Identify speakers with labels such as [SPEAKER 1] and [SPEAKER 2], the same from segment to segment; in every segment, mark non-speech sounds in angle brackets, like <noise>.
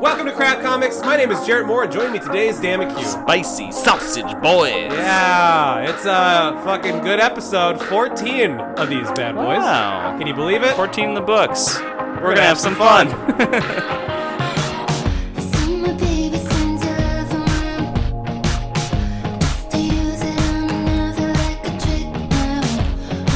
[SPEAKER 1] Welcome to Crab Comics. My name is Jarrett Moore, and joining me today is Dan McHugh.
[SPEAKER 2] Spicy sausage boys.
[SPEAKER 1] Yeah, it's a fucking good episode. 14 of these bad boys.
[SPEAKER 2] Wow.
[SPEAKER 1] Can you believe it?
[SPEAKER 2] 14 in the books. We're,
[SPEAKER 1] gonna
[SPEAKER 2] gonna have some fun.
[SPEAKER 3] Summer baby sends your love around Just to use it on another like a trick now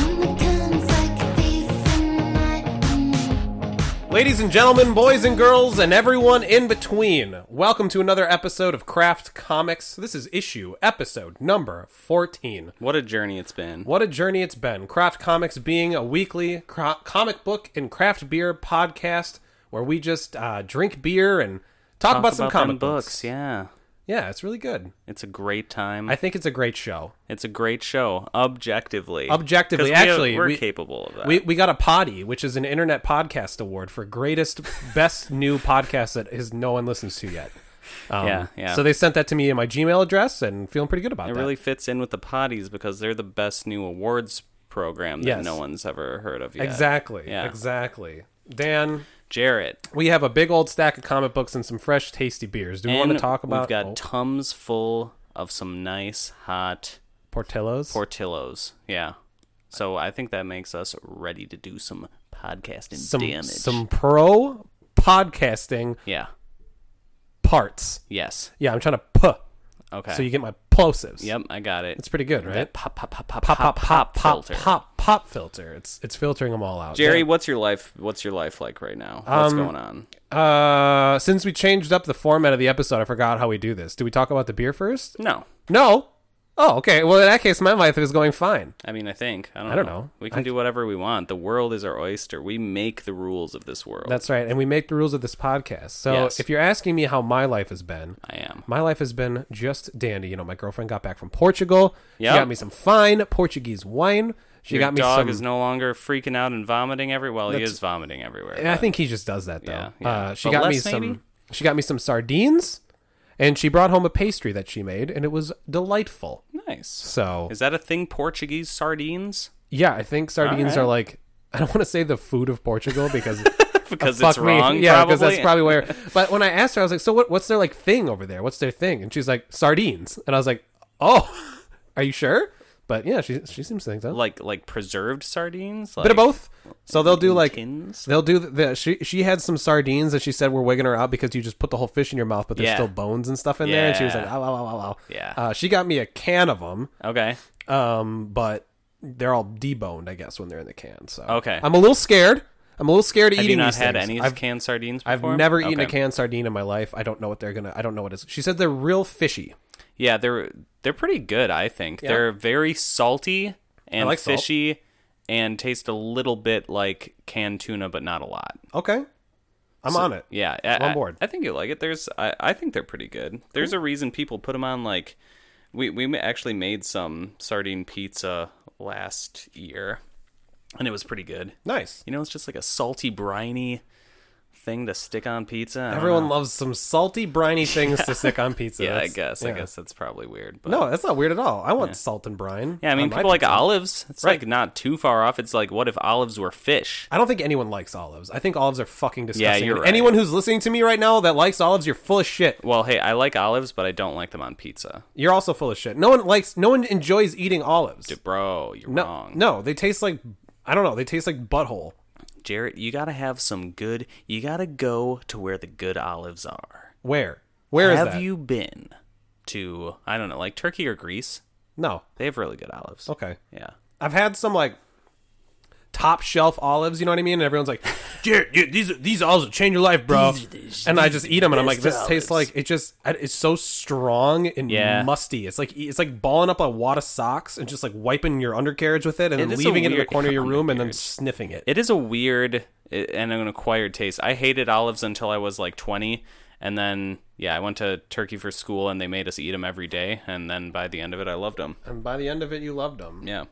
[SPEAKER 3] On the guns like a thief in mm. the night
[SPEAKER 1] Ladies and gentlemen, boys and girls, and everyone in between, welcome to another episode of Craft Comics. This is issue, episode number 14.
[SPEAKER 2] <laughs> what a journey it's been.
[SPEAKER 1] What a journey it's been. Craft Comics being a weekly cro- comic book and craft beer podcast where we just uh, drink beer and talk, about some
[SPEAKER 2] them
[SPEAKER 1] comic
[SPEAKER 2] books.
[SPEAKER 1] books.
[SPEAKER 2] Yeah.
[SPEAKER 1] Yeah, it's really good.
[SPEAKER 2] It's a great time.
[SPEAKER 1] I think it's a great show.
[SPEAKER 2] it's a great show, objectively.
[SPEAKER 1] Objectively,
[SPEAKER 2] 'Cause we-
[SPEAKER 1] actually,
[SPEAKER 2] we're
[SPEAKER 1] we-
[SPEAKER 2] capable of that.
[SPEAKER 1] We, we got a potty, which is an internet podcast award for greatest <laughs> best new podcast that is no one listens to yet. Um,
[SPEAKER 2] <laughs> Yeah, yeah.
[SPEAKER 1] So they sent that to me in my Gmail address, and feeling pretty good about
[SPEAKER 2] it
[SPEAKER 1] that.
[SPEAKER 2] really fits in with the potties because they're the best new awards program that
[SPEAKER 1] Yes.
[SPEAKER 2] no one's ever heard of yet.
[SPEAKER 1] exactly,
[SPEAKER 2] Yeah.
[SPEAKER 1] exactly. Dan,
[SPEAKER 2] Jarrett.
[SPEAKER 1] we have a big old stack of comic books and some fresh, tasty beers. Do we want to
[SPEAKER 2] and
[SPEAKER 1] talk about
[SPEAKER 2] We've got
[SPEAKER 1] oh,
[SPEAKER 2] tums full of some nice, hot
[SPEAKER 1] Portillo's?
[SPEAKER 2] Portillos. Yeah. So I think that makes us ready to do some podcasting
[SPEAKER 1] some
[SPEAKER 2] damage.
[SPEAKER 1] some pro podcasting
[SPEAKER 2] yeah.
[SPEAKER 1] parts.
[SPEAKER 2] Yes.
[SPEAKER 1] Yeah, I'm trying to puh,
[SPEAKER 2] Okay.
[SPEAKER 1] so you get my plosives.
[SPEAKER 2] Yep, I got it.
[SPEAKER 1] it's pretty good, right?
[SPEAKER 2] pop pop pop pop
[SPEAKER 1] pop pop pop pop
[SPEAKER 2] filter.
[SPEAKER 1] pop pop filter. It's it's filtering them all out.
[SPEAKER 2] Jerry,
[SPEAKER 1] Yeah. Um,
[SPEAKER 2] what's your life? What's your life like right now? What's going on?
[SPEAKER 1] Uh, since we changed up the format of the episode, I forgot how we do this. Do we talk about the beer first?
[SPEAKER 2] No,
[SPEAKER 1] No. Oh, okay. Well, in that case, my life is going fine.
[SPEAKER 2] I mean, I think I don't.
[SPEAKER 1] I don't know.
[SPEAKER 2] We can
[SPEAKER 1] I-
[SPEAKER 2] do whatever we want. The world is our oyster. We make the rules of this world.
[SPEAKER 1] That's right. And we make the rules of this podcast. So
[SPEAKER 2] Yes.
[SPEAKER 1] if you're asking me how my life has been,
[SPEAKER 2] I am.
[SPEAKER 1] my life has been just dandy. You know, my girlfriend got back from Portugal.
[SPEAKER 2] Yep.
[SPEAKER 1] She got me some fine Portuguese wine. She
[SPEAKER 2] Your
[SPEAKER 1] got me
[SPEAKER 2] dog
[SPEAKER 1] some.
[SPEAKER 2] is no longer freaking out and vomiting every. Well, he
[SPEAKER 1] That's-
[SPEAKER 2] is vomiting everywhere.
[SPEAKER 1] And I
[SPEAKER 2] but-
[SPEAKER 1] think he just does that though.
[SPEAKER 2] Yeah, yeah.
[SPEAKER 1] Uh, she
[SPEAKER 2] But
[SPEAKER 1] got me
[SPEAKER 2] less,
[SPEAKER 1] some.
[SPEAKER 2] maybe?
[SPEAKER 1] She got me some sardines, and she brought home a pastry that she made, and it was delightful.
[SPEAKER 2] nice.
[SPEAKER 1] So
[SPEAKER 2] Is that a thing? Portuguese sardines?
[SPEAKER 1] yeah, I think sardines
[SPEAKER 2] All right.
[SPEAKER 1] are like I don't want to say the food of Portugal
[SPEAKER 2] <laughs>
[SPEAKER 1] because
[SPEAKER 2] Because
[SPEAKER 1] fuck
[SPEAKER 2] it's wrong.
[SPEAKER 1] me, <laughs> yeah,
[SPEAKER 2] probably.
[SPEAKER 1] because that's probably
[SPEAKER 2] <laughs>
[SPEAKER 1] where. But when I asked her, I was like, "So what? What's their like thing over there? What's their thing?" And she's like, "Sardines," and I was like, "Oh, <laughs> are you sure?" But yeah, she she seems to think so.
[SPEAKER 2] like like preserved sardines. Like,
[SPEAKER 1] bit of both. So they'll do
[SPEAKER 2] in
[SPEAKER 1] like
[SPEAKER 2] tins?
[SPEAKER 1] they'll do the, the she she had some sardines that she said were wigging her out because you just put the whole fish in your mouth, but there's
[SPEAKER 2] Yeah.
[SPEAKER 1] still bones and stuff in there. And she was like,
[SPEAKER 2] Yeah.
[SPEAKER 1] ow, ow, ow, ow, ow.
[SPEAKER 2] Yeah.
[SPEAKER 1] Uh, she got me a can of them,
[SPEAKER 2] Okay.
[SPEAKER 1] um, but they're all deboned, I guess, when they're in the can. So
[SPEAKER 2] Okay.
[SPEAKER 1] I'm a little scared. I'm a little scared of
[SPEAKER 2] Have
[SPEAKER 1] eating
[SPEAKER 2] you not
[SPEAKER 1] these
[SPEAKER 2] had
[SPEAKER 1] things.
[SPEAKER 2] any
[SPEAKER 1] I've,
[SPEAKER 2] canned sardines?
[SPEAKER 1] I've
[SPEAKER 2] before?
[SPEAKER 1] never eaten a
[SPEAKER 2] Okay.
[SPEAKER 1] canned sardine in my life. I don't know what they're gonna. I don't know what it's. She said they're real fishy.
[SPEAKER 2] Yeah, they're they're pretty good. I think they're very salty and
[SPEAKER 1] like salt.
[SPEAKER 2] fishy, and taste a little bit like canned tuna, but not a lot.
[SPEAKER 1] Okay, I'm on it.
[SPEAKER 2] Yeah,
[SPEAKER 1] I'm
[SPEAKER 2] I,
[SPEAKER 1] on board.
[SPEAKER 2] I, I think you like it. There's, I, I think they're pretty good. There's a reason people put them on. Like, we we ma- actually made some sardine pizza last year, and it was pretty good.
[SPEAKER 1] Nice.
[SPEAKER 2] You know, it's just like a salty, briny thing to stick on pizza. I don't
[SPEAKER 1] Everyone
[SPEAKER 2] know.
[SPEAKER 1] loves some salty, briny things to stick on pizza.
[SPEAKER 2] <laughs> yeah, I
[SPEAKER 1] That's-
[SPEAKER 2] guess. I
[SPEAKER 1] yeah.
[SPEAKER 2] guess that's probably weird. But
[SPEAKER 1] No, that's not weird at all. I want salt and brine. Um,
[SPEAKER 2] Yeah, I mean,
[SPEAKER 1] on my
[SPEAKER 2] people like
[SPEAKER 1] pizza.
[SPEAKER 2] olives. It's
[SPEAKER 1] Right.
[SPEAKER 2] like not too far off. It's like, what if olives were fish?
[SPEAKER 1] I don't think anyone likes olives. I think olives are fucking disgusting.
[SPEAKER 2] you're
[SPEAKER 1] And
[SPEAKER 2] right.
[SPEAKER 1] Anyone who's listening to me right now that likes olives, you're full of shit.
[SPEAKER 2] Well, hey, I like olives, but I don't like them on pizza.
[SPEAKER 1] You're also full of shit. No one likes. No one enjoys eating olives.
[SPEAKER 2] Bro, you're
[SPEAKER 1] no,
[SPEAKER 2] wrong.
[SPEAKER 1] no, they taste like I don't know. They taste like butthole.
[SPEAKER 2] Jarrett, you gotta have some good. You gotta go to where the good olives are.
[SPEAKER 1] Where? Where is
[SPEAKER 2] have
[SPEAKER 1] that?
[SPEAKER 2] you been to? I don't know, like Turkey or Greece?
[SPEAKER 1] No.
[SPEAKER 2] They have really good olives.
[SPEAKER 1] Okay.
[SPEAKER 2] Yeah.
[SPEAKER 1] I've had some like top shelf olives. You know what I mean? And everyone's <laughs> like, "Jared, dude, these these olives will change your life, bro." and I just eat them, and I'm like, "This tastes like it just it's so strong and
[SPEAKER 2] Yeah.
[SPEAKER 1] musty. It's like it's like balling up a wad of socks and just like wiping your undercarriage with it, and
[SPEAKER 2] It
[SPEAKER 1] then
[SPEAKER 2] is a
[SPEAKER 1] leaving it in the
[SPEAKER 2] weird-
[SPEAKER 1] corner of your room, and then
[SPEAKER 2] undercarriage.
[SPEAKER 1] sniffing it.
[SPEAKER 2] It is a weird i- and an acquired taste. I hated olives until I was like 20. And then, yeah, I went to Turkey for school and they made us eat them every day. And then by the end of it, I loved them.
[SPEAKER 1] and by the end of it, you loved them.
[SPEAKER 2] Yeah.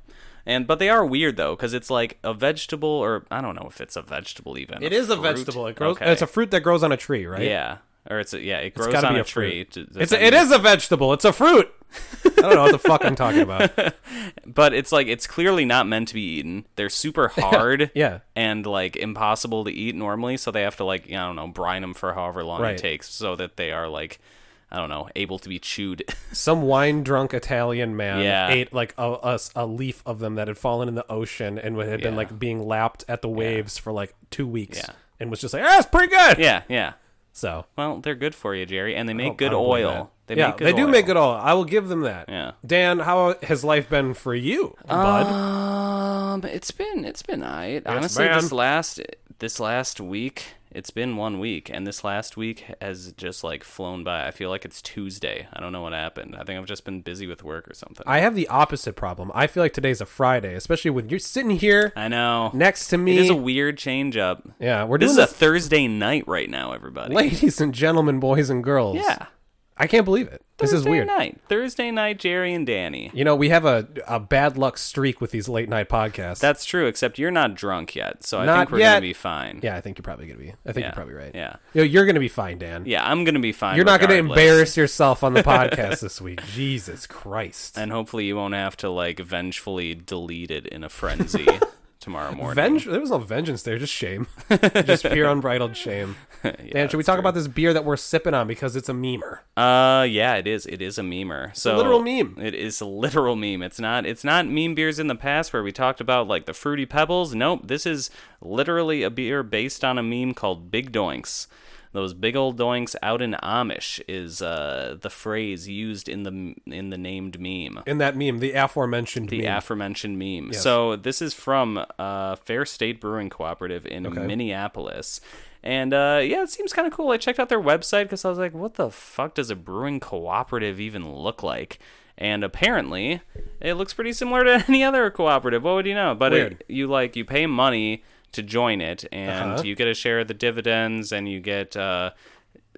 [SPEAKER 2] And but they are weird though, because it's like a vegetable, or I don't know if it's a vegetable even.
[SPEAKER 1] It is a
[SPEAKER 2] fruit?
[SPEAKER 1] vegetable. It grows.
[SPEAKER 2] Okay.
[SPEAKER 1] It's a fruit that grows on a tree, right?
[SPEAKER 2] yeah, or it's a, yeah. It grows
[SPEAKER 1] gotta
[SPEAKER 2] on
[SPEAKER 1] be
[SPEAKER 2] a,
[SPEAKER 1] a
[SPEAKER 2] tree.
[SPEAKER 1] fruit. It's a, it is a vegetable. It's a fruit. <laughs> I don't know what the fuck I'm talking <laughs> about.
[SPEAKER 2] but it's like it's clearly not meant to be eaten. They're super hard,
[SPEAKER 1] <laughs> Yeah.
[SPEAKER 2] and like impossible to eat normally. So they have to like I don't know brine them for however long
[SPEAKER 1] Right.
[SPEAKER 2] it takes, so that they are like I don't know able to be chewed. <laughs>
[SPEAKER 1] Some wine drunk Italian man
[SPEAKER 2] Yeah.
[SPEAKER 1] ate like a, a s- a leaf of them that had fallen in the ocean and had been
[SPEAKER 2] Yeah.
[SPEAKER 1] like being lapped at the waves for like two weeks
[SPEAKER 2] Yeah.
[SPEAKER 1] and was just like, ah, it's pretty good.
[SPEAKER 2] yeah, yeah.
[SPEAKER 1] So
[SPEAKER 2] Well, they're good for you, Jerry, and they
[SPEAKER 1] I
[SPEAKER 2] make
[SPEAKER 1] don't- I
[SPEAKER 2] good
[SPEAKER 1] don't believe that.
[SPEAKER 2] oil. They
[SPEAKER 1] yeah,
[SPEAKER 2] make good
[SPEAKER 1] they do
[SPEAKER 2] oil.
[SPEAKER 1] make good oil. I will give them that.
[SPEAKER 2] Yeah.
[SPEAKER 1] Dan, how has life been for you, bud?
[SPEAKER 2] Um, it's been it's been alright. Honestly,
[SPEAKER 1] ma'am.
[SPEAKER 2] this last this last week, it's been one week, and this last week has just like flown by. I feel like it's Tuesday. I don't know what happened. I think I've just been busy with work or something.
[SPEAKER 1] I have the opposite problem. I feel like today's a Friday, especially when you're sitting here
[SPEAKER 2] I know.
[SPEAKER 1] next to me.
[SPEAKER 2] It is a weird change up.
[SPEAKER 1] yeah, we're
[SPEAKER 2] This
[SPEAKER 1] doing
[SPEAKER 2] is a
[SPEAKER 1] this, <laughs>
[SPEAKER 2] Thursday night right now, everybody.
[SPEAKER 1] ladies and gentlemen, boys and girls.
[SPEAKER 2] Yeah.
[SPEAKER 1] I can't believe it. this is
[SPEAKER 2] Thursday
[SPEAKER 1] weird.
[SPEAKER 2] Night. Thursday night, Jerry and Danny.
[SPEAKER 1] You know, we have a, a bad luck streak with these late night podcasts.
[SPEAKER 2] That's true, except you're not drunk yet, so I
[SPEAKER 1] Not
[SPEAKER 2] think we're
[SPEAKER 1] yet.
[SPEAKER 2] gonna be fine.
[SPEAKER 1] yeah, I think you're probably gonna be. I think
[SPEAKER 2] Yeah.
[SPEAKER 1] you're probably right.
[SPEAKER 2] Yeah.
[SPEAKER 1] You know, you're gonna be fine, Dan.
[SPEAKER 2] Yeah, I'm gonna be fine.
[SPEAKER 1] You're not gonna
[SPEAKER 2] regardless.
[SPEAKER 1] embarrass yourself
[SPEAKER 2] <laughs>
[SPEAKER 1] on the podcast this week. Jesus Christ.
[SPEAKER 2] And hopefully you won't have to like vengefully delete it in a frenzy
[SPEAKER 1] <laughs>
[SPEAKER 2] tomorrow morning.
[SPEAKER 1] Venge- there was no vengeance there, just
[SPEAKER 2] <laughs>
[SPEAKER 1] shame. just pure unbridled shame. Dan, should we talk about this beer that we're sipping on because it's a memer?
[SPEAKER 2] Uh yeah, it is. It is a memer. So
[SPEAKER 1] literal meme.
[SPEAKER 2] It is a literal meme. It's not it's not meme beers in the past where we talked about like the fruity pebbles. Nope, this is literally a beer based on a meme called Big Doinks. Those big old doinks out in Amish is uh, the phrase used in the in the named meme.
[SPEAKER 1] In that meme, the aforementioned
[SPEAKER 2] the
[SPEAKER 1] meme.
[SPEAKER 2] aforementioned meme. So this is from uh, Fair State Brewing Cooperative in Minneapolis. And uh, yeah, it seems kind of cool. I checked out their website because I was like, what the fuck does a brewing cooperative even look like? And apparently, it looks pretty similar to <laughs> any other cooperative. What would you know? But
[SPEAKER 1] Weird.
[SPEAKER 2] it, you like you pay money to join it, and
[SPEAKER 1] Uh-huh.
[SPEAKER 2] you get a share of the dividends, and you get uh,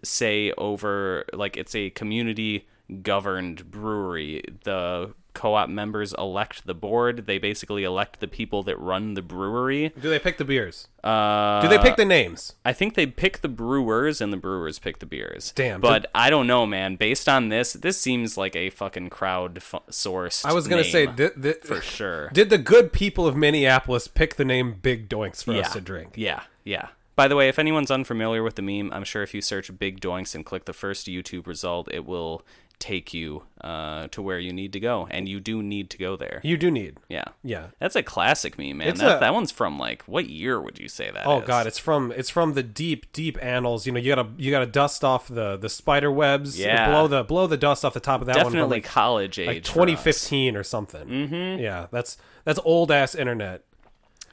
[SPEAKER 2] say over like it's a community governed brewery the co-op members elect the board they basically elect the people that run the brewery
[SPEAKER 1] Do they pick the beers?
[SPEAKER 2] uh,
[SPEAKER 1] Do they pick the names?
[SPEAKER 2] i think they pick the brewers and the brewers pick the beers
[SPEAKER 1] Damn,
[SPEAKER 2] but i don't know man based on this this seems like a fucking crowd fu- sourced
[SPEAKER 1] I was gonna say,
[SPEAKER 2] name,
[SPEAKER 1] did, did,
[SPEAKER 2] for sure
[SPEAKER 1] did the good people of Minneapolis pick the name Big Doinks for us to drink?
[SPEAKER 2] Yeah, yeah. By the way, if anyone's unfamiliar with the meme, I'm sure if you search Big Doinks and click the first YouTube result, it will take you uh, to where you need to go. And you do need to go there.
[SPEAKER 1] You do need.
[SPEAKER 2] Yeah.
[SPEAKER 1] Yeah.
[SPEAKER 2] That's a classic meme, man.
[SPEAKER 1] It's
[SPEAKER 2] That,
[SPEAKER 1] a-
[SPEAKER 2] that one's from, like, what year would you say that
[SPEAKER 1] Oh
[SPEAKER 2] is?
[SPEAKER 1] god, it's from it's from the deep, deep annals. You know, you gotta you gotta dust off the the spider webs.
[SPEAKER 2] Yeah.
[SPEAKER 1] blow the blow the dust off the top of that one.
[SPEAKER 2] Definitely
[SPEAKER 1] from, like,
[SPEAKER 2] college age.
[SPEAKER 1] like
[SPEAKER 2] for us.
[SPEAKER 1] 2015 or something. Mm-hmm. Yeah, that's that's old ass internet.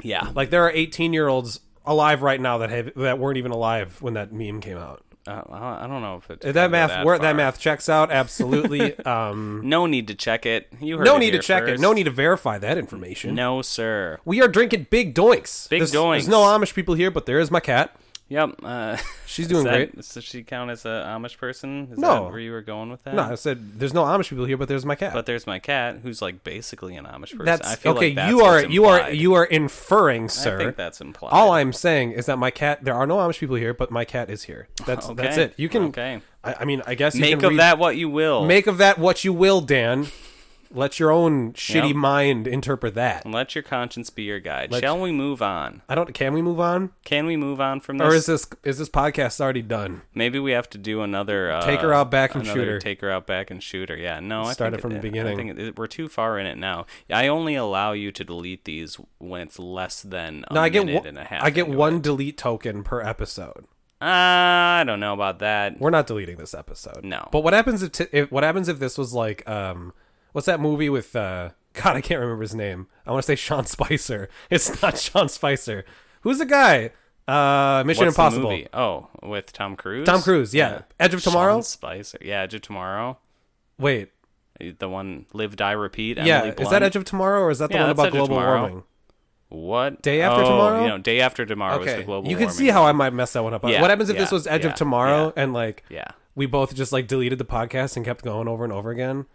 [SPEAKER 2] Yeah.
[SPEAKER 1] Like there are 18 year olds alive right now that have that weren't even alive when that meme came out.
[SPEAKER 2] Uh, I don't know if it's.
[SPEAKER 1] If that math that, where, that
[SPEAKER 2] far.
[SPEAKER 1] math checks out absolutely.
[SPEAKER 2] <laughs>
[SPEAKER 1] um,
[SPEAKER 2] No need to check it. You heard
[SPEAKER 1] no
[SPEAKER 2] it
[SPEAKER 1] need to
[SPEAKER 2] here
[SPEAKER 1] check it.
[SPEAKER 2] first.
[SPEAKER 1] No need to verify that information.
[SPEAKER 2] No, sir.
[SPEAKER 1] We are drinking big doinks.
[SPEAKER 2] Big
[SPEAKER 1] there's,
[SPEAKER 2] doinks.
[SPEAKER 1] There's no Amish people here, but there is my cat.
[SPEAKER 2] Yep. Uh,
[SPEAKER 1] She's doing
[SPEAKER 2] <laughs> is that-
[SPEAKER 1] great.
[SPEAKER 2] Does she count as a Amish person? Is
[SPEAKER 1] No.
[SPEAKER 2] that where you were going with that?
[SPEAKER 1] No, I said there's no Amish people here, but there's my cat.
[SPEAKER 2] But there's my cat, who's like basically an Amish person.
[SPEAKER 1] that's
[SPEAKER 2] I feel
[SPEAKER 1] okay.
[SPEAKER 2] Like that's
[SPEAKER 1] you are
[SPEAKER 2] what's
[SPEAKER 1] you are
[SPEAKER 2] implied.
[SPEAKER 1] you are inferring, sir.
[SPEAKER 2] I think that's implied.
[SPEAKER 1] All I'm saying is that my cat. There are no Amish people here, but my cat is
[SPEAKER 2] <laughs>
[SPEAKER 1] here. That's
[SPEAKER 2] Okay.
[SPEAKER 1] that's it. You can.
[SPEAKER 2] Okay.
[SPEAKER 1] I, I mean, I guess you
[SPEAKER 2] make
[SPEAKER 1] can
[SPEAKER 2] of
[SPEAKER 1] read-
[SPEAKER 2] that what you will.
[SPEAKER 1] Make of that what you will, Dan. Let your own shitty
[SPEAKER 2] Yep.
[SPEAKER 1] mind interpret that.
[SPEAKER 2] Let your conscience be your guide. Shall we move on?
[SPEAKER 1] I don't. Can we move on,
[SPEAKER 2] Can we move on from this?
[SPEAKER 1] or is this is this podcast already done?
[SPEAKER 2] Maybe we have to do another uh,
[SPEAKER 1] Take her out back and shoot
[SPEAKER 2] another
[SPEAKER 1] her.
[SPEAKER 2] Take her out back and shoot her. Yeah, no, I
[SPEAKER 1] Start
[SPEAKER 2] think
[SPEAKER 1] it from the beginning.
[SPEAKER 2] I think it- we're too far in it now. I only allow you to delete these when it's less than a
[SPEAKER 1] No, I get
[SPEAKER 2] minute
[SPEAKER 1] one.
[SPEAKER 2] and a half.
[SPEAKER 1] I get
[SPEAKER 2] into
[SPEAKER 1] one
[SPEAKER 2] it.
[SPEAKER 1] delete token per episode.
[SPEAKER 2] Uh, I don't know about that.
[SPEAKER 1] We're not deleting this episode.
[SPEAKER 2] No.
[SPEAKER 1] But what happens if, t- if what happens if this was like um what's that movie with uh God I can't remember his name. I want to say Sean Spicer. <laughs> It's not Sean Spicer. Who's the guy? Uh Mission
[SPEAKER 2] What's the
[SPEAKER 1] Impossible.
[SPEAKER 2] movie? Oh, with Tom Cruise.
[SPEAKER 1] Tom Cruise, yeah. Edge of Tomorrow?
[SPEAKER 2] Sean Spicer. Yeah, Edge of Tomorrow.
[SPEAKER 1] Wait.
[SPEAKER 2] The one Live Die Repeat.
[SPEAKER 1] Yeah,
[SPEAKER 2] Emily
[SPEAKER 1] is
[SPEAKER 2] Blunt.
[SPEAKER 1] that Edge of Tomorrow or is that the
[SPEAKER 2] Yeah,
[SPEAKER 1] one
[SPEAKER 2] that's
[SPEAKER 1] about
[SPEAKER 2] Edge of
[SPEAKER 1] global
[SPEAKER 2] Tomorrow.
[SPEAKER 1] warming?
[SPEAKER 2] What
[SPEAKER 1] Day After
[SPEAKER 2] Oh,
[SPEAKER 1] Tomorrow?
[SPEAKER 2] You know, Day After Tomorrow is
[SPEAKER 1] Okay.
[SPEAKER 2] the global.
[SPEAKER 1] you can see
[SPEAKER 2] warming.
[SPEAKER 1] how I might mess that one up.
[SPEAKER 2] Yeah,
[SPEAKER 1] what happens if
[SPEAKER 2] yeah,
[SPEAKER 1] this was Edge
[SPEAKER 2] yeah,
[SPEAKER 1] of Tomorrow and like
[SPEAKER 2] Yeah.
[SPEAKER 1] we both just like deleted the podcast and kept going over and over again?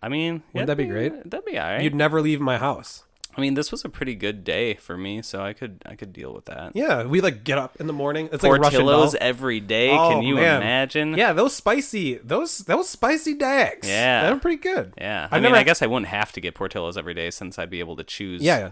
[SPEAKER 2] I mean,
[SPEAKER 1] Wouldn't
[SPEAKER 2] that'd
[SPEAKER 1] that be great?
[SPEAKER 2] That'd be all right.
[SPEAKER 1] You'd never leave my house.
[SPEAKER 2] I mean, this was a pretty good day for me, so I could I could deal with that.
[SPEAKER 1] Yeah, we like get up in the morning. It's like Russian
[SPEAKER 2] Portillos
[SPEAKER 1] doll.
[SPEAKER 2] every day.
[SPEAKER 1] Oh,
[SPEAKER 2] can you
[SPEAKER 1] man.
[SPEAKER 2] imagine?
[SPEAKER 1] Yeah, those spicy, those that was spicy dags.
[SPEAKER 2] Yeah.
[SPEAKER 1] they were pretty good.
[SPEAKER 2] Yeah.
[SPEAKER 1] I've
[SPEAKER 2] I mean,
[SPEAKER 1] never-
[SPEAKER 2] I guess I wouldn't have to get Portillo's every day since I'd be able to choose
[SPEAKER 1] yeah, yeah.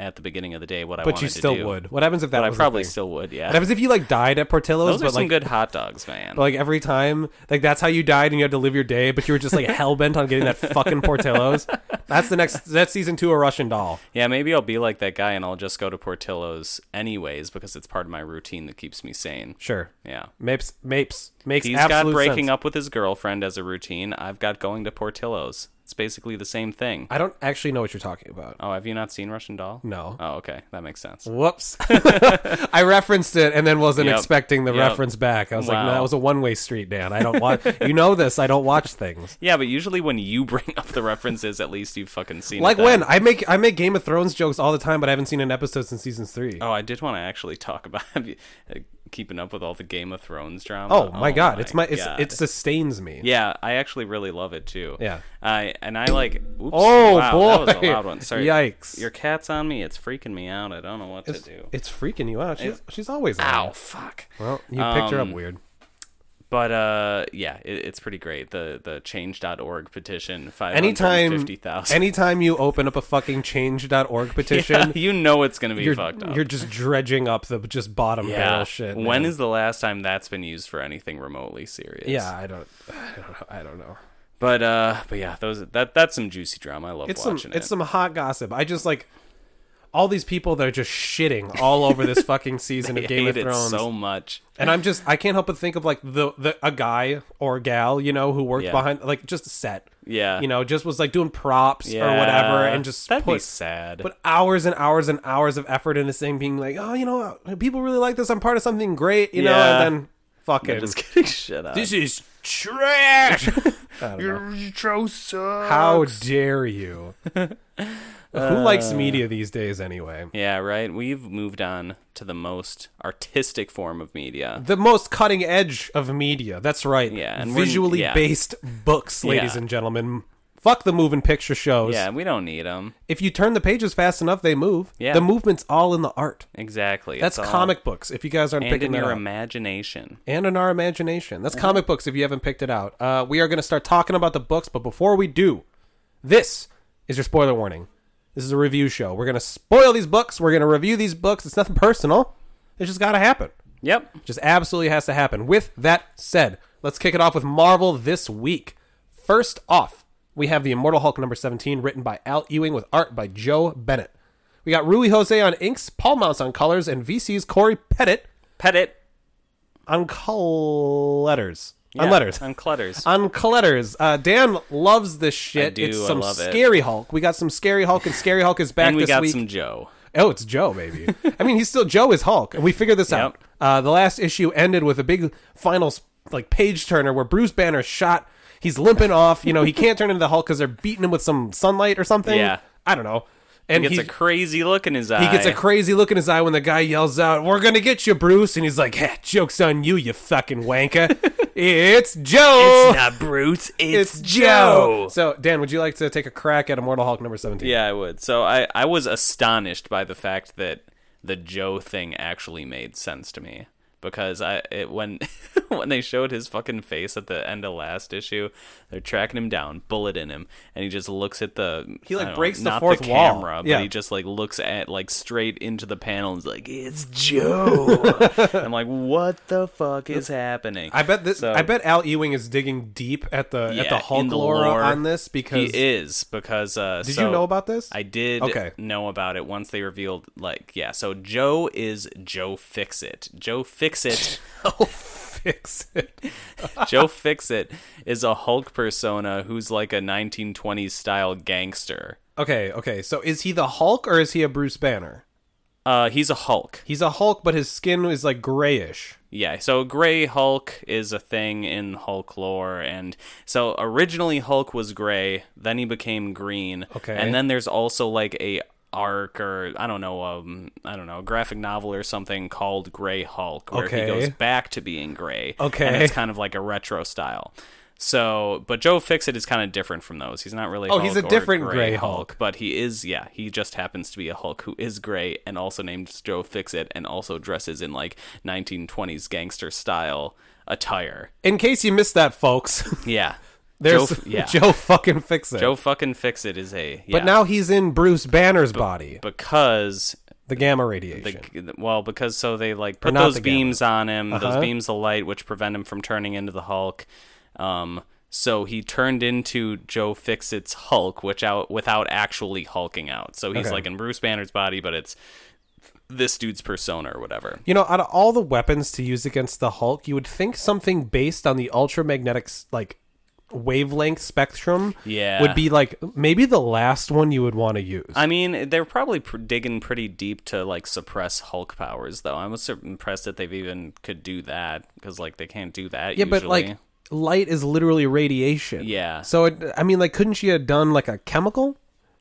[SPEAKER 2] at the beginning of the day what I wanted
[SPEAKER 1] But you
[SPEAKER 2] to
[SPEAKER 1] still
[SPEAKER 2] do.
[SPEAKER 1] would. What happens if that?
[SPEAKER 2] But I
[SPEAKER 1] was the
[SPEAKER 2] probably
[SPEAKER 1] thing?
[SPEAKER 2] still would, yeah.
[SPEAKER 1] What happens if you like died at Portillo's?
[SPEAKER 2] Those
[SPEAKER 1] but
[SPEAKER 2] are some
[SPEAKER 1] like,
[SPEAKER 2] good hot dogs, man.
[SPEAKER 1] But like every time, like that's how you died and you had to live your day, but you were
[SPEAKER 2] <laughs>
[SPEAKER 1] just like hell bent on getting that fucking Portillo's. That's the next. That's season two of Russian Doll.
[SPEAKER 2] yeah, maybe I'll be like that guy and I'll just go to Portillo's anyways because it's part of my routine that keeps me sane.
[SPEAKER 1] Sure.
[SPEAKER 2] Yeah.
[SPEAKER 1] Mapes. Mapes makes.
[SPEAKER 2] He's got
[SPEAKER 1] absolute
[SPEAKER 2] breaking
[SPEAKER 1] sense.
[SPEAKER 2] up with his girlfriend as a routine. I've got going to Portillo's. It's basically the same thing.
[SPEAKER 1] I don't actually know what you're talking about.
[SPEAKER 2] Oh, have you not seen Russian Doll?
[SPEAKER 1] No.
[SPEAKER 2] Oh, okay. That makes sense. <laughs>
[SPEAKER 1] Whoops. <laughs> I referenced it and then wasn't
[SPEAKER 2] Yep.
[SPEAKER 1] expecting the
[SPEAKER 2] Yep.
[SPEAKER 1] reference back. I was like, no,
[SPEAKER 2] Wow.
[SPEAKER 1] that was a one way street, Dan. I don't
[SPEAKER 2] <laughs>
[SPEAKER 1] watch. you know this. I don't watch things.
[SPEAKER 2] Yeah, but usually when you <laughs> bring up the references, at least you've fucking seen
[SPEAKER 1] Like
[SPEAKER 2] it
[SPEAKER 1] when
[SPEAKER 2] then.
[SPEAKER 1] I make I make Game of Thrones jokes all the time, but I haven't seen an episode since season three.
[SPEAKER 2] Oh, I did want to actually talk about <laughs> have you- uh, keeping up with all the Game of Thrones drama.
[SPEAKER 1] Oh, my god, it's my it's
[SPEAKER 2] God.
[SPEAKER 1] it sustains me.
[SPEAKER 2] yeah. I actually really love it too.
[SPEAKER 1] Yeah.
[SPEAKER 2] I and I like. Oops,
[SPEAKER 1] Oh,
[SPEAKER 2] wow, That was
[SPEAKER 1] boy. <laughs>
[SPEAKER 2] a loud one. Sorry.
[SPEAKER 1] Yikes.
[SPEAKER 2] Your cat's on me. It's freaking me out. I don't know what
[SPEAKER 1] It's,
[SPEAKER 2] to do.
[SPEAKER 1] it's freaking you out. She's, she's always
[SPEAKER 2] Ow!
[SPEAKER 1] out.
[SPEAKER 2] Fuck.
[SPEAKER 1] Well, you picked her up
[SPEAKER 2] Um,
[SPEAKER 1] weird.
[SPEAKER 2] But uh, yeah, it, it's pretty great. The the Change.org petition. Five
[SPEAKER 1] Anytime,
[SPEAKER 2] fifty thousand. <laughs>
[SPEAKER 1] anytime you open up a fucking change.org petition,
[SPEAKER 2] you know it's gonna be
[SPEAKER 1] you're,
[SPEAKER 2] fucked up.
[SPEAKER 1] you're just dredging up the just bottom barrel shit.
[SPEAKER 2] When is the last time that's been used for anything remotely serious?
[SPEAKER 1] yeah, I don't, <sighs> I don't, know, I don't know.
[SPEAKER 2] But uh, but yeah, those that that's some juicy drama. I love
[SPEAKER 1] It's some,
[SPEAKER 2] watching it.
[SPEAKER 1] it's some hot gossip. I just like all these people that are just shitting all over this fucking
[SPEAKER 2] <laughs>
[SPEAKER 1] season of
[SPEAKER 2] I
[SPEAKER 1] Game
[SPEAKER 2] hate
[SPEAKER 1] of Thrones.
[SPEAKER 2] it so much.
[SPEAKER 1] and I'm just I can't help but think of like the, the a guy or gal you know who worked
[SPEAKER 2] Yeah.
[SPEAKER 1] behind like just a set
[SPEAKER 2] Yeah.
[SPEAKER 1] you know just was like doing props
[SPEAKER 2] Yeah.
[SPEAKER 1] or whatever and just
[SPEAKER 2] that'd be
[SPEAKER 1] put,
[SPEAKER 2] sad.
[SPEAKER 1] put hours and hours and hours of effort into thing being like oh you know people really like this I'm part of something great you know
[SPEAKER 2] Yeah.
[SPEAKER 1] and then fucking
[SPEAKER 2] I'm just <laughs> getting shit up.
[SPEAKER 1] is <laughs> trash
[SPEAKER 4] Your intro sucks.
[SPEAKER 1] how dare
[SPEAKER 2] <laughs>
[SPEAKER 1] you who likes
[SPEAKER 2] Uh,
[SPEAKER 1] media these days anyway
[SPEAKER 2] yeah, right. We've moved on to the most artistic form of media.
[SPEAKER 1] the most cutting edge of media. That's right.
[SPEAKER 2] Yeah, and we're-
[SPEAKER 1] visually
[SPEAKER 2] yeah.
[SPEAKER 1] based books, ladies
[SPEAKER 2] Yeah.
[SPEAKER 1] and gentlemen. Fuck the moving picture shows.
[SPEAKER 2] Yeah, we don't need them.
[SPEAKER 1] If you turn the pages fast enough, they move.
[SPEAKER 2] Yeah.
[SPEAKER 1] The movement's all in the art.
[SPEAKER 2] Exactly.
[SPEAKER 1] That's
[SPEAKER 2] It's all-
[SPEAKER 1] comic books. If you guys aren't
[SPEAKER 2] and
[SPEAKER 1] picking
[SPEAKER 2] in
[SPEAKER 1] that
[SPEAKER 2] your
[SPEAKER 1] up.
[SPEAKER 2] imagination.
[SPEAKER 1] and in our imagination. That's comic books if you haven't picked it out. Uh, we are going to start talking about the books, but before we do, this is your spoiler warning. This is a review show. We're going to spoil these books. We're going to review these books. It's nothing personal. It's just got to happen
[SPEAKER 2] Yep.
[SPEAKER 1] just absolutely has to happen. With that said, let's kick it off with Marvel this week. First off, we have The Immortal Hulk number 17, written by Al Ewing with art by Joe Bennett. We got Rui Jose on inks, Paul Mounts on colors, and VC's Corey Pettit
[SPEAKER 2] Pet it.
[SPEAKER 1] on col- letters.
[SPEAKER 2] Yeah,
[SPEAKER 1] on letters.
[SPEAKER 2] On clutters.
[SPEAKER 1] On letters. Uh, Dan loves this shit.
[SPEAKER 2] I do,
[SPEAKER 1] it's
[SPEAKER 2] I
[SPEAKER 1] some
[SPEAKER 2] love it.
[SPEAKER 1] scary Hulk. We got some scary Hulk, and scary Hulk is back
[SPEAKER 2] and we
[SPEAKER 1] this
[SPEAKER 2] got
[SPEAKER 1] week.
[SPEAKER 2] some Joe.
[SPEAKER 1] Oh, it's Joe, maybe. I mean, he's still Joe is Hulk, and we figured this out. Uh, the last issue ended with a big final like page turner where Bruce Banner shot. He's limping off. You know, he can't turn into the Hulk because they're beating him with some sunlight or something.
[SPEAKER 2] Yeah.
[SPEAKER 1] I don't know. And
[SPEAKER 2] He gets a crazy look in his eye.
[SPEAKER 1] he gets a crazy look in his eye when the guy yells out, "We're gonna get you, Bruce!" And he's like, "Heh, "Jokes on you, you fucking
[SPEAKER 2] <laughs>
[SPEAKER 1] wanker! it's Joe.
[SPEAKER 2] It's not Brute. It's, Joe.
[SPEAKER 1] So, Dan, would you like to take a crack at Immortal Hulk number seventeen?
[SPEAKER 2] Yeah, I would. So I, I was astonished by the fact that the Joe thing actually made sense to me because I it, when <laughs> when they showed his fucking face at the end of last issue, they're tracking him down, bullet in him, and he just looks at the
[SPEAKER 1] He, like,
[SPEAKER 2] I don't
[SPEAKER 1] breaks the
[SPEAKER 2] not
[SPEAKER 1] fourth wall.
[SPEAKER 2] camera, but
[SPEAKER 1] Yeah.
[SPEAKER 2] he just like looks at like straight into the panel and is
[SPEAKER 1] <laughs>
[SPEAKER 2] like it's Joe. I'm like, what the fuck is happening?
[SPEAKER 1] I bet this.
[SPEAKER 2] So-
[SPEAKER 1] I bet Al Ewing is digging deep at the at the
[SPEAKER 2] Yeah, in
[SPEAKER 1] Hulk
[SPEAKER 2] the
[SPEAKER 1] lore
[SPEAKER 2] lore.
[SPEAKER 1] on this because
[SPEAKER 2] he is because uh
[SPEAKER 1] Did you know about this? <laughs>
[SPEAKER 2] i did
[SPEAKER 1] Okay.
[SPEAKER 2] know about it once they revealed like yeah so joe is joe fix it joe fix it
[SPEAKER 1] Oh, fix it.
[SPEAKER 2] joe fix it is a hulk persona who's like a 1920s style gangster
[SPEAKER 1] Okay, okay. So is he the Hulk or is he a Bruce Banner?
[SPEAKER 2] uh he's a hulk
[SPEAKER 1] He's a Hulk, but his skin is like grayish.
[SPEAKER 2] yeah so gray hulk is a thing in hulk lore and so originally hulk was gray then he became green
[SPEAKER 1] Okay.
[SPEAKER 2] and then there's also like a arc or I don't know, um, I don't know, a graphic novel or something called Gray Hulk, where
[SPEAKER 1] Okay.
[SPEAKER 2] he goes back to being gray.
[SPEAKER 1] Okay.
[SPEAKER 2] and it's kind of like a retro style. So, but Joe Fixit is kind of different from those. He's not really.
[SPEAKER 1] Oh, he's
[SPEAKER 2] Hulk
[SPEAKER 1] a
[SPEAKER 2] or
[SPEAKER 1] different
[SPEAKER 2] Gray
[SPEAKER 1] Gray
[SPEAKER 2] Hulk,
[SPEAKER 1] Hulk.
[SPEAKER 2] but he is. Yeah, he just happens to be a Hulk who is gray and also named Joe Fixit and also dresses in like 1920s gangster style attire.
[SPEAKER 1] In case you missed that, folks, <laughs>
[SPEAKER 2] Yeah,
[SPEAKER 1] there's <laughs>
[SPEAKER 2] Joe,
[SPEAKER 1] Joe,
[SPEAKER 2] F- yeah. Joe,
[SPEAKER 1] Joe fucking fix it.
[SPEAKER 2] fucking Fixit is a. Yeah,
[SPEAKER 1] but now he's in Bruce Banner's body,
[SPEAKER 2] because
[SPEAKER 1] the gamma radiation.
[SPEAKER 2] the, well because so they like
[SPEAKER 1] Or
[SPEAKER 2] put
[SPEAKER 1] not
[SPEAKER 2] those
[SPEAKER 1] the gamma.
[SPEAKER 2] beams on him those
[SPEAKER 1] Uh-huh.
[SPEAKER 2] beams of light which prevent him from turning into the hulk um so he turned into joe fixit's hulk which out without actually hulking out so he's
[SPEAKER 1] Okay.
[SPEAKER 2] like in bruce banner's body but it's this dude's persona or whatever
[SPEAKER 1] You know, out of all the weapons to use against the Hulk, you would think something based on the ultramagnetic s- like wavelength spectrum
[SPEAKER 2] Yeah.
[SPEAKER 1] would be like maybe the last one you would want to use.
[SPEAKER 2] I mean, they're probably pr- digging pretty deep to like suppress Hulk powers, though. I was sur- impressed that they've even could do that because like they can't do that.
[SPEAKER 1] yeah,
[SPEAKER 2] usually.
[SPEAKER 1] but like light is literally radiation.
[SPEAKER 2] Yeah.
[SPEAKER 1] So it, I mean, like, couldn't she have done like a chemical,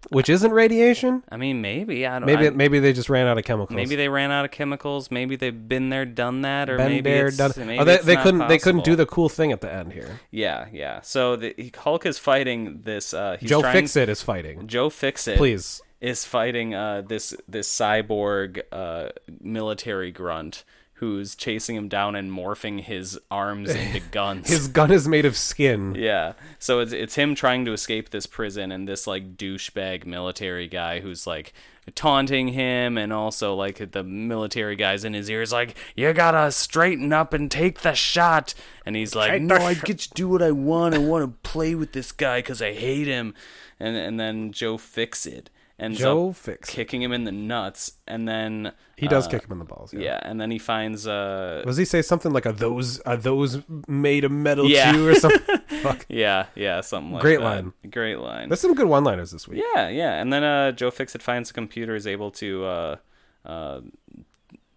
[SPEAKER 1] which isn't radiation?
[SPEAKER 2] I mean, maybe I don't.
[SPEAKER 1] Maybe
[SPEAKER 2] I-
[SPEAKER 1] maybe they just ran out of chemicals.
[SPEAKER 2] Maybe they ran out of chemicals. Maybe they've been there, done that, or
[SPEAKER 1] Been
[SPEAKER 2] maybe
[SPEAKER 1] there,
[SPEAKER 2] it's,
[SPEAKER 1] done-
[SPEAKER 2] Maybe
[SPEAKER 1] oh, they,
[SPEAKER 2] it's
[SPEAKER 1] they
[SPEAKER 2] not
[SPEAKER 1] couldn't they couldn't do
[SPEAKER 2] possible.
[SPEAKER 1] the cool thing at the end here.
[SPEAKER 2] Yeah, yeah. So the Hulk is fighting this. Uh, he's
[SPEAKER 1] Joe
[SPEAKER 2] trying,
[SPEAKER 1] Fix It is fighting.
[SPEAKER 2] Joe fix it.
[SPEAKER 1] Please.
[SPEAKER 2] is fighting uh, this this cyborg uh, military grunt who's chasing him down and morphing his
[SPEAKER 1] <laughs>
[SPEAKER 2] arms into guns.
[SPEAKER 1] His gun is made of skin.
[SPEAKER 2] Yeah. So it's it's him trying to escape this prison and this like douchebag military guy who's like taunting him and also like the military guy's in his ears like you gotta straighten up and take the shot and he's like no I get to do what I want I want to play with this guy because I hate him and and then Joe fix it ends
[SPEAKER 1] Joe
[SPEAKER 2] up
[SPEAKER 1] Fix It.
[SPEAKER 2] kicking him in the nuts and then
[SPEAKER 1] He does kick him in the balls. Yeah.
[SPEAKER 2] uh, yeah and then he finds uh
[SPEAKER 1] Does he say something like "Are those are those made of metal
[SPEAKER 2] Yeah.
[SPEAKER 1] too?" or
[SPEAKER 2] <laughs>
[SPEAKER 1] something? Fuck.
[SPEAKER 2] yeah yeah something like
[SPEAKER 1] Great
[SPEAKER 2] that.
[SPEAKER 1] line.
[SPEAKER 2] great line
[SPEAKER 1] There's some good one-liners this week.
[SPEAKER 2] Yeah, yeah. And then uh, Joe Fixit finds a computer, is able to uh, uh,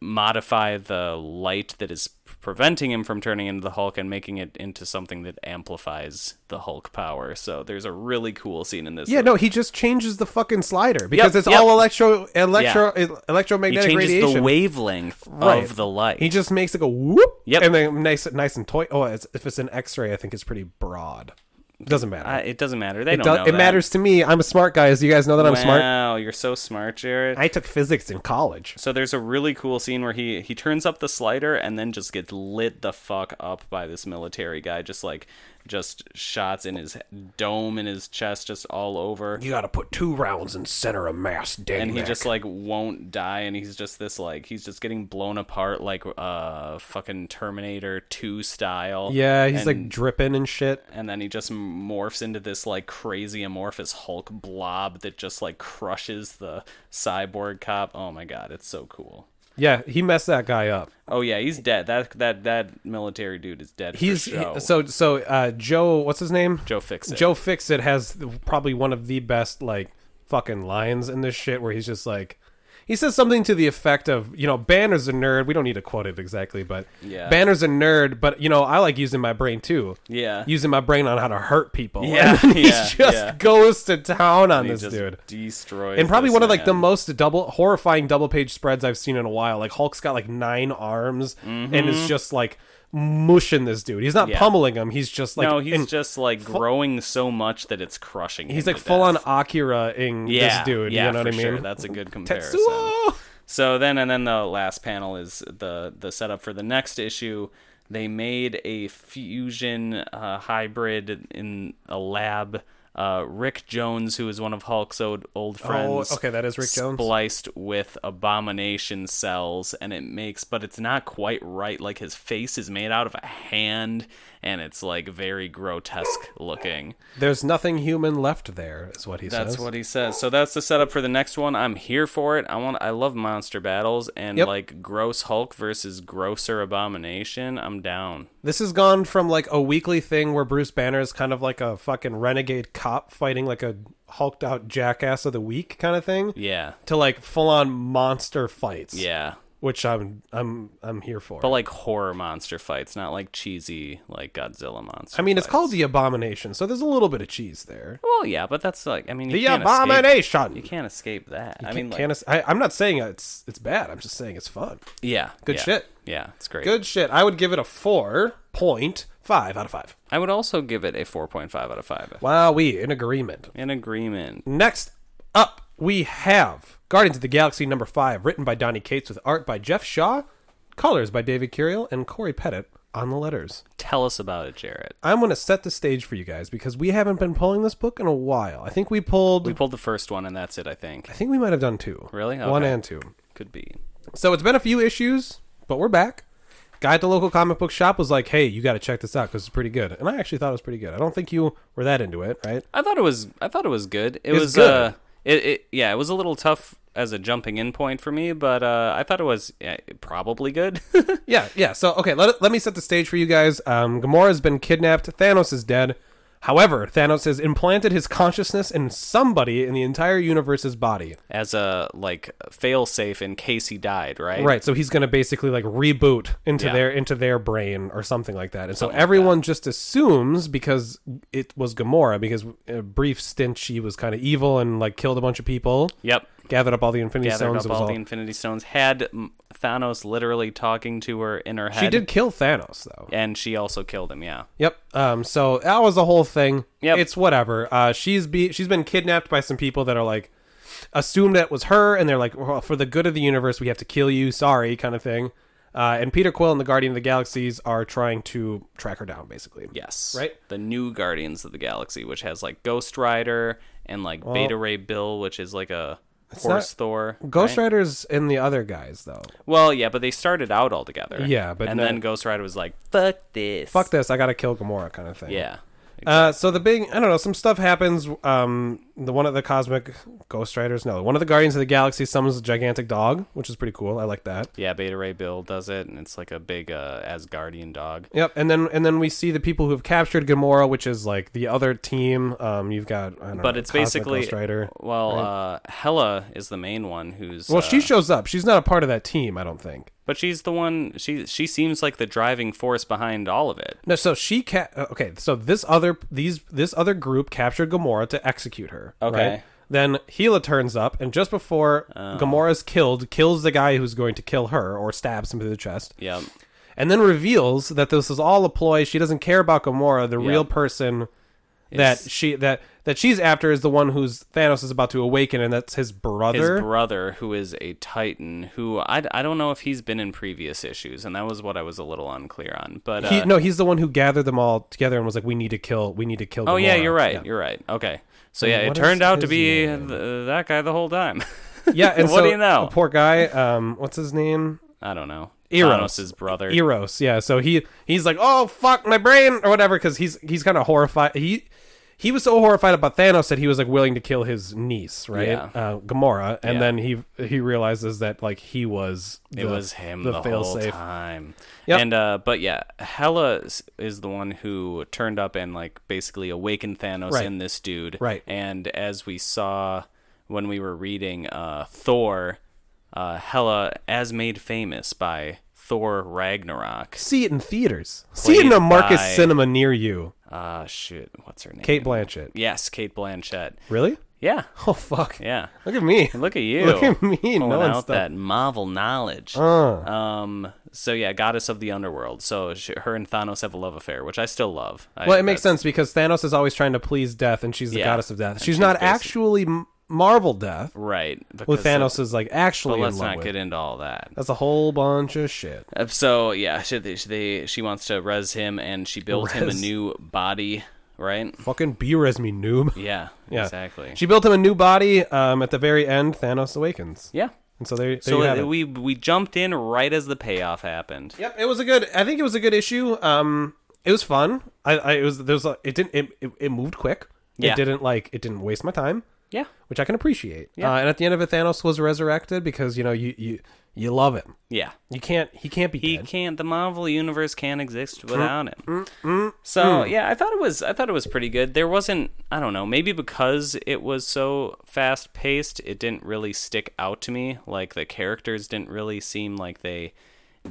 [SPEAKER 2] modify the light that is preventing him from turning into the Hulk and making it into something that amplifies the Hulk power. So there's a really cool scene in this.
[SPEAKER 1] Yeah, no, he just changes the fucking slider because
[SPEAKER 2] Yep,
[SPEAKER 1] it's
[SPEAKER 2] yep.
[SPEAKER 1] all electro, electro, e,
[SPEAKER 2] he
[SPEAKER 1] electromagnetic
[SPEAKER 2] changes
[SPEAKER 1] radiation.
[SPEAKER 2] the wavelength
[SPEAKER 1] Right.
[SPEAKER 2] of the light.
[SPEAKER 1] He just makes it go whoop.
[SPEAKER 2] Yep.
[SPEAKER 1] And then nice, nice and toy. Oh, it's, if it's an X-ray, I think it's pretty broad. It doesn't matter.
[SPEAKER 2] Uh, it doesn't matter. They
[SPEAKER 1] it
[SPEAKER 2] don't
[SPEAKER 1] does-
[SPEAKER 2] know.
[SPEAKER 1] it
[SPEAKER 2] that.
[SPEAKER 1] matters to me. I'm a smart guy. As you guys know that I'm
[SPEAKER 2] wow,
[SPEAKER 1] smart.
[SPEAKER 2] you're so smart, Jared.
[SPEAKER 1] I took physics in college.
[SPEAKER 2] So there's a really cool scene where he he turns up the slider and then just gets lit the fuck up by this military guy, just like just shots in his dome in his chest, just all over.
[SPEAKER 1] You got to put two rounds in center of mass, Danny.
[SPEAKER 2] And he
[SPEAKER 1] Mac.
[SPEAKER 2] just like won't die, and he's just this like he's just getting blown apart like uh fucking Terminator Two style.
[SPEAKER 1] yeah, he's like
[SPEAKER 2] And-
[SPEAKER 1] dripping and shit.
[SPEAKER 2] and then he just morphs into this like crazy amorphous Hulk blob that just like crushes the cyborg cop. Oh my god, it's so cool.
[SPEAKER 1] Yeah, he messed that guy up.
[SPEAKER 2] Oh yeah, he's dead. That that that military dude is dead.
[SPEAKER 1] He's
[SPEAKER 2] for show.
[SPEAKER 1] he- so so. Uh, Joe, what's his name?
[SPEAKER 2] Joe Fixit.
[SPEAKER 1] Joe Fixit has th- probably one of the best like fucking lines in this shit, where he's just like, he says something to the effect of, you know, Banner's a nerd. We don't need to quote it exactly, but
[SPEAKER 2] Yeah.
[SPEAKER 1] Banner's a nerd. But you know, I like using my brain too.
[SPEAKER 2] Yeah.
[SPEAKER 1] using my brain on how to hurt people.
[SPEAKER 2] Yeah,
[SPEAKER 1] <laughs> and then he
[SPEAKER 2] yeah,
[SPEAKER 1] just
[SPEAKER 2] yeah.
[SPEAKER 1] goes to town on
[SPEAKER 2] He
[SPEAKER 1] this
[SPEAKER 2] just
[SPEAKER 1] dude.
[SPEAKER 2] destroys
[SPEAKER 1] And probably
[SPEAKER 2] this
[SPEAKER 1] one of like the
[SPEAKER 2] man.
[SPEAKER 1] most double horrifying double page spreads I've seen in a while. Like Hulk's got like nine arms and is just like mushing this dude. He's not
[SPEAKER 2] Mm-hmm. Yeah.
[SPEAKER 1] pummeling him. He's just like
[SPEAKER 2] no, he's
[SPEAKER 1] in-
[SPEAKER 2] just like growing so much that it's crushing.
[SPEAKER 1] he's
[SPEAKER 2] him
[SPEAKER 1] like
[SPEAKER 2] to
[SPEAKER 1] full
[SPEAKER 2] death.
[SPEAKER 1] on Akira ing
[SPEAKER 2] Yeah,
[SPEAKER 1] this dude.
[SPEAKER 2] Yeah,
[SPEAKER 1] you know
[SPEAKER 2] for
[SPEAKER 1] what I mean?
[SPEAKER 2] Sure. That's a good comparison.
[SPEAKER 1] Tetsuo!
[SPEAKER 2] So then, and then the last panel is the the setup for the next issue. They made a fusion uh, hybrid in a lab. Uh, Rick Jones, who is one of Hulk's old, old friends,
[SPEAKER 1] Oh, okay, that is Rick Jones.
[SPEAKER 2] spliced with abomination cells, and it makes, but it's not quite right. Like his face is made out of a hand, and it's like very grotesque looking.
[SPEAKER 1] There's nothing human left there, is what he
[SPEAKER 2] That's
[SPEAKER 1] says.
[SPEAKER 2] what he says. So that's the setup for the next one. I'm here for it. I want. I love monster battles and
[SPEAKER 1] Yep.
[SPEAKER 2] like gross Hulk versus grosser Abomination. I'm down.
[SPEAKER 1] This has gone from like a weekly thing where Bruce Banner is kind of like a fucking renegade cop fighting like a hulked out jackass of the week kind of thing
[SPEAKER 2] Yeah.
[SPEAKER 1] to like full on monster fights.
[SPEAKER 2] Yeah.
[SPEAKER 1] which I'm I'm I'm here for.
[SPEAKER 2] But like horror monster fights, not like cheesy like Godzilla monster.
[SPEAKER 1] I mean, it's
[SPEAKER 2] fights.
[SPEAKER 1] called the Abomination, so there's a little bit of cheese there.
[SPEAKER 2] Well, yeah, but that's like I mean, you
[SPEAKER 1] The
[SPEAKER 2] can't escape-
[SPEAKER 1] Abomination.
[SPEAKER 2] you can't escape that. I mean, like,
[SPEAKER 1] Can't es- I, am not saying it's it's bad. I'm just saying it's fun.
[SPEAKER 2] yeah,
[SPEAKER 1] Good
[SPEAKER 2] yeah.
[SPEAKER 1] shit.
[SPEAKER 2] Yeah, it's great.
[SPEAKER 1] Good shit. I would give it a four point five out of five.
[SPEAKER 2] I would also give it a four point five out of five.
[SPEAKER 1] Wow, we in agreement.
[SPEAKER 2] In agreement.
[SPEAKER 1] Next up, we have Guardians of the Galaxy number five, written by Donnie Cates with art by Jeff Shaw, colors by David Curiel and Corey Pettit on the letters.
[SPEAKER 2] Tell us about it, Jarrett.
[SPEAKER 1] I'm going to set the stage for you guys because we haven't been pulling this book in a while. I think we pulled.
[SPEAKER 2] We pulled the first one, and that's it. I think
[SPEAKER 1] I think we might have done two.
[SPEAKER 2] Really?
[SPEAKER 1] One
[SPEAKER 2] Okay.
[SPEAKER 1] and two.
[SPEAKER 2] could be.
[SPEAKER 1] So it's been a few issues, but we're back. Guy at the local comic book shop was like, "Hey, you got to check this out because it's pretty good." And I actually thought it was pretty good. I don't think you were that into it, right?
[SPEAKER 2] I thought it was. I thought it was good. It
[SPEAKER 1] It's
[SPEAKER 2] was.
[SPEAKER 1] good.
[SPEAKER 2] uh it, it yeah. It was a little tough as a jumping in point for me, but uh, I thought it was yeah, probably good. <laughs>
[SPEAKER 1] Yeah, yeah. So okay, let let me set the stage for you guys. Um, Gamora's been kidnapped. Thanos is dead. However, Thanos has implanted his consciousness in somebody in the entire universe's body.
[SPEAKER 2] as a like fail safe in case he died, right?
[SPEAKER 1] Right, so he's going to basically like reboot into
[SPEAKER 2] Yeah.
[SPEAKER 1] their into their brain or something like that. And so everyone just assumes because it was Gamora because in a brief stint she was kind of evil and like killed a bunch of people.
[SPEAKER 2] Yep.
[SPEAKER 1] Gathered up all the Infinity
[SPEAKER 2] Gathered
[SPEAKER 1] Stones.
[SPEAKER 2] up
[SPEAKER 1] it was
[SPEAKER 2] all
[SPEAKER 1] all-
[SPEAKER 2] the Infinity Stones. Had mm, Thanos literally talking to her in her head.
[SPEAKER 1] she did kill Thanos though.
[SPEAKER 2] and she also killed him. Yeah.
[SPEAKER 1] Yep. Um. So that was the whole thing.
[SPEAKER 2] Yep.
[SPEAKER 1] It's whatever. Uh. She's be she's been kidnapped by some people that are like assumed that it was her, and they're like, well, for the good of the universe, we have to kill you. Sorry, kind of thing. Uh. And Peter Quill and the Guardian of the Galaxies are trying to track her down, basically.
[SPEAKER 2] Yes.
[SPEAKER 1] Right?
[SPEAKER 2] The new Guardians of the Galaxy, which has like Ghost Rider and like Beta Ray Bill, which is like a horse
[SPEAKER 1] not-
[SPEAKER 2] Thor.
[SPEAKER 1] Ghost
[SPEAKER 2] right?
[SPEAKER 1] Rider's and the other guys though.
[SPEAKER 2] Well, yeah, but they started out all together.
[SPEAKER 1] Yeah, but
[SPEAKER 2] and
[SPEAKER 1] no-
[SPEAKER 2] then Ghost Rider was like, "Fuck this."
[SPEAKER 1] Fuck this! I gotta kill Gamora, kind of thing.
[SPEAKER 2] Yeah.
[SPEAKER 1] Uh, so the big, I don't know, some stuff happens. Um, the one of the cosmic Ghost Riders, no, one of the Guardians of the Galaxy summons a gigantic dog, which is pretty cool. I like that.
[SPEAKER 2] Yeah, Beta Ray Bill does it, and it's like a big uh, Asgardian dog.
[SPEAKER 1] Yep, and then and then we see the people who have captured Gamora, which is like the other team. Um, you've got, I don't
[SPEAKER 2] But
[SPEAKER 1] know,
[SPEAKER 2] it's
[SPEAKER 1] Cosmic
[SPEAKER 2] basically
[SPEAKER 1] Ghost Rider.
[SPEAKER 2] well, uh, Hela is the main one who's
[SPEAKER 1] Well,
[SPEAKER 2] uh,
[SPEAKER 1] she shows up. She's not a part of that team, I don't think.
[SPEAKER 2] but she's the one. She she seems like the driving force behind all of it.
[SPEAKER 1] No, so she ca- uh, okay. So this other these this other group captured Gamora to execute her.
[SPEAKER 2] Okay. Oh.
[SPEAKER 1] right? Then Hela turns up, and just before Gamora's killed, kills the guy who's going to kill her, or stabs him to the chest,
[SPEAKER 2] Yep.
[SPEAKER 1] and then reveals that this is all a ploy. She doesn't care about Gamora. The real person that
[SPEAKER 2] It's-
[SPEAKER 1] she that that she's after is the one who's Thanos is about to awaken, and that's his brother.
[SPEAKER 2] His brother, who is a Titan, who I, I don't know if he's been in previous issues, and that was what I was a little unclear on. But uh,
[SPEAKER 1] he, no, he's the one who gathered them all together and was like, "We need to kill. We need to kill."
[SPEAKER 2] oh yeah,
[SPEAKER 1] Gamora."
[SPEAKER 2] you're right,
[SPEAKER 1] Yeah.
[SPEAKER 2] you're right. Okay, so yeah, it
[SPEAKER 1] what is
[SPEAKER 2] turned out to
[SPEAKER 1] his
[SPEAKER 2] be
[SPEAKER 1] name?
[SPEAKER 2] th- that guy the whole time. <laughs>
[SPEAKER 1] Yeah, and
[SPEAKER 2] What
[SPEAKER 1] so
[SPEAKER 2] do you know?
[SPEAKER 1] the poor guy. Um, what's his name?
[SPEAKER 2] I don't know.
[SPEAKER 1] Eros.
[SPEAKER 2] Thanos' brother.
[SPEAKER 1] Eros, yeah. So he he's like, oh fuck my brain or whatever, because he's he's kind of horrified. He he was so horrified about Thanos that he was like willing to kill his niece, right,
[SPEAKER 2] Yeah.
[SPEAKER 1] uh, Gamora, and
[SPEAKER 2] Yeah.
[SPEAKER 1] then he he realizes that like he was
[SPEAKER 2] It
[SPEAKER 1] the-
[SPEAKER 2] was him the, whole
[SPEAKER 1] failsafe.
[SPEAKER 2] time.
[SPEAKER 1] Yep.
[SPEAKER 2] And uh, but yeah, Hela is- is the one who turned up and like basically awakened Thanos
[SPEAKER 1] Right.
[SPEAKER 2] in this dude.
[SPEAKER 1] Right.
[SPEAKER 2] And as we saw when we were reading uh, Thor, uh, Hela, as made famous by Thor Ragnarok.
[SPEAKER 1] See it in theaters. See it in a
[SPEAKER 2] Played
[SPEAKER 1] Marcus
[SPEAKER 2] by-
[SPEAKER 1] cinema near you.
[SPEAKER 2] Ah, shoot, what's her name?
[SPEAKER 1] Kate Blanchett.
[SPEAKER 2] Yes, Kate Blanchett.
[SPEAKER 1] Really?
[SPEAKER 2] Yeah,
[SPEAKER 1] Oh fuck.
[SPEAKER 2] yeah.
[SPEAKER 1] Look at me.
[SPEAKER 2] Look at you.
[SPEAKER 1] Look at me
[SPEAKER 2] Pulling
[SPEAKER 1] knowing
[SPEAKER 2] out
[SPEAKER 1] stuff. Uh.
[SPEAKER 2] that Marvel knowledge. Um. So yeah, goddess of the underworld. So she, her and Thanos have a love affair, which I still love. I,
[SPEAKER 1] Well, it makes
[SPEAKER 2] that's-
[SPEAKER 1] sense because Thanos is always trying to please death, and she's the
[SPEAKER 2] Yeah.
[SPEAKER 1] goddess of death.
[SPEAKER 2] And
[SPEAKER 1] She's,
[SPEAKER 2] she's
[SPEAKER 1] not
[SPEAKER 2] basic-
[SPEAKER 1] actually M- Marvel death.
[SPEAKER 2] Right.
[SPEAKER 1] With
[SPEAKER 2] because
[SPEAKER 1] Thanos
[SPEAKER 2] the-
[SPEAKER 1] is like
[SPEAKER 2] But
[SPEAKER 1] actually
[SPEAKER 2] let's
[SPEAKER 1] in love
[SPEAKER 2] not
[SPEAKER 1] with.
[SPEAKER 2] get into all that.
[SPEAKER 1] That's a whole bunch of shit.
[SPEAKER 2] Uh, So yeah, she they, she- they she wants to res him, and she builds him a
[SPEAKER 1] Res.
[SPEAKER 2] new body. Right.
[SPEAKER 1] Fucking B-res me, noob.
[SPEAKER 2] Yeah.
[SPEAKER 1] <laughs> Yeah.
[SPEAKER 2] Exactly.
[SPEAKER 1] She built him a new body. Um, at the very end, Thanos awakens.
[SPEAKER 2] yeah.
[SPEAKER 1] And so there, there you have
[SPEAKER 2] So uh,
[SPEAKER 1] it.
[SPEAKER 2] we we jumped in right as the payoff happened.
[SPEAKER 1] Yep, it was a good. I think it was a good issue. Um, it was fun. I, I it was there's a it didn't it, it, it moved quick.
[SPEAKER 2] Yeah.
[SPEAKER 1] It didn't like it didn't waste my time.
[SPEAKER 2] Yeah.
[SPEAKER 1] which I can appreciate.
[SPEAKER 2] Yeah.
[SPEAKER 1] Uh, and at the end of it, Thanos was resurrected because you know you you you love him.
[SPEAKER 2] Yeah.
[SPEAKER 1] You can't. He can't be
[SPEAKER 2] He
[SPEAKER 1] dead. Mm,
[SPEAKER 2] can't. The Marvel universe can't exist without him. So yeah, I thought it was. I thought it was pretty good. There wasn't. I don't know. Maybe because it was so fast paced, it didn't really stick out to me. Like the characters didn't really seem like they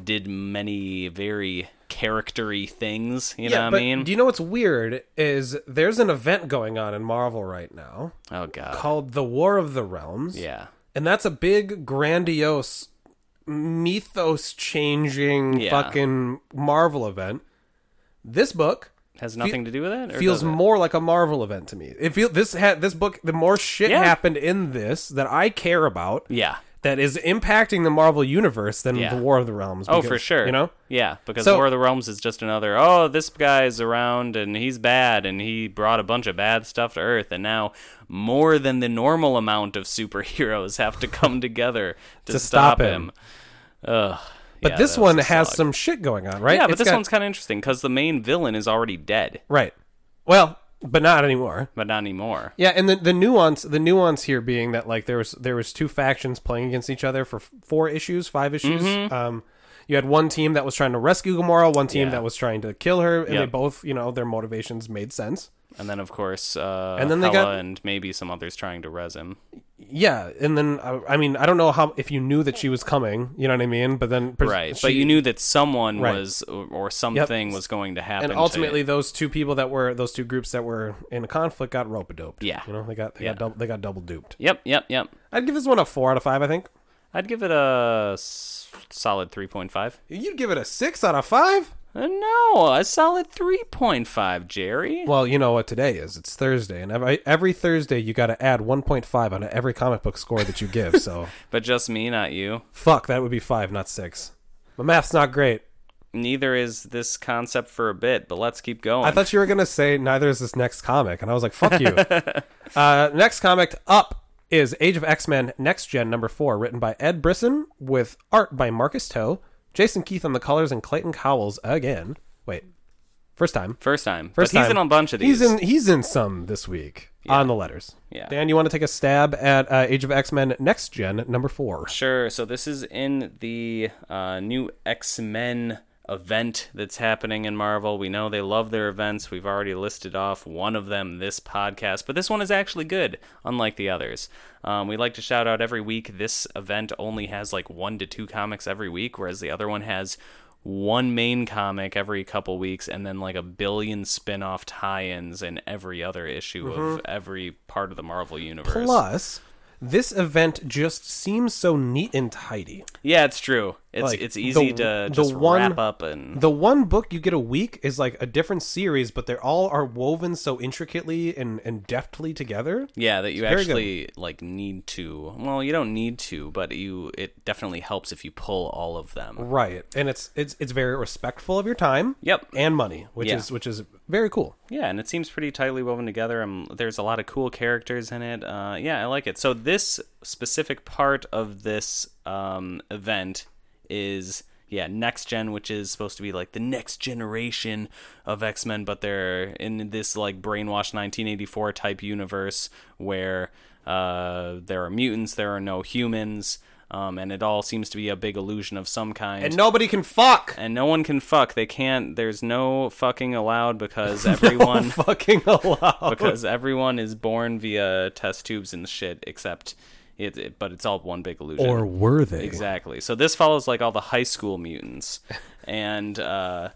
[SPEAKER 2] did many very charactery things. You know what I
[SPEAKER 1] but
[SPEAKER 2] mean?
[SPEAKER 1] do you know what's weird is there's an event going on in Marvel right now
[SPEAKER 2] oh god.
[SPEAKER 1] called the War of the Realms.
[SPEAKER 2] yeah.
[SPEAKER 1] and that's a big grandiose mythos changing
[SPEAKER 2] Yeah.
[SPEAKER 1] fucking Marvel event. This book
[SPEAKER 2] Has nothing to do with it. Or
[SPEAKER 1] feels
[SPEAKER 2] does it?
[SPEAKER 1] more like a Marvel event to me. It feel this had this book the more shit
[SPEAKER 2] Yeah.
[SPEAKER 1] happened in this that I care about
[SPEAKER 2] Yeah.
[SPEAKER 1] that is impacting the Marvel universe than the
[SPEAKER 2] Yeah.
[SPEAKER 1] War of the Realms.
[SPEAKER 2] Oh,
[SPEAKER 1] because,
[SPEAKER 2] for sure.
[SPEAKER 1] You know?
[SPEAKER 2] Yeah, because
[SPEAKER 1] So-
[SPEAKER 2] War of the Realms is just another. Oh, this guy's around and he's bad, and he brought a bunch of bad stuff to Earth, and now more than the normal amount of <laughs> superheroes have to come
[SPEAKER 1] <laughs>
[SPEAKER 2] together to,
[SPEAKER 1] To
[SPEAKER 2] stop,
[SPEAKER 1] stop
[SPEAKER 2] him.
[SPEAKER 1] him.
[SPEAKER 2] Ugh.
[SPEAKER 1] But
[SPEAKER 2] Yeah,
[SPEAKER 1] this
[SPEAKER 2] that
[SPEAKER 1] one
[SPEAKER 2] was a
[SPEAKER 1] has
[SPEAKER 2] slog.
[SPEAKER 1] some shit going on, right?
[SPEAKER 2] Yeah, but
[SPEAKER 1] It's
[SPEAKER 2] this
[SPEAKER 1] got-
[SPEAKER 2] one's kind of interesting because the main villain is already dead,
[SPEAKER 1] right. Well, but not anymore.
[SPEAKER 2] but not anymore.
[SPEAKER 1] Yeah, and the the nuance the nuance here being that like there was there was two factions playing against each other for f- four issues, five issues.
[SPEAKER 2] Mm-hmm.
[SPEAKER 1] Um, you had one team that was trying to rescue Gamora, one team
[SPEAKER 2] Yeah.
[SPEAKER 1] that was trying to kill her, and they
[SPEAKER 2] Yep.
[SPEAKER 1] both you know their motivations made sense.
[SPEAKER 2] And then, of course, uh,
[SPEAKER 1] And then they
[SPEAKER 2] Hela
[SPEAKER 1] got-
[SPEAKER 2] and maybe some others trying to res him.
[SPEAKER 1] Yeah, and then I, I mean I don't know how if you knew that she was coming, you know what I mean? But then pres-
[SPEAKER 2] Right,
[SPEAKER 1] she-
[SPEAKER 2] but you knew that someone
[SPEAKER 1] Right.
[SPEAKER 2] was or or something was going to happen.
[SPEAKER 1] and
[SPEAKER 2] to-
[SPEAKER 1] ultimately those two people that were those two groups that were in a conflict got rope doped.
[SPEAKER 2] Yeah.
[SPEAKER 1] you know they got they
[SPEAKER 2] Yeah.
[SPEAKER 1] got double, they got double duped.
[SPEAKER 2] yep, yep, yep.
[SPEAKER 1] I'd give this one a four out of five. I think
[SPEAKER 2] I'd give it a s- solid 3.5.
[SPEAKER 1] you'd give it a six out of five.
[SPEAKER 2] Uh, no, a solid 3.5, Jerry.
[SPEAKER 1] Well, you know what today is. It's Thursday, and every, every Thursday you got to add 1.5 on every comic book score that you give. So
[SPEAKER 2] But just me, not you.
[SPEAKER 1] fuck, that would be five, not six. My math's not great.
[SPEAKER 2] Neither is this concept for a bit, but let's keep going.
[SPEAKER 1] I thought you were gonna say neither is this next comic, and I was like, fuck you. uh, next comic up is Age of X Men Next Gen number four, written by Ed Brisson with art by Marcus Toe, Jason Keith on the colors, and Clayton Cowles again. Wait, first time.
[SPEAKER 2] First time.
[SPEAKER 1] First
[SPEAKER 2] but he's
[SPEAKER 1] time.
[SPEAKER 2] in a bunch of these.
[SPEAKER 1] He's in he's in some this week on the letters.
[SPEAKER 2] Yeah.
[SPEAKER 1] Dan, you want to take a stab at uh, Age of X Men Next Gen number four?
[SPEAKER 2] Sure. So this is in the uh, new X Men event that's happening in Marvel. We know they love their events. We've already listed off one of them this podcast, but this one is actually good, unlike the others. Um, we like to shout out every week. This event only has like one to two comics every week, whereas the other one has one main comic every couple weeks and then like a billion spin-off tie-ins in every other issue of every part of the Marvel universe.
[SPEAKER 1] Plus, this event just seems so neat and tidy.
[SPEAKER 2] Yeah, it's true. It's
[SPEAKER 1] Like,
[SPEAKER 2] it's
[SPEAKER 1] the-
[SPEAKER 2] easy to
[SPEAKER 1] the
[SPEAKER 2] just
[SPEAKER 1] one-
[SPEAKER 2] wrap up and
[SPEAKER 1] The one book you get a week is like a different series, but they all are woven so intricately and, and deftly together.
[SPEAKER 2] yeah, that you
[SPEAKER 1] very
[SPEAKER 2] actually like need to. Well, you don't need to, but you it definitely helps if you pull all of them.
[SPEAKER 1] Right, and it's it's it's very respectful of your time.
[SPEAKER 2] Yep.
[SPEAKER 1] and money, which
[SPEAKER 2] Yeah.
[SPEAKER 1] is which is very cool.
[SPEAKER 2] Yeah, and it seems pretty tightly woven together. Um, there's a lot of cool characters in it. Uh, yeah, I like it. So this specific part of this um, event is yeah next gen, which is supposed to be like the next generation of X Men, but they're in this like brainwashed 1984 type universe where uh, there are mutants, there are no humans, um, and it all seems to be a big illusion of some kind
[SPEAKER 1] And nobody can fuck. <laughs>
[SPEAKER 2] and no one can fuck. They can't. There's no fucking
[SPEAKER 1] <laughs>
[SPEAKER 2] allowed because everyone
[SPEAKER 1] Fucking allowed.
[SPEAKER 2] because everyone is born via test tubes and shit. Except it, it- but it's all one big illusion.
[SPEAKER 1] Or were they?
[SPEAKER 2] exactly. So this follows like all the high
[SPEAKER 1] <laughs>
[SPEAKER 2] school mutants, and uh,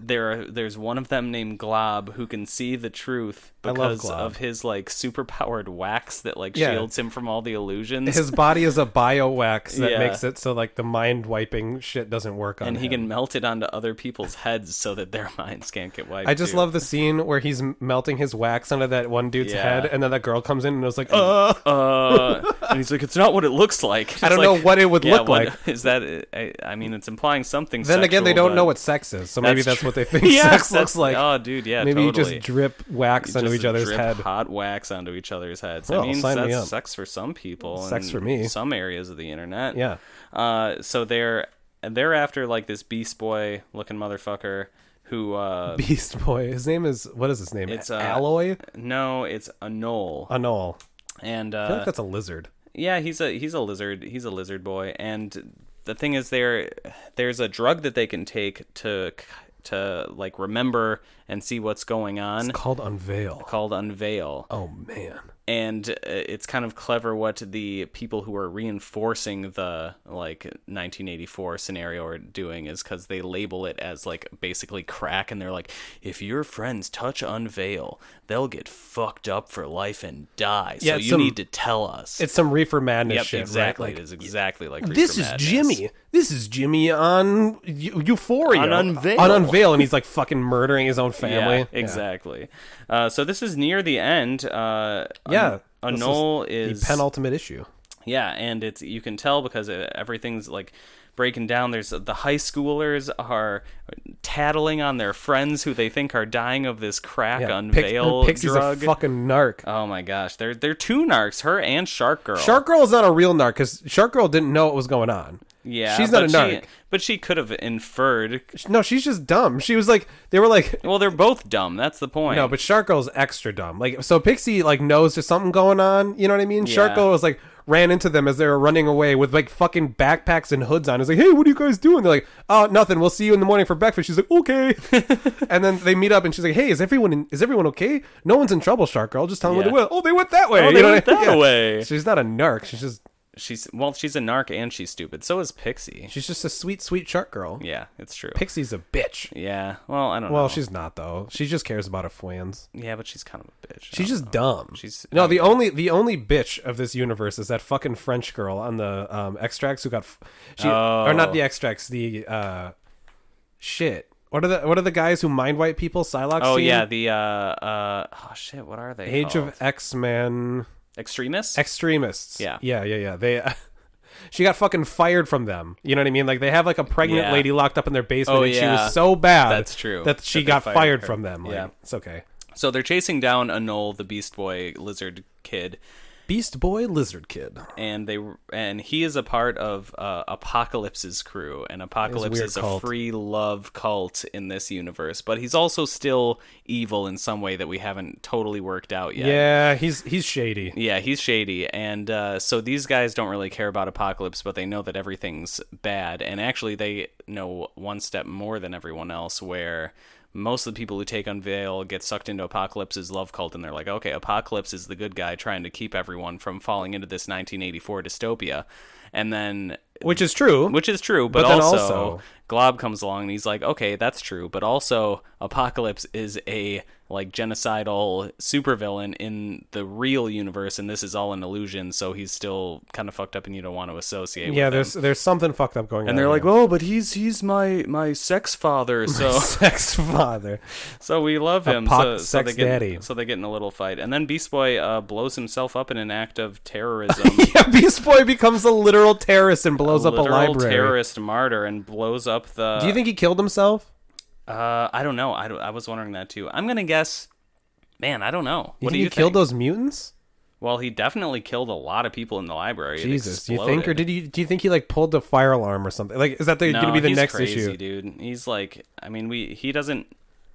[SPEAKER 2] there are, there's one of them named Glob who can see the truth
[SPEAKER 1] love
[SPEAKER 2] because
[SPEAKER 1] Glob.
[SPEAKER 2] of his like superpowered wax that like
[SPEAKER 1] Yeah.
[SPEAKER 2] shields him from all the illusions.
[SPEAKER 1] his body is a biowax that
[SPEAKER 2] Yeah.
[SPEAKER 1] makes it so like the mind wiping shit doesn't work on
[SPEAKER 2] and he
[SPEAKER 1] him.
[SPEAKER 2] can melt it onto other people's heads so that their <laughs> minds can't get wiped.
[SPEAKER 1] I just
[SPEAKER 2] too.
[SPEAKER 1] love the scene where he's m- melting his wax onto that one dude's
[SPEAKER 2] Yeah.
[SPEAKER 1] head, and then that girl comes in and is like, "Uh,
[SPEAKER 2] uh, and he's like, it's not what it looks like. <laughs>
[SPEAKER 1] I
[SPEAKER 2] It's
[SPEAKER 1] don't know
[SPEAKER 2] like,
[SPEAKER 1] what it would
[SPEAKER 2] yeah,
[SPEAKER 1] look
[SPEAKER 2] what-
[SPEAKER 1] like."
[SPEAKER 2] <laughs> Is that? I, I mean, it's implying something.
[SPEAKER 1] Then again, they
[SPEAKER 2] sexual,
[SPEAKER 1] don't know
[SPEAKER 2] but
[SPEAKER 1] what sex is, so maybe that's
[SPEAKER 2] true.
[SPEAKER 1] what
[SPEAKER 2] <laughs>
[SPEAKER 1] they think
[SPEAKER 2] Yes,
[SPEAKER 1] sex
[SPEAKER 2] that's-
[SPEAKER 1] looks like.
[SPEAKER 2] Oh, dude, yeah,
[SPEAKER 1] maybe
[SPEAKER 2] totally.
[SPEAKER 1] you just drip wax
[SPEAKER 2] You
[SPEAKER 1] onto
[SPEAKER 2] just
[SPEAKER 1] each other's
[SPEAKER 2] drip
[SPEAKER 1] head. <laughs>
[SPEAKER 2] Hot wax onto each other's heads. I
[SPEAKER 1] Well,
[SPEAKER 2] mean,
[SPEAKER 1] sign me
[SPEAKER 2] that's
[SPEAKER 1] up.
[SPEAKER 2] sex for some people.
[SPEAKER 1] Sex
[SPEAKER 2] in
[SPEAKER 1] for me.
[SPEAKER 2] Some areas of the internet.
[SPEAKER 1] Yeah.
[SPEAKER 2] Uh, so they're they're after like this beast boy looking motherfucker who uh,
[SPEAKER 1] Beast Boy. His name Uh, is what is his name?
[SPEAKER 2] It's,
[SPEAKER 1] It's
[SPEAKER 2] uh,
[SPEAKER 1] Alloy
[SPEAKER 2] no, it's a knoll.
[SPEAKER 1] Anol.
[SPEAKER 2] And
[SPEAKER 1] I feel
[SPEAKER 2] uh,
[SPEAKER 1] like that's a
[SPEAKER 2] <laughs>
[SPEAKER 1] lizard.
[SPEAKER 2] yeah, he's a he's a lizard. He's a lizard boy. And the thing is, there there's a drug that they can take to to like remember and see what's going on
[SPEAKER 1] It's called unveil.
[SPEAKER 2] called Unveil.
[SPEAKER 1] Oh man.
[SPEAKER 2] and uh, it's kind of clever what the people who are reinforcing the like 1984 scenario are doing is because they label it as like basically crack and they're like if your friends touch unveil they'll get fucked up for life and die so
[SPEAKER 1] Yeah, it's
[SPEAKER 2] you
[SPEAKER 1] some-
[SPEAKER 2] need to tell us
[SPEAKER 1] It's some reefer madness
[SPEAKER 2] yep
[SPEAKER 1] shit. right?
[SPEAKER 2] exactly
[SPEAKER 1] Like,
[SPEAKER 2] it is exactly like
[SPEAKER 1] this
[SPEAKER 2] Reefer
[SPEAKER 1] is
[SPEAKER 2] Madness.
[SPEAKER 1] Jimmy. This is Jimmy on Eu- Euphoria.
[SPEAKER 2] On Unveil.
[SPEAKER 1] On Unveil, and he's like fucking murdering his own family.
[SPEAKER 2] yeah, exactly Uh, so this is near the end uh
[SPEAKER 1] Yeah.
[SPEAKER 2] Un-
[SPEAKER 1] This
[SPEAKER 2] Anol
[SPEAKER 1] The
[SPEAKER 2] is
[SPEAKER 1] penultimate issue.
[SPEAKER 2] Yeah, and it's you can tell because uh, everything's like breaking down. There's the high schoolers are tattling on their friends who they think are dying of this crack
[SPEAKER 1] Yeah. Pix-
[SPEAKER 2] unveil
[SPEAKER 1] Pixie's
[SPEAKER 2] drug.
[SPEAKER 1] a fucking narc.
[SPEAKER 2] oh my gosh, they're they're two narcs, her and Shark Girl.
[SPEAKER 1] Shark Girl is not a real narc because Shark Girl didn't know what was going on.
[SPEAKER 2] yeah,
[SPEAKER 1] she's not a
[SPEAKER 2] but she-
[SPEAKER 1] narc.
[SPEAKER 2] but she could have inferred.
[SPEAKER 1] No, she's just dumb. She was like, they were like,
[SPEAKER 2] Well, they're both dumb. That's the point.
[SPEAKER 1] no, but Shark Girl's extra dumb. Like, so Pixie like knows there's something going on. You know what I mean? Shark
[SPEAKER 2] Yeah.
[SPEAKER 1] Girl was like ran into them as they were running away with like fucking backpacks and hoods on. It's like, hey, what are you guys doing? They're like, oh, nothing. We'll see you in the morning for breakfast. She's like,
[SPEAKER 2] <laughs>
[SPEAKER 1] okay. and then they meet up and she's like, hey, is everyone in, is everyone okay? No one's in trouble. Shark Girl, just tell them
[SPEAKER 2] Yeah.
[SPEAKER 1] where to go. Oh, they went that way.
[SPEAKER 2] Oh,
[SPEAKER 1] You
[SPEAKER 2] they
[SPEAKER 1] know
[SPEAKER 2] went
[SPEAKER 1] what I-
[SPEAKER 2] that way.
[SPEAKER 1] She's not a narc. She's just
[SPEAKER 2] she's well, she's a narc and she's stupid. So is Pixie.
[SPEAKER 1] she's just a sweet sweet Shark Girl.
[SPEAKER 2] Yeah, it's true.
[SPEAKER 1] Pixie's a bitch.
[SPEAKER 2] yeah. Well, I don't know.
[SPEAKER 1] Well, she's not though. She just cares about her fans.
[SPEAKER 2] yeah, but she's kind of a bitch.
[SPEAKER 1] She's just dumb.
[SPEAKER 2] She's-
[SPEAKER 1] no the only the only bitch of this universe is that fucking French girl on the um, extracts who got f- she or not
[SPEAKER 2] Oh.
[SPEAKER 1] the extracts the uh shit. What are the what are the guys who mind wipe people? Psylocke.
[SPEAKER 2] Oh
[SPEAKER 1] scene?
[SPEAKER 2] yeah, Oh. the uh uh oh shit, what are they?
[SPEAKER 1] Age
[SPEAKER 2] called?
[SPEAKER 1] of X Men
[SPEAKER 2] extremists.
[SPEAKER 1] extremists.
[SPEAKER 2] Yeah.
[SPEAKER 1] yeah, yeah, yeah. They. <laughs> she got fucking fired from them. You know what I mean? Like they have like a pregnant
[SPEAKER 2] Yeah.
[SPEAKER 1] lady locked up in their basement,
[SPEAKER 2] Oh,
[SPEAKER 1] and she
[SPEAKER 2] yeah.
[SPEAKER 1] was so bad
[SPEAKER 2] That's true.
[SPEAKER 1] that she
[SPEAKER 2] That they
[SPEAKER 1] got
[SPEAKER 2] fired
[SPEAKER 1] fired,
[SPEAKER 2] her.
[SPEAKER 1] from them. Like,
[SPEAKER 2] Yeah.
[SPEAKER 1] it's okay.
[SPEAKER 2] so they're chasing down Anol, the Beast Boy lizard kid,
[SPEAKER 1] Beast Boy Lizard Kid.
[SPEAKER 2] and they and he is a part of uh, Apocalypse's crew, and Apocalypse
[SPEAKER 1] weird
[SPEAKER 2] is a
[SPEAKER 1] cult.
[SPEAKER 2] free love cult in this universe, but he's also still evil in some way that we haven't totally worked out yet.
[SPEAKER 1] Yeah, he's he's shady.
[SPEAKER 2] Yeah, he's shady, and uh, so these guys don't really care about Apocalypse, but they know that everything's bad, and actually they know one step more than everyone else, where most of the people who take Unveil get sucked into Apocalypse's love cult, and they're like, okay, Apocalypse is the good guy trying to keep everyone from falling into this 1984 dystopia, and then
[SPEAKER 1] Which is true.
[SPEAKER 2] which is true, but,
[SPEAKER 1] But then
[SPEAKER 2] also,
[SPEAKER 1] also-
[SPEAKER 2] Glob comes along and he's like, okay, that's true, but also Apocalypse is a like genocidal supervillain in the real universe, and this is all an illusion, so he's still kind of fucked up, and you don't want to associate.
[SPEAKER 1] yeah,
[SPEAKER 2] with
[SPEAKER 1] there's
[SPEAKER 2] him.
[SPEAKER 1] there's something fucked up going on.
[SPEAKER 2] and they're like,
[SPEAKER 1] here.
[SPEAKER 2] oh, but he's he's my my
[SPEAKER 1] <laughs>
[SPEAKER 2] sex father, so <laughs>
[SPEAKER 1] sex father.
[SPEAKER 2] so we love him.
[SPEAKER 1] Apoc-
[SPEAKER 2] so, so they
[SPEAKER 1] sex
[SPEAKER 2] get
[SPEAKER 1] daddy.
[SPEAKER 2] so they get in a little fight, and then Beast Boy uh, blows himself up in an act of terrorism.
[SPEAKER 1] <laughs> Yeah, Beast Boy becomes a literal terrorist and <laughs> blows up a
[SPEAKER 2] literal
[SPEAKER 1] library.
[SPEAKER 2] terrorist martyr and blows up the
[SPEAKER 1] Do you think he killed himself?
[SPEAKER 2] Uh, I don't know. I, don't- I was wondering that too. I'm gonna guess. Man, I don't know.
[SPEAKER 1] You think
[SPEAKER 2] what do you
[SPEAKER 1] he killed
[SPEAKER 2] think?
[SPEAKER 1] those mutants?
[SPEAKER 2] Well, he definitely killed a lot of people in the library. It
[SPEAKER 1] Jesus, do you think, or
[SPEAKER 2] exploded.
[SPEAKER 1] did you do you think he like pulled the fire alarm or something? Like, is that the,
[SPEAKER 2] no,
[SPEAKER 1] gonna be the
[SPEAKER 2] he's
[SPEAKER 1] next
[SPEAKER 2] crazy,
[SPEAKER 1] issue?
[SPEAKER 2] dude? He's like, I mean, we he doesn't.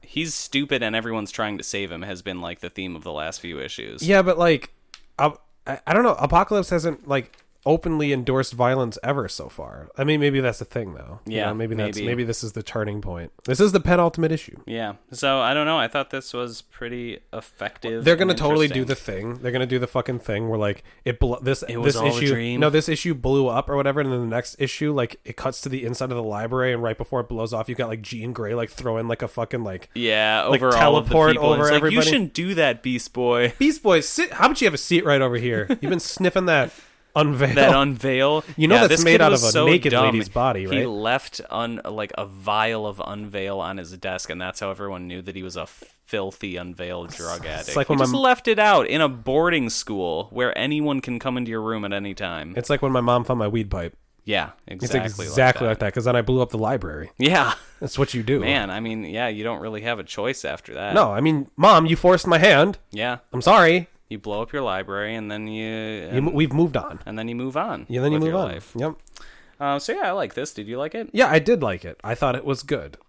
[SPEAKER 2] He's stupid, and everyone's trying to save him. Has been like the theme of the last few issues.
[SPEAKER 1] Yeah, but like, I, I I don't know. Apocalypse hasn't like openly endorsed violence ever so far. I mean, maybe that's the thing though. You
[SPEAKER 2] Yeah,
[SPEAKER 1] know, maybe that's
[SPEAKER 2] maybe.
[SPEAKER 1] maybe this is the turning point. This is the penultimate issue.
[SPEAKER 2] Yeah. So I don't know. I thought this was pretty effective.
[SPEAKER 1] They're gonna
[SPEAKER 2] and
[SPEAKER 1] totally do
[SPEAKER 2] interesting.
[SPEAKER 1] the thing. They're gonna do the fucking thing where like it blo- this
[SPEAKER 2] was
[SPEAKER 1] this
[SPEAKER 2] all a
[SPEAKER 1] issue
[SPEAKER 2] dream.
[SPEAKER 1] no this issue blew up or whatever, and then the next issue like it cuts to the inside of the library, and right before it blows off, you got like Jean Grey like throwing like a fucking like
[SPEAKER 2] Yeah,
[SPEAKER 1] like,
[SPEAKER 2] over all of the
[SPEAKER 1] teleport
[SPEAKER 2] people.
[SPEAKER 1] over
[SPEAKER 2] And it's like,
[SPEAKER 1] everybody.
[SPEAKER 2] You shouldn't do that, Beast Boy.
[SPEAKER 1] Beast Boy. Sit. How about you have a seat right over here? You've
[SPEAKER 2] <laughs>
[SPEAKER 1] been sniffing that unveil.
[SPEAKER 2] that unveil.
[SPEAKER 1] You know
[SPEAKER 2] Yeah,
[SPEAKER 1] that's
[SPEAKER 2] this
[SPEAKER 1] made
[SPEAKER 2] kid
[SPEAKER 1] out
[SPEAKER 2] was
[SPEAKER 1] of a
[SPEAKER 2] so
[SPEAKER 1] naked
[SPEAKER 2] dumb.
[SPEAKER 1] lady's body,
[SPEAKER 2] He
[SPEAKER 1] right?
[SPEAKER 2] left on like a vial of unveil on his desk, and that's how everyone knew that he was a filthy unveil drug addict.
[SPEAKER 1] like
[SPEAKER 2] he
[SPEAKER 1] when
[SPEAKER 2] just
[SPEAKER 1] my-
[SPEAKER 2] left it out in a boarding school where anyone can come into your room at any time.
[SPEAKER 1] it's like when my mom found my weed pipe.
[SPEAKER 2] yeah,
[SPEAKER 1] It's
[SPEAKER 2] exactly,
[SPEAKER 1] exactly,
[SPEAKER 2] like
[SPEAKER 1] like that. Because then I blew up the library.
[SPEAKER 2] that. Yeah,
[SPEAKER 1] That's what you do,
[SPEAKER 2] man. I mean, yeah, you don't really have a choice after that.
[SPEAKER 1] No, I mean, mom, you forced my hand.
[SPEAKER 2] Yeah,
[SPEAKER 1] I'm sorry.
[SPEAKER 2] you blow up your library, and then you.
[SPEAKER 1] You,
[SPEAKER 2] And,
[SPEAKER 1] mo- we've moved on.
[SPEAKER 2] and then you move on.
[SPEAKER 1] Yeah, then you
[SPEAKER 2] with
[SPEAKER 1] move
[SPEAKER 2] your
[SPEAKER 1] on.
[SPEAKER 2] life.
[SPEAKER 1] Yep.
[SPEAKER 2] Uh, so yeah, I like this. Did you like it?
[SPEAKER 1] Yeah, I did like it. I thought it was good.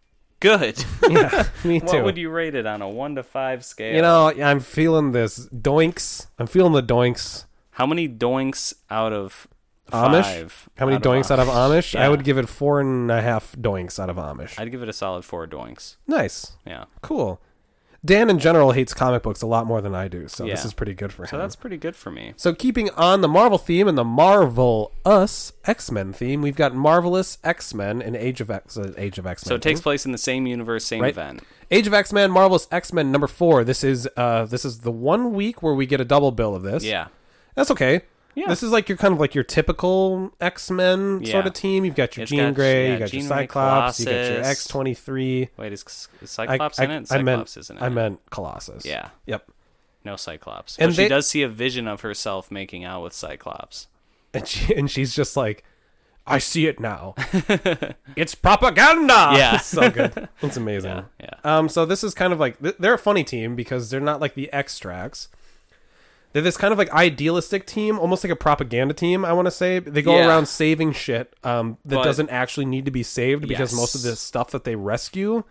[SPEAKER 2] good.
[SPEAKER 1] Yeah, <laughs> me too.
[SPEAKER 2] what would you rate it on a one to five scale?
[SPEAKER 1] You know, I'm feeling this doinks. I'm feeling the doinks.
[SPEAKER 2] how many doinks out of
[SPEAKER 1] Amish?
[SPEAKER 2] five?
[SPEAKER 1] How many doinks out of Amish? I
[SPEAKER 2] Yeah.
[SPEAKER 1] would give it four and a half doinks out of Amish.
[SPEAKER 2] I'd give it a solid four doinks.
[SPEAKER 1] nice,
[SPEAKER 2] Yeah,
[SPEAKER 1] cool. Dan in general hates comic books a lot more than I do, so this
[SPEAKER 2] Yeah.
[SPEAKER 1] is pretty good for
[SPEAKER 2] so
[SPEAKER 1] him.
[SPEAKER 2] that's pretty good for me.
[SPEAKER 1] So keeping on the Marvel theme and the Marvel Us X Men theme, we've got Marvelous X Men and Age of X uh, Age of X Men.
[SPEAKER 2] So it takes place in the same universe, same
[SPEAKER 1] Right.
[SPEAKER 2] event.
[SPEAKER 1] Age of X Men, Marvelous X Men number four. This is uh this is the one week where we get a double bill of this.
[SPEAKER 2] Yeah,
[SPEAKER 1] That's okay.
[SPEAKER 2] Yeah.
[SPEAKER 1] This is like your kind of like your typical X Men
[SPEAKER 2] Yeah.
[SPEAKER 1] sort of team. You've got your
[SPEAKER 2] It's
[SPEAKER 1] Jean
[SPEAKER 2] got-
[SPEAKER 1] Grey,
[SPEAKER 2] yeah,
[SPEAKER 1] you got
[SPEAKER 2] Jean
[SPEAKER 1] your
[SPEAKER 2] Grey,
[SPEAKER 1] Cyclops, you got your
[SPEAKER 2] Colossus.
[SPEAKER 1] X twenty three.
[SPEAKER 2] wait, is, is Cyclops in it? Cyclops
[SPEAKER 1] I meant
[SPEAKER 2] isn't in
[SPEAKER 1] I
[SPEAKER 2] it.
[SPEAKER 1] meant Colossus.
[SPEAKER 2] Yeah.
[SPEAKER 1] Yep.
[SPEAKER 2] no Cyclops,
[SPEAKER 1] And
[SPEAKER 2] but
[SPEAKER 1] they-
[SPEAKER 2] she does see a vision of herself making out with Cyclops.
[SPEAKER 1] And she and she's just like, I see it now.
[SPEAKER 2] <laughs>
[SPEAKER 1] it's propaganda.
[SPEAKER 2] Yeah.
[SPEAKER 1] It's <laughs> so
[SPEAKER 2] <laughs>
[SPEAKER 1] good. It's amazing.
[SPEAKER 2] Yeah, yeah.
[SPEAKER 1] Um. So this is kind of like th- they're a funny team because they're not like the extracts. They're this kind of like idealistic team, almost like a propaganda team. I want to say they go
[SPEAKER 2] Yeah.
[SPEAKER 1] around saving shit um, that
[SPEAKER 2] But-
[SPEAKER 1] doesn't actually need to be saved because most of
[SPEAKER 2] Yes.
[SPEAKER 1] the stuff that they rescue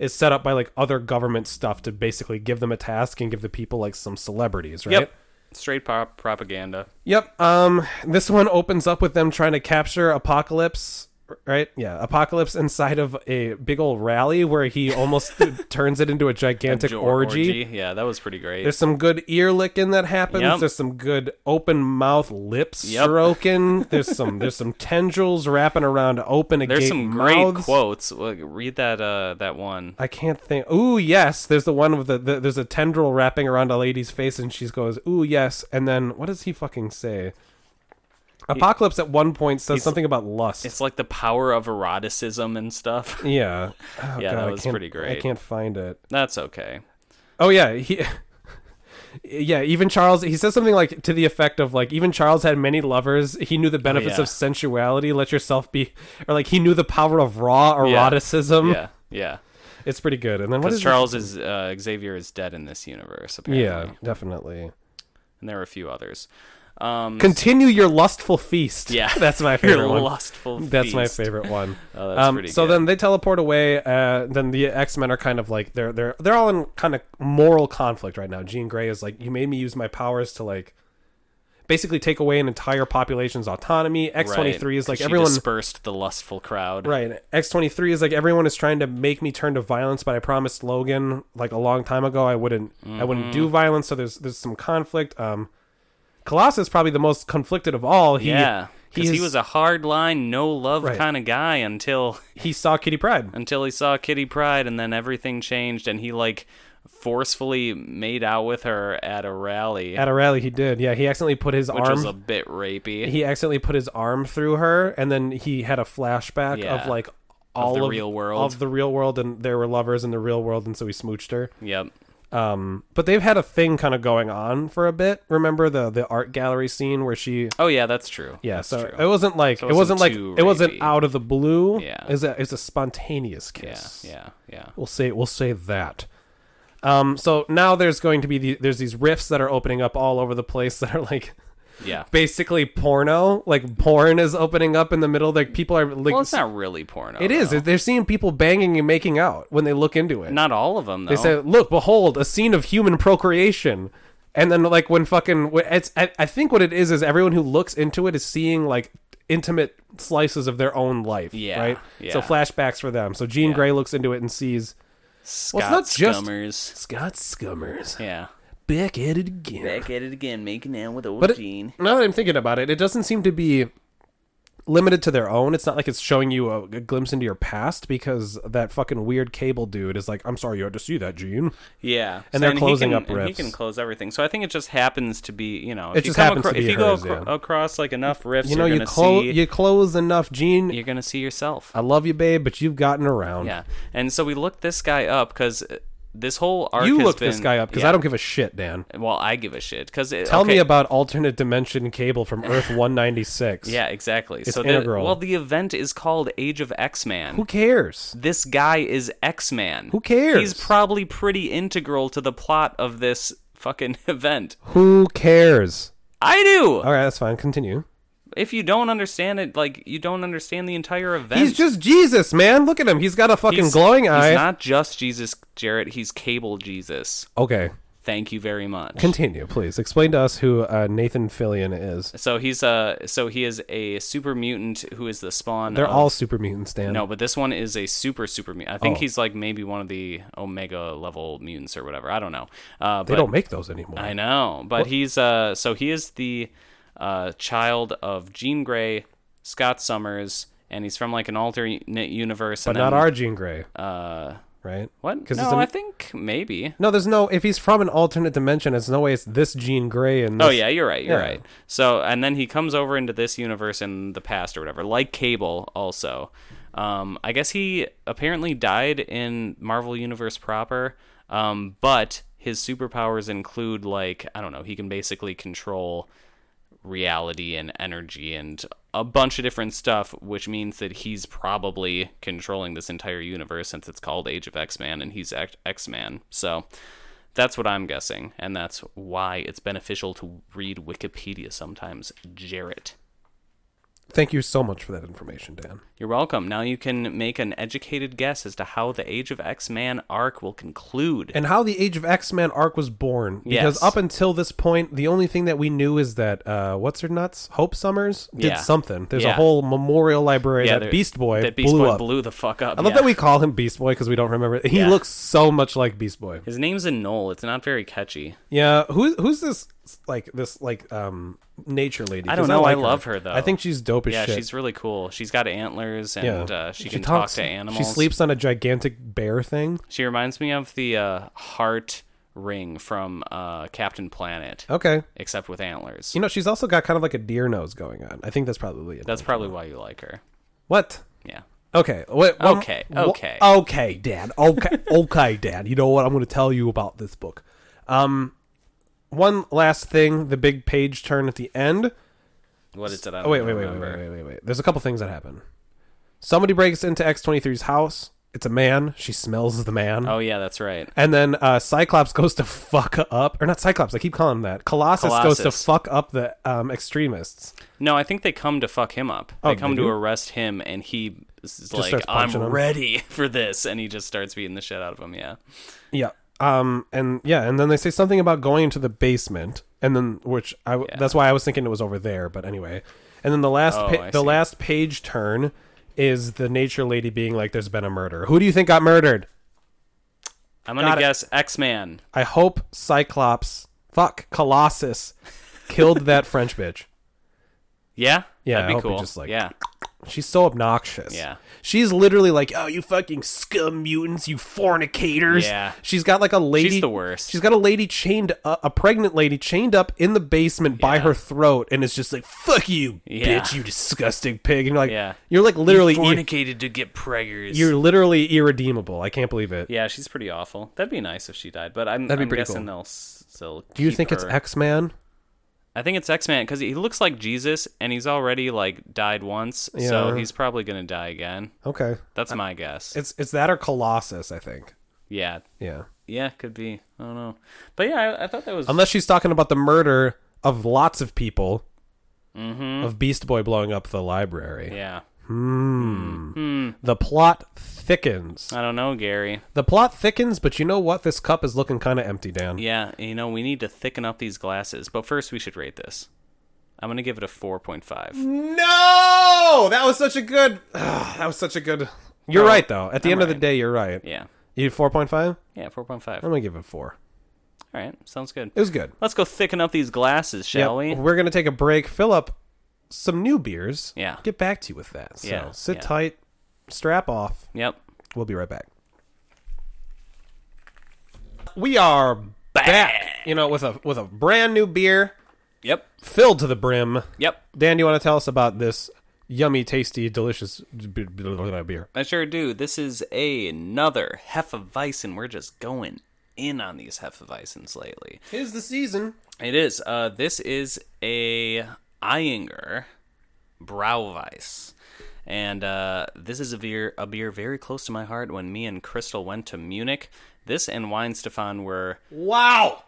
[SPEAKER 1] is set up by like other government stuff to basically give them a task and give the people like some celebrities, right?
[SPEAKER 2] Yep, straight pop propaganda.
[SPEAKER 1] Yep. Um, this one opens up with them trying to capture Apocalypse, right? Yeah, Apocalypse inside of a big old rally where he
[SPEAKER 2] <laughs>
[SPEAKER 1] almost turns it into a gigantic
[SPEAKER 2] Jo-
[SPEAKER 1] orgy.
[SPEAKER 2] Yeah, that was pretty great.
[SPEAKER 1] There's some good ear licking that happens.
[SPEAKER 2] Yep.
[SPEAKER 1] There's some good open mouth lip
[SPEAKER 2] Yep.
[SPEAKER 1] stroking. there's some there's some tendrils wrapping around open agape
[SPEAKER 2] There's some great
[SPEAKER 1] mouths.
[SPEAKER 2] quotes. Look, read that uh that one.
[SPEAKER 1] I can't think. Ooh, yes. There's the one with the, the there's a tendril wrapping around a lady's face, and she goes, "Ooh, yes." And then what does he fucking say? Apocalypse at one point says something about lust.
[SPEAKER 2] It's like the power of eroticism and stuff. <laughs>
[SPEAKER 1] yeah. Oh,
[SPEAKER 2] Yeah, that
[SPEAKER 1] I
[SPEAKER 2] was
[SPEAKER 1] can't-
[SPEAKER 2] pretty great.
[SPEAKER 1] I can't find it.
[SPEAKER 2] That's okay.
[SPEAKER 1] Oh yeah, he. <laughs> Yeah, even Charles, he says something like to the effect of like even Charles had many lovers. He knew the benefits
[SPEAKER 2] Oh, yeah.
[SPEAKER 1] of sensuality. Let yourself be, or like he knew the power of raw eroticism.
[SPEAKER 2] Yeah, yeah.
[SPEAKER 1] It's pretty good. And then what
[SPEAKER 2] Because
[SPEAKER 1] is
[SPEAKER 2] Charles is uh, Xavier is dead in this universe
[SPEAKER 1] It?
[SPEAKER 2] apparently.
[SPEAKER 1] Yeah, definitely.
[SPEAKER 2] and there are a few others. Um,
[SPEAKER 1] Continue your lustful feast.
[SPEAKER 2] yeah,
[SPEAKER 1] <laughs> that's my
[SPEAKER 2] <laughs> Your
[SPEAKER 1] favorite one.
[SPEAKER 2] Lustful.
[SPEAKER 1] That's my
[SPEAKER 2] feast.
[SPEAKER 1] favorite one.
[SPEAKER 2] <laughs> Oh, that's
[SPEAKER 1] um,
[SPEAKER 2] pretty
[SPEAKER 1] so
[SPEAKER 2] good.
[SPEAKER 1] then they teleport away. Uh, then the X Men are kind of like they're they're they're all in kind of moral conflict right now. Jean Grey is like, you made me use my powers to like basically take away an entire population's autonomy. X twenty three
[SPEAKER 2] Right,
[SPEAKER 1] is like
[SPEAKER 2] 'cause she
[SPEAKER 1] everyone.
[SPEAKER 2] dispersed the lustful crowd.
[SPEAKER 1] Right. X23 is like everyone is trying to make me turn to violence, but I promised Logan like a long time ago I wouldn't I wouldn't
[SPEAKER 2] Mm-hmm.
[SPEAKER 1] do violence, so there's there's some conflict. Um Colossus is probably the most conflicted of all. He
[SPEAKER 2] yeah, because he
[SPEAKER 1] is-
[SPEAKER 2] was a hard line, no love
[SPEAKER 1] Right.
[SPEAKER 2] kind of guy until
[SPEAKER 1] he saw Kitty Pride.
[SPEAKER 2] until he saw Kitty Pride, and then everything changed, and he like forcefully made out with her at a rally,
[SPEAKER 1] At a rally he did. Yeah, he accidentally put his
[SPEAKER 2] which
[SPEAKER 1] arm
[SPEAKER 2] was a bit rapey.
[SPEAKER 1] he accidentally put his arm through her and then he had a flashback of
[SPEAKER 2] Yeah.
[SPEAKER 1] like all
[SPEAKER 2] the real world.
[SPEAKER 1] of the real world and there were lovers in the real world and so he smooched her.
[SPEAKER 2] yep.
[SPEAKER 1] Um, but they've had a thing kind of going on for a bit. Remember the the art gallery scene where she
[SPEAKER 2] Oh yeah, that's true.
[SPEAKER 1] yeah,
[SPEAKER 2] that's
[SPEAKER 1] so uh,
[SPEAKER 2] true.
[SPEAKER 1] it wasn't like
[SPEAKER 2] So
[SPEAKER 1] it
[SPEAKER 2] it
[SPEAKER 1] wasn't
[SPEAKER 2] wasn't
[SPEAKER 1] like
[SPEAKER 2] too
[SPEAKER 1] it wasn't
[SPEAKER 2] rapey.
[SPEAKER 1] out of the blue.
[SPEAKER 2] Yeah.
[SPEAKER 1] it's a it's a spontaneous kiss.
[SPEAKER 2] Yeah, yeah, yeah.
[SPEAKER 1] we'll say we'll say that. Um, so now there's going to be the, there's these rifts that are opening up all over the place <laughs> that are like
[SPEAKER 2] Yeah.
[SPEAKER 1] basically porno. Like porn is opening up in the middle. Like people are like
[SPEAKER 2] Well, it's not really porno.
[SPEAKER 1] it is.
[SPEAKER 2] though.
[SPEAKER 1] They're seeing people banging and making out when they look into it.
[SPEAKER 2] Not all of them though.
[SPEAKER 1] They say, "Look, behold, a scene of human procreation." And then, like when fucking, wh- it's I, I think what it is is everyone who looks into it is seeing like intimate slices of their own life.
[SPEAKER 2] Yeah,
[SPEAKER 1] Right. So
[SPEAKER 2] yeah.
[SPEAKER 1] flashbacks for them. So Jean Grey looks into it and sees
[SPEAKER 2] Scott
[SPEAKER 1] well, it's not just-
[SPEAKER 2] Scummers.
[SPEAKER 1] Scott Scummers
[SPEAKER 2] Yeah.
[SPEAKER 1] back at it again.
[SPEAKER 2] at it again, making out with old
[SPEAKER 1] But it, now that I'm thinking about it, it doesn't seem to be limited to their own. It's not like it's showing you a, a glimpse into your past because that fucking weird cable dude is like, "I'm sorry you had to see that, Gene."
[SPEAKER 2] yeah,
[SPEAKER 1] And they're
[SPEAKER 2] he
[SPEAKER 1] closing
[SPEAKER 2] can-
[SPEAKER 1] up
[SPEAKER 2] and He
[SPEAKER 1] riffs.
[SPEAKER 2] can close everything. So I think it just happens to be, you know, if
[SPEAKER 1] It
[SPEAKER 2] you
[SPEAKER 1] just
[SPEAKER 2] come
[SPEAKER 1] happens
[SPEAKER 2] acro-
[SPEAKER 1] to be
[SPEAKER 2] if you go
[SPEAKER 1] hers,
[SPEAKER 2] acro-
[SPEAKER 1] yeah.
[SPEAKER 2] across like enough riffs,
[SPEAKER 1] You know,
[SPEAKER 2] you're
[SPEAKER 1] you
[SPEAKER 2] gonna
[SPEAKER 1] close
[SPEAKER 2] see
[SPEAKER 1] you Oh. close enough, Gene.
[SPEAKER 2] you're gonna see yourself.
[SPEAKER 1] I love you, babe, but you've gotten around.
[SPEAKER 2] Yeah, and so we looked this guy up because this whole arc.
[SPEAKER 1] you
[SPEAKER 2] has
[SPEAKER 1] looked this
[SPEAKER 2] been-
[SPEAKER 1] guy up because
[SPEAKER 2] yeah.
[SPEAKER 1] I don't give a shit, Dan.
[SPEAKER 2] Well, I give a shit because
[SPEAKER 1] Tell me about alternate dimension cable
[SPEAKER 2] <laughs>
[SPEAKER 1] from Earth 196.
[SPEAKER 2] Yeah, exactly.
[SPEAKER 1] It's
[SPEAKER 2] so the,
[SPEAKER 1] integral.
[SPEAKER 2] well, the event is called Age of X Man.
[SPEAKER 1] Who cares?
[SPEAKER 2] this guy is X Man.
[SPEAKER 1] Who cares?
[SPEAKER 2] He's probably pretty integral to the plot of this fucking <laughs> event.
[SPEAKER 1] Who cares?
[SPEAKER 2] I do.
[SPEAKER 1] All right, that's fine. Continue.
[SPEAKER 2] If you don't understand it, like you don't understand the entire event.
[SPEAKER 1] He's just Jesus, man. Look at him. He's got a fucking
[SPEAKER 2] He's-
[SPEAKER 1] glowing eye.
[SPEAKER 2] He's not just Jesus, Jarrett. He's cable Jesus.
[SPEAKER 1] okay,
[SPEAKER 2] Thank you very much.
[SPEAKER 1] continue, please. Explain to us who uh, Nathan Fillion is.
[SPEAKER 2] so he's uh so he is a super mutant who is the spawn.
[SPEAKER 1] They're
[SPEAKER 2] of-
[SPEAKER 1] all super mutants, Dan.
[SPEAKER 2] No, but this one is a super super mutant. I think
[SPEAKER 1] Oh.
[SPEAKER 2] he's like maybe one of the Omega level mutants or whatever. I don't know. Uh,
[SPEAKER 1] they
[SPEAKER 2] but,
[SPEAKER 1] don't make those anymore.
[SPEAKER 2] I know, but he's uh so he is the uh child of Jean Grey, Scott Summers, and he's from like an alternate universe.
[SPEAKER 1] but
[SPEAKER 2] and
[SPEAKER 1] not
[SPEAKER 2] then,
[SPEAKER 1] our Jean Grey,
[SPEAKER 2] Uh,
[SPEAKER 1] right?
[SPEAKER 2] what?
[SPEAKER 1] 'Cause
[SPEAKER 2] No,
[SPEAKER 1] it's an-
[SPEAKER 2] I think maybe.
[SPEAKER 1] No, there's no. If he's from an alternate dimension, there's no way it's this Jean Grey and. This,
[SPEAKER 2] Oh yeah, you're right. You're
[SPEAKER 1] yeah.
[SPEAKER 2] right. So and then he comes over into this universe in the past or whatever, like Cable also. Um, I guess he apparently died in Marvel Universe proper, um, but his superpowers include like I don't know. He can basically control reality and energy and a bunch of different stuff, which means that he's probably controlling this entire universe since it's called Age of X Man and he's X Man. So that's what I'm guessing, and that's why it's beneficial to read Wikipedia sometimes, Jarrett.
[SPEAKER 1] Thank you so much for that information, Dan.
[SPEAKER 2] You're welcome. Now you can make an educated guess as to how the Age of X Man arc will conclude.
[SPEAKER 1] and how the Age of X Men arc was born. Because
[SPEAKER 2] Yes.
[SPEAKER 1] up until this point, the only thing that we knew is that uh, what's her nuts, Hope Summers, did
[SPEAKER 2] Yeah.
[SPEAKER 1] something. There's a
[SPEAKER 2] Yeah.
[SPEAKER 1] whole memorial library
[SPEAKER 2] Yeah,
[SPEAKER 1] that
[SPEAKER 2] there-
[SPEAKER 1] Beast Boy
[SPEAKER 2] that Beast
[SPEAKER 1] blew
[SPEAKER 2] Boy
[SPEAKER 1] up.
[SPEAKER 2] blew the fuck up.
[SPEAKER 1] I love
[SPEAKER 2] yeah.
[SPEAKER 1] that we call him Beast Boy because we don't remember. He
[SPEAKER 2] Yeah.
[SPEAKER 1] looks so much like Beast Boy.
[SPEAKER 2] His name's a Knoll. It's not very catchy.
[SPEAKER 1] Yeah, who who's this like this like um nature lady?
[SPEAKER 2] I don't
[SPEAKER 1] 'Cause
[SPEAKER 2] know. I
[SPEAKER 1] like
[SPEAKER 2] love her, though.
[SPEAKER 1] I think she's dope as
[SPEAKER 2] Yeah,
[SPEAKER 1] shit.
[SPEAKER 2] she's really cool. She's got antlers and
[SPEAKER 1] yeah.
[SPEAKER 2] uh, she, can talk
[SPEAKER 1] talks-
[SPEAKER 2] to animals.
[SPEAKER 1] She sleeps on a gigantic bear thing.
[SPEAKER 2] She reminds me of the uh, heart ring from uh, Captain Planet,
[SPEAKER 1] Okay.
[SPEAKER 2] except with antlers.
[SPEAKER 1] Oh. You know, she's also got kind of like a deer nose going on. I think that's probably it.
[SPEAKER 2] That's probably why you like her.
[SPEAKER 1] what?
[SPEAKER 2] Yeah.
[SPEAKER 1] Okay. Wait, one-
[SPEAKER 2] Okay,
[SPEAKER 1] wha-
[SPEAKER 2] okay.
[SPEAKER 1] okay, Dad.
[SPEAKER 2] <laughs>
[SPEAKER 1] Okay. okay, Dad. You know what? I'm going to tell you about this book. Um, one last thing. The big page turn at the end.
[SPEAKER 2] What is it? I
[SPEAKER 1] Oh wait,
[SPEAKER 2] don't
[SPEAKER 1] wait, wait, wait,
[SPEAKER 2] remember.
[SPEAKER 1] wait, wait, wait, wait. There's a couple things that happen. Somebody breaks into X23's house. It's a man. She smells the man.
[SPEAKER 2] Oh yeah, that's right.
[SPEAKER 1] And then uh, Cyclops goes to <laughs> fuck up, or not Cyclops. I keep calling him that. Colossus, goes to
[SPEAKER 2] Colossus.
[SPEAKER 1] fuck up the um, extremists.
[SPEAKER 2] No, I think they come to fuck him up. They
[SPEAKER 1] Oh,
[SPEAKER 2] come
[SPEAKER 1] they
[SPEAKER 2] to
[SPEAKER 1] do?
[SPEAKER 2] arrest him, and he is like,
[SPEAKER 1] starts
[SPEAKER 2] "I'm
[SPEAKER 1] punching 'em."
[SPEAKER 2] ready <laughs> for this," and he just starts beating the shit out of him. Yeah,
[SPEAKER 1] Yeah. Um. And yeah. And then they say something about going into the basement, and then which I w-
[SPEAKER 2] Yeah.
[SPEAKER 1] that's why I was thinking it was over there, but anyway. And then the last
[SPEAKER 2] Oh,
[SPEAKER 1] pa-
[SPEAKER 2] I
[SPEAKER 1] the
[SPEAKER 2] see.
[SPEAKER 1] last page turn is the nature lady being like, "There's been a murder. Who do you think got murdered?"
[SPEAKER 2] I'm gonna
[SPEAKER 1] Got it.
[SPEAKER 2] guess X Man.
[SPEAKER 1] I hope Cyclops, fuck Colossus, killed that French bitch.
[SPEAKER 2] Yeah,
[SPEAKER 1] Yeah, I
[SPEAKER 2] that'd be
[SPEAKER 1] hope he
[SPEAKER 2] cool.
[SPEAKER 1] just, like,
[SPEAKER 2] yeah,
[SPEAKER 1] She's so obnoxious.
[SPEAKER 2] Yeah.
[SPEAKER 1] She's literally like, oh, you fucking scum mutants, you fornicators.
[SPEAKER 2] Yeah.
[SPEAKER 1] She's got like a lady.
[SPEAKER 2] the worst.
[SPEAKER 1] She's got a lady chained, uh, a pregnant lady chained up in the basement by
[SPEAKER 2] Yeah.
[SPEAKER 1] her throat, and it's just like, fuck you,
[SPEAKER 2] Yeah.
[SPEAKER 1] bitch, you disgusting pig. And you're like,
[SPEAKER 2] Yeah.
[SPEAKER 1] you're like literally, ir-
[SPEAKER 2] fornicated to get preggers.
[SPEAKER 1] you're literally irredeemable. I can't believe it.
[SPEAKER 2] yeah, she's pretty awful. That'd be nice if she died, but I'm,
[SPEAKER 1] That'd be
[SPEAKER 2] I'm
[SPEAKER 1] pretty
[SPEAKER 2] guessing
[SPEAKER 1] cool.
[SPEAKER 2] they'll s- still.
[SPEAKER 1] Do you
[SPEAKER 2] keep
[SPEAKER 1] think it's
[SPEAKER 2] her.
[SPEAKER 1] X Man?
[SPEAKER 2] I think it's X Man because he looks like Jesus, and he's already like died once, so
[SPEAKER 1] Yeah.
[SPEAKER 2] he's probably gonna die again.
[SPEAKER 1] Okay.
[SPEAKER 2] That's my guess.
[SPEAKER 1] It's it's that or Colossus, I think.
[SPEAKER 2] Yeah,
[SPEAKER 1] Yeah.
[SPEAKER 2] yeah, could be. I don't know, but yeah, I, I thought that was
[SPEAKER 1] Unless she's talking about the murder of lots of people,
[SPEAKER 2] Mm-hmm.
[SPEAKER 1] of Beast Boy blowing up the library.
[SPEAKER 2] yeah.
[SPEAKER 1] The plot thickens.
[SPEAKER 2] I don't know, Gary.
[SPEAKER 1] The plot thickens, but you know what? This cup is looking kind of empty, Dan.
[SPEAKER 2] Yeah, you know, we need to thicken up these glasses. But first, we should rate this. I'm going to give it a
[SPEAKER 1] Mm.
[SPEAKER 2] 4.5.
[SPEAKER 1] No, that was such a good. <sighs> ugh, that was such a good. You're
[SPEAKER 2] No,
[SPEAKER 1] right, though. At the
[SPEAKER 2] I'm
[SPEAKER 1] end of the
[SPEAKER 2] right.
[SPEAKER 1] day, you're right.
[SPEAKER 2] Yeah.
[SPEAKER 1] You four point five.
[SPEAKER 2] Yeah, 4.5.
[SPEAKER 1] I'm
[SPEAKER 2] All
[SPEAKER 1] gonna give it four.
[SPEAKER 2] right. Sounds good.
[SPEAKER 1] It was good.
[SPEAKER 2] Let's go thicken up these glasses, shall
[SPEAKER 1] Yep.
[SPEAKER 2] we?
[SPEAKER 1] We're gonna take a break. Fill up some new beers.
[SPEAKER 2] Yeah.
[SPEAKER 1] Get back to you with that. So
[SPEAKER 2] Yeah,
[SPEAKER 1] sit
[SPEAKER 2] yeah.
[SPEAKER 1] tight, strap off.
[SPEAKER 2] Yep.
[SPEAKER 1] We'll be right back. We are back. You know, with a with a brand new beer
[SPEAKER 2] Yep.
[SPEAKER 1] filled to the brim.
[SPEAKER 2] Yep.
[SPEAKER 1] Dan, you want to tell us about this yummy, tasty, delicious b- b- b- beer?
[SPEAKER 2] I sure do. This is another Hefeweizen. We're just going in on these Hefeweizens lately.
[SPEAKER 1] Tis the season.
[SPEAKER 2] It is. Uh, this is a Eyinger Brauweiss. And uh, this is a beer, a beer very close to my heart when me and Crystal went to Munich. This and Weinstefan were
[SPEAKER 1] Wow.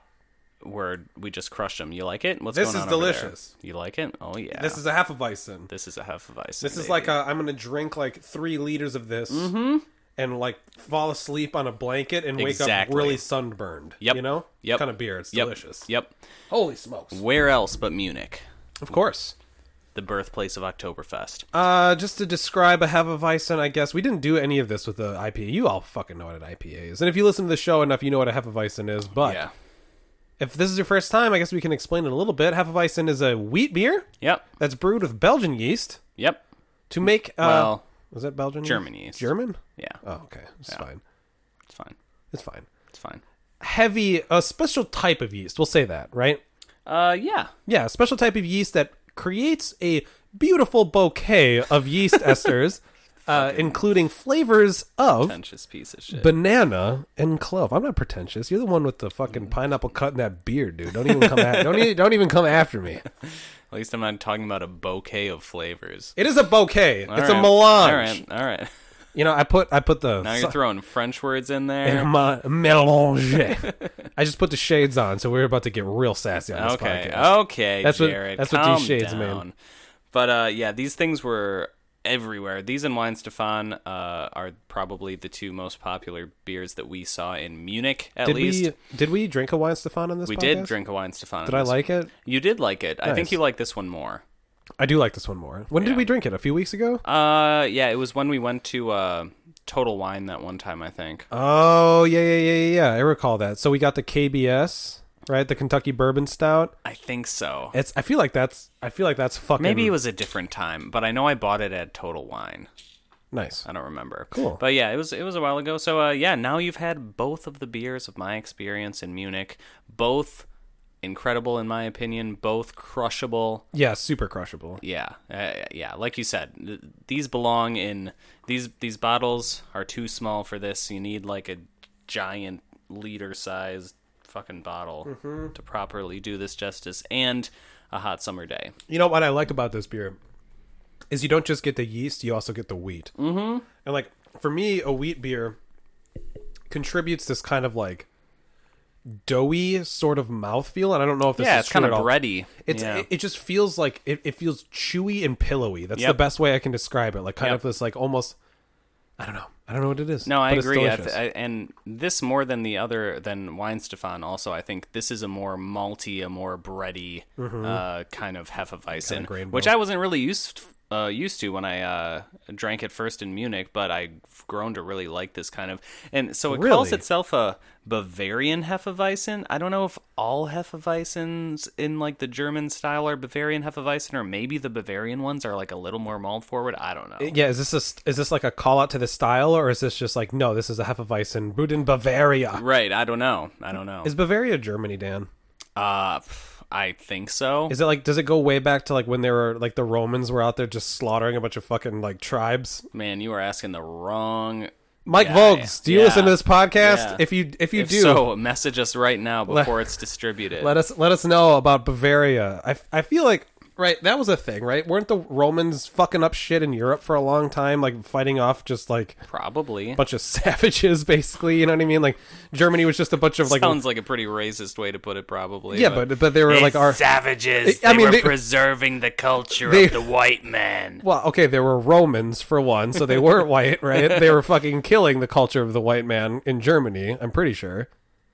[SPEAKER 2] where we just crushed them. You like it? What's
[SPEAKER 1] This
[SPEAKER 2] going
[SPEAKER 1] is
[SPEAKER 2] on over there?
[SPEAKER 1] delicious.
[SPEAKER 2] You like it? Oh yeah.
[SPEAKER 1] This is a half of Hefeweizen.
[SPEAKER 2] this is a Hefeweizen.
[SPEAKER 1] This is like
[SPEAKER 2] baby.
[SPEAKER 1] a, I'm gonna drink like three liters of this and like fall asleep on a blanket and wake
[SPEAKER 2] Exactly.
[SPEAKER 1] up really sunburned.
[SPEAKER 2] Yep.
[SPEAKER 1] You know?
[SPEAKER 2] Yep.
[SPEAKER 1] Kind of beer. It's
[SPEAKER 2] Yep.
[SPEAKER 1] delicious.
[SPEAKER 2] Yep.
[SPEAKER 1] Holy smokes.
[SPEAKER 2] Where else but Munich,
[SPEAKER 1] Of course.
[SPEAKER 2] the birthplace of Oktoberfest?
[SPEAKER 1] Uh, just to describe a Hefeweizen, I guess we didn't do any of this with the IPA. You all fucking know what an IPA is, and if you listen to the show enough, you know what a Hefeweizen is. But
[SPEAKER 2] yeah.
[SPEAKER 1] if this is your first time, I guess we can explain it a little bit. Hefeweizen is a wheat beer
[SPEAKER 2] Yep.
[SPEAKER 1] that's brewed with Belgian yeast
[SPEAKER 2] Yep.
[SPEAKER 1] to make. Uh,
[SPEAKER 2] Well,
[SPEAKER 1] was that Belgian?
[SPEAKER 2] German yeast.
[SPEAKER 1] German.
[SPEAKER 2] Yeah.
[SPEAKER 1] Oh, okay. It's fine.
[SPEAKER 2] It's fine.
[SPEAKER 1] It's fine.
[SPEAKER 2] It's fine.
[SPEAKER 1] Heavy, a special type of yeast. We'll say that, right?
[SPEAKER 2] Uh, yeah.
[SPEAKER 1] Yeah, a special type of yeast that creates a beautiful bouquet of
[SPEAKER 2] <laughs>
[SPEAKER 1] yeast esters, uh, including flavors of
[SPEAKER 2] Pretentious piece of shit.
[SPEAKER 1] banana and clove. I'm not pretentious. You're the one with the
[SPEAKER 2] Mm.
[SPEAKER 1] fucking pineapple cut in that beard, dude. Don't even come at, don't e- don't even come after me.
[SPEAKER 2] At least I'm not talking about a bouquet of flavors.
[SPEAKER 1] It is a bouquet.
[SPEAKER 2] All
[SPEAKER 1] it's a
[SPEAKER 2] right.
[SPEAKER 1] melange.
[SPEAKER 2] All right. All right.
[SPEAKER 1] You know, I put I put the
[SPEAKER 2] Now you're throwing French words in
[SPEAKER 1] in <laughs>
[SPEAKER 2] there.
[SPEAKER 1] my
[SPEAKER 2] <laughs>
[SPEAKER 1] melange. I just put the shades on, so we're about to get real sassy on this
[SPEAKER 2] Okay. Oh,
[SPEAKER 1] podcast.
[SPEAKER 2] Okay.
[SPEAKER 1] That's what-
[SPEAKER 2] Jared,
[SPEAKER 1] that's what these
[SPEAKER 2] calm
[SPEAKER 1] shades mean.
[SPEAKER 2] down. But uh, yeah, these things were everywhere. These and Wine Stefan uh, are probably the two most popular beers that we saw in Munich. At
[SPEAKER 1] Did
[SPEAKER 2] least
[SPEAKER 1] we did we drink a wine Stefan on this?
[SPEAKER 2] We
[SPEAKER 1] podcast?
[SPEAKER 2] did drink a Wine Stefan.
[SPEAKER 1] Did I like it?
[SPEAKER 2] You did like it. I think
[SPEAKER 1] Nice.
[SPEAKER 2] you like this one more.
[SPEAKER 1] I do like this one more. When did we drink it? A few weeks ago.
[SPEAKER 2] Uh, yeah, it was when we went to uh, Total Wine that one time. I think.
[SPEAKER 1] Oh yeah yeah yeah yeah. yeah. I recall that. So we got the KBS right, the Kentucky Bourbon Stout.
[SPEAKER 2] I think so.
[SPEAKER 1] It's I feel like that's I feel like that's fucking
[SPEAKER 2] Maybe it was a different time, but I know I bought it at Total Wine.
[SPEAKER 1] nice.
[SPEAKER 2] I don't remember.
[SPEAKER 1] Cool.
[SPEAKER 2] But yeah, it was it was a while ago. So uh, yeah, now you've had both of the beers of my experience in Munich. Both incredible in my opinion. Both crushable.
[SPEAKER 1] Yeah, super crushable.
[SPEAKER 2] Yeah, uh, yeah. Like you said, th- these belong in these these bottles are too small for this. You need like a giant liter sized fucking bottle
[SPEAKER 1] Mm-hmm.
[SPEAKER 2] to properly do this justice and a hot summer day.
[SPEAKER 1] You know what I like about this beer is you don't just get the yeast, you also get the wheat. Mm-hmm. And like for me, a wheat beer contributes this kind of like doughy sort of mouthfeel, and I don't know if this
[SPEAKER 2] yeah,
[SPEAKER 1] is
[SPEAKER 2] it's kind of
[SPEAKER 1] true at all.
[SPEAKER 2] bready.
[SPEAKER 1] It's
[SPEAKER 2] yeah.
[SPEAKER 1] it, it just feels like it, it feels chewy and pillowy. That's the
[SPEAKER 2] Yep.
[SPEAKER 1] best way I can describe it. Like kind
[SPEAKER 2] Yep.
[SPEAKER 1] of this like almost I don't know. I don't know what it is.
[SPEAKER 2] No, I
[SPEAKER 1] but it's
[SPEAKER 2] agree. I th-
[SPEAKER 1] delicious.
[SPEAKER 2] I, and this more than the other than Wine Stefan. Also, I think this is a more malty, a more bready
[SPEAKER 1] Mm-hmm.
[SPEAKER 2] uh, kind of hefeweizen,
[SPEAKER 1] grain
[SPEAKER 2] which
[SPEAKER 1] bill.
[SPEAKER 2] I wasn't really used uh, used to when I uh, drank it first in Munich. But I've grown to really like this kind of. And so it
[SPEAKER 1] Really?
[SPEAKER 2] calls itself a Bavarian hefeweizen. I don't know if all hefeweizens in like the German style are Bavarian hefeweizen, or maybe the Bavarian ones are like a little more malt forward. I don't know.
[SPEAKER 1] yeah, is this a, st- is this like a call out to the style, or is this just like no? This is a Hefeweizen brewed in Bavaria.
[SPEAKER 2] Right, I don't know. I don't know.
[SPEAKER 1] Is Bavaria Germany, Dan?
[SPEAKER 2] Uh, pff, I think so.
[SPEAKER 1] Is it like does it go way back to like when there were like the Romans were out there just slaughtering a bunch of fucking like tribes?
[SPEAKER 2] Man, you are asking the wrong.
[SPEAKER 1] Mike
[SPEAKER 2] guy.
[SPEAKER 1] Voges, do you
[SPEAKER 2] Yeah.
[SPEAKER 1] listen to this podcast?
[SPEAKER 2] Yeah.
[SPEAKER 1] If you if you
[SPEAKER 2] If
[SPEAKER 1] do,
[SPEAKER 2] so, message us right now before it's distributed.
[SPEAKER 1] let us let us know about Bavaria. I f- I feel like right that was a thing, right? Weren't the Romans fucking up shit in Europe for a long time, like fighting off just like
[SPEAKER 2] Probably.
[SPEAKER 1] a bunch of <laughs> savages, basically? You know what I mean? Like Germany was just a bunch of like
[SPEAKER 2] Sounds like a pretty racist way to put it, probably.
[SPEAKER 1] yeah, but but they were like our
[SPEAKER 5] savages.
[SPEAKER 1] I
[SPEAKER 5] They
[SPEAKER 1] mean,
[SPEAKER 5] were
[SPEAKER 1] they-
[SPEAKER 5] preserving the culture
[SPEAKER 1] they-
[SPEAKER 5] of the white man.
[SPEAKER 1] Well, okay, there were Romans for one, so they
[SPEAKER 2] <laughs>
[SPEAKER 1] weren't white, right? They were fucking killing the culture of the white man in Germany. I'm pretty sure.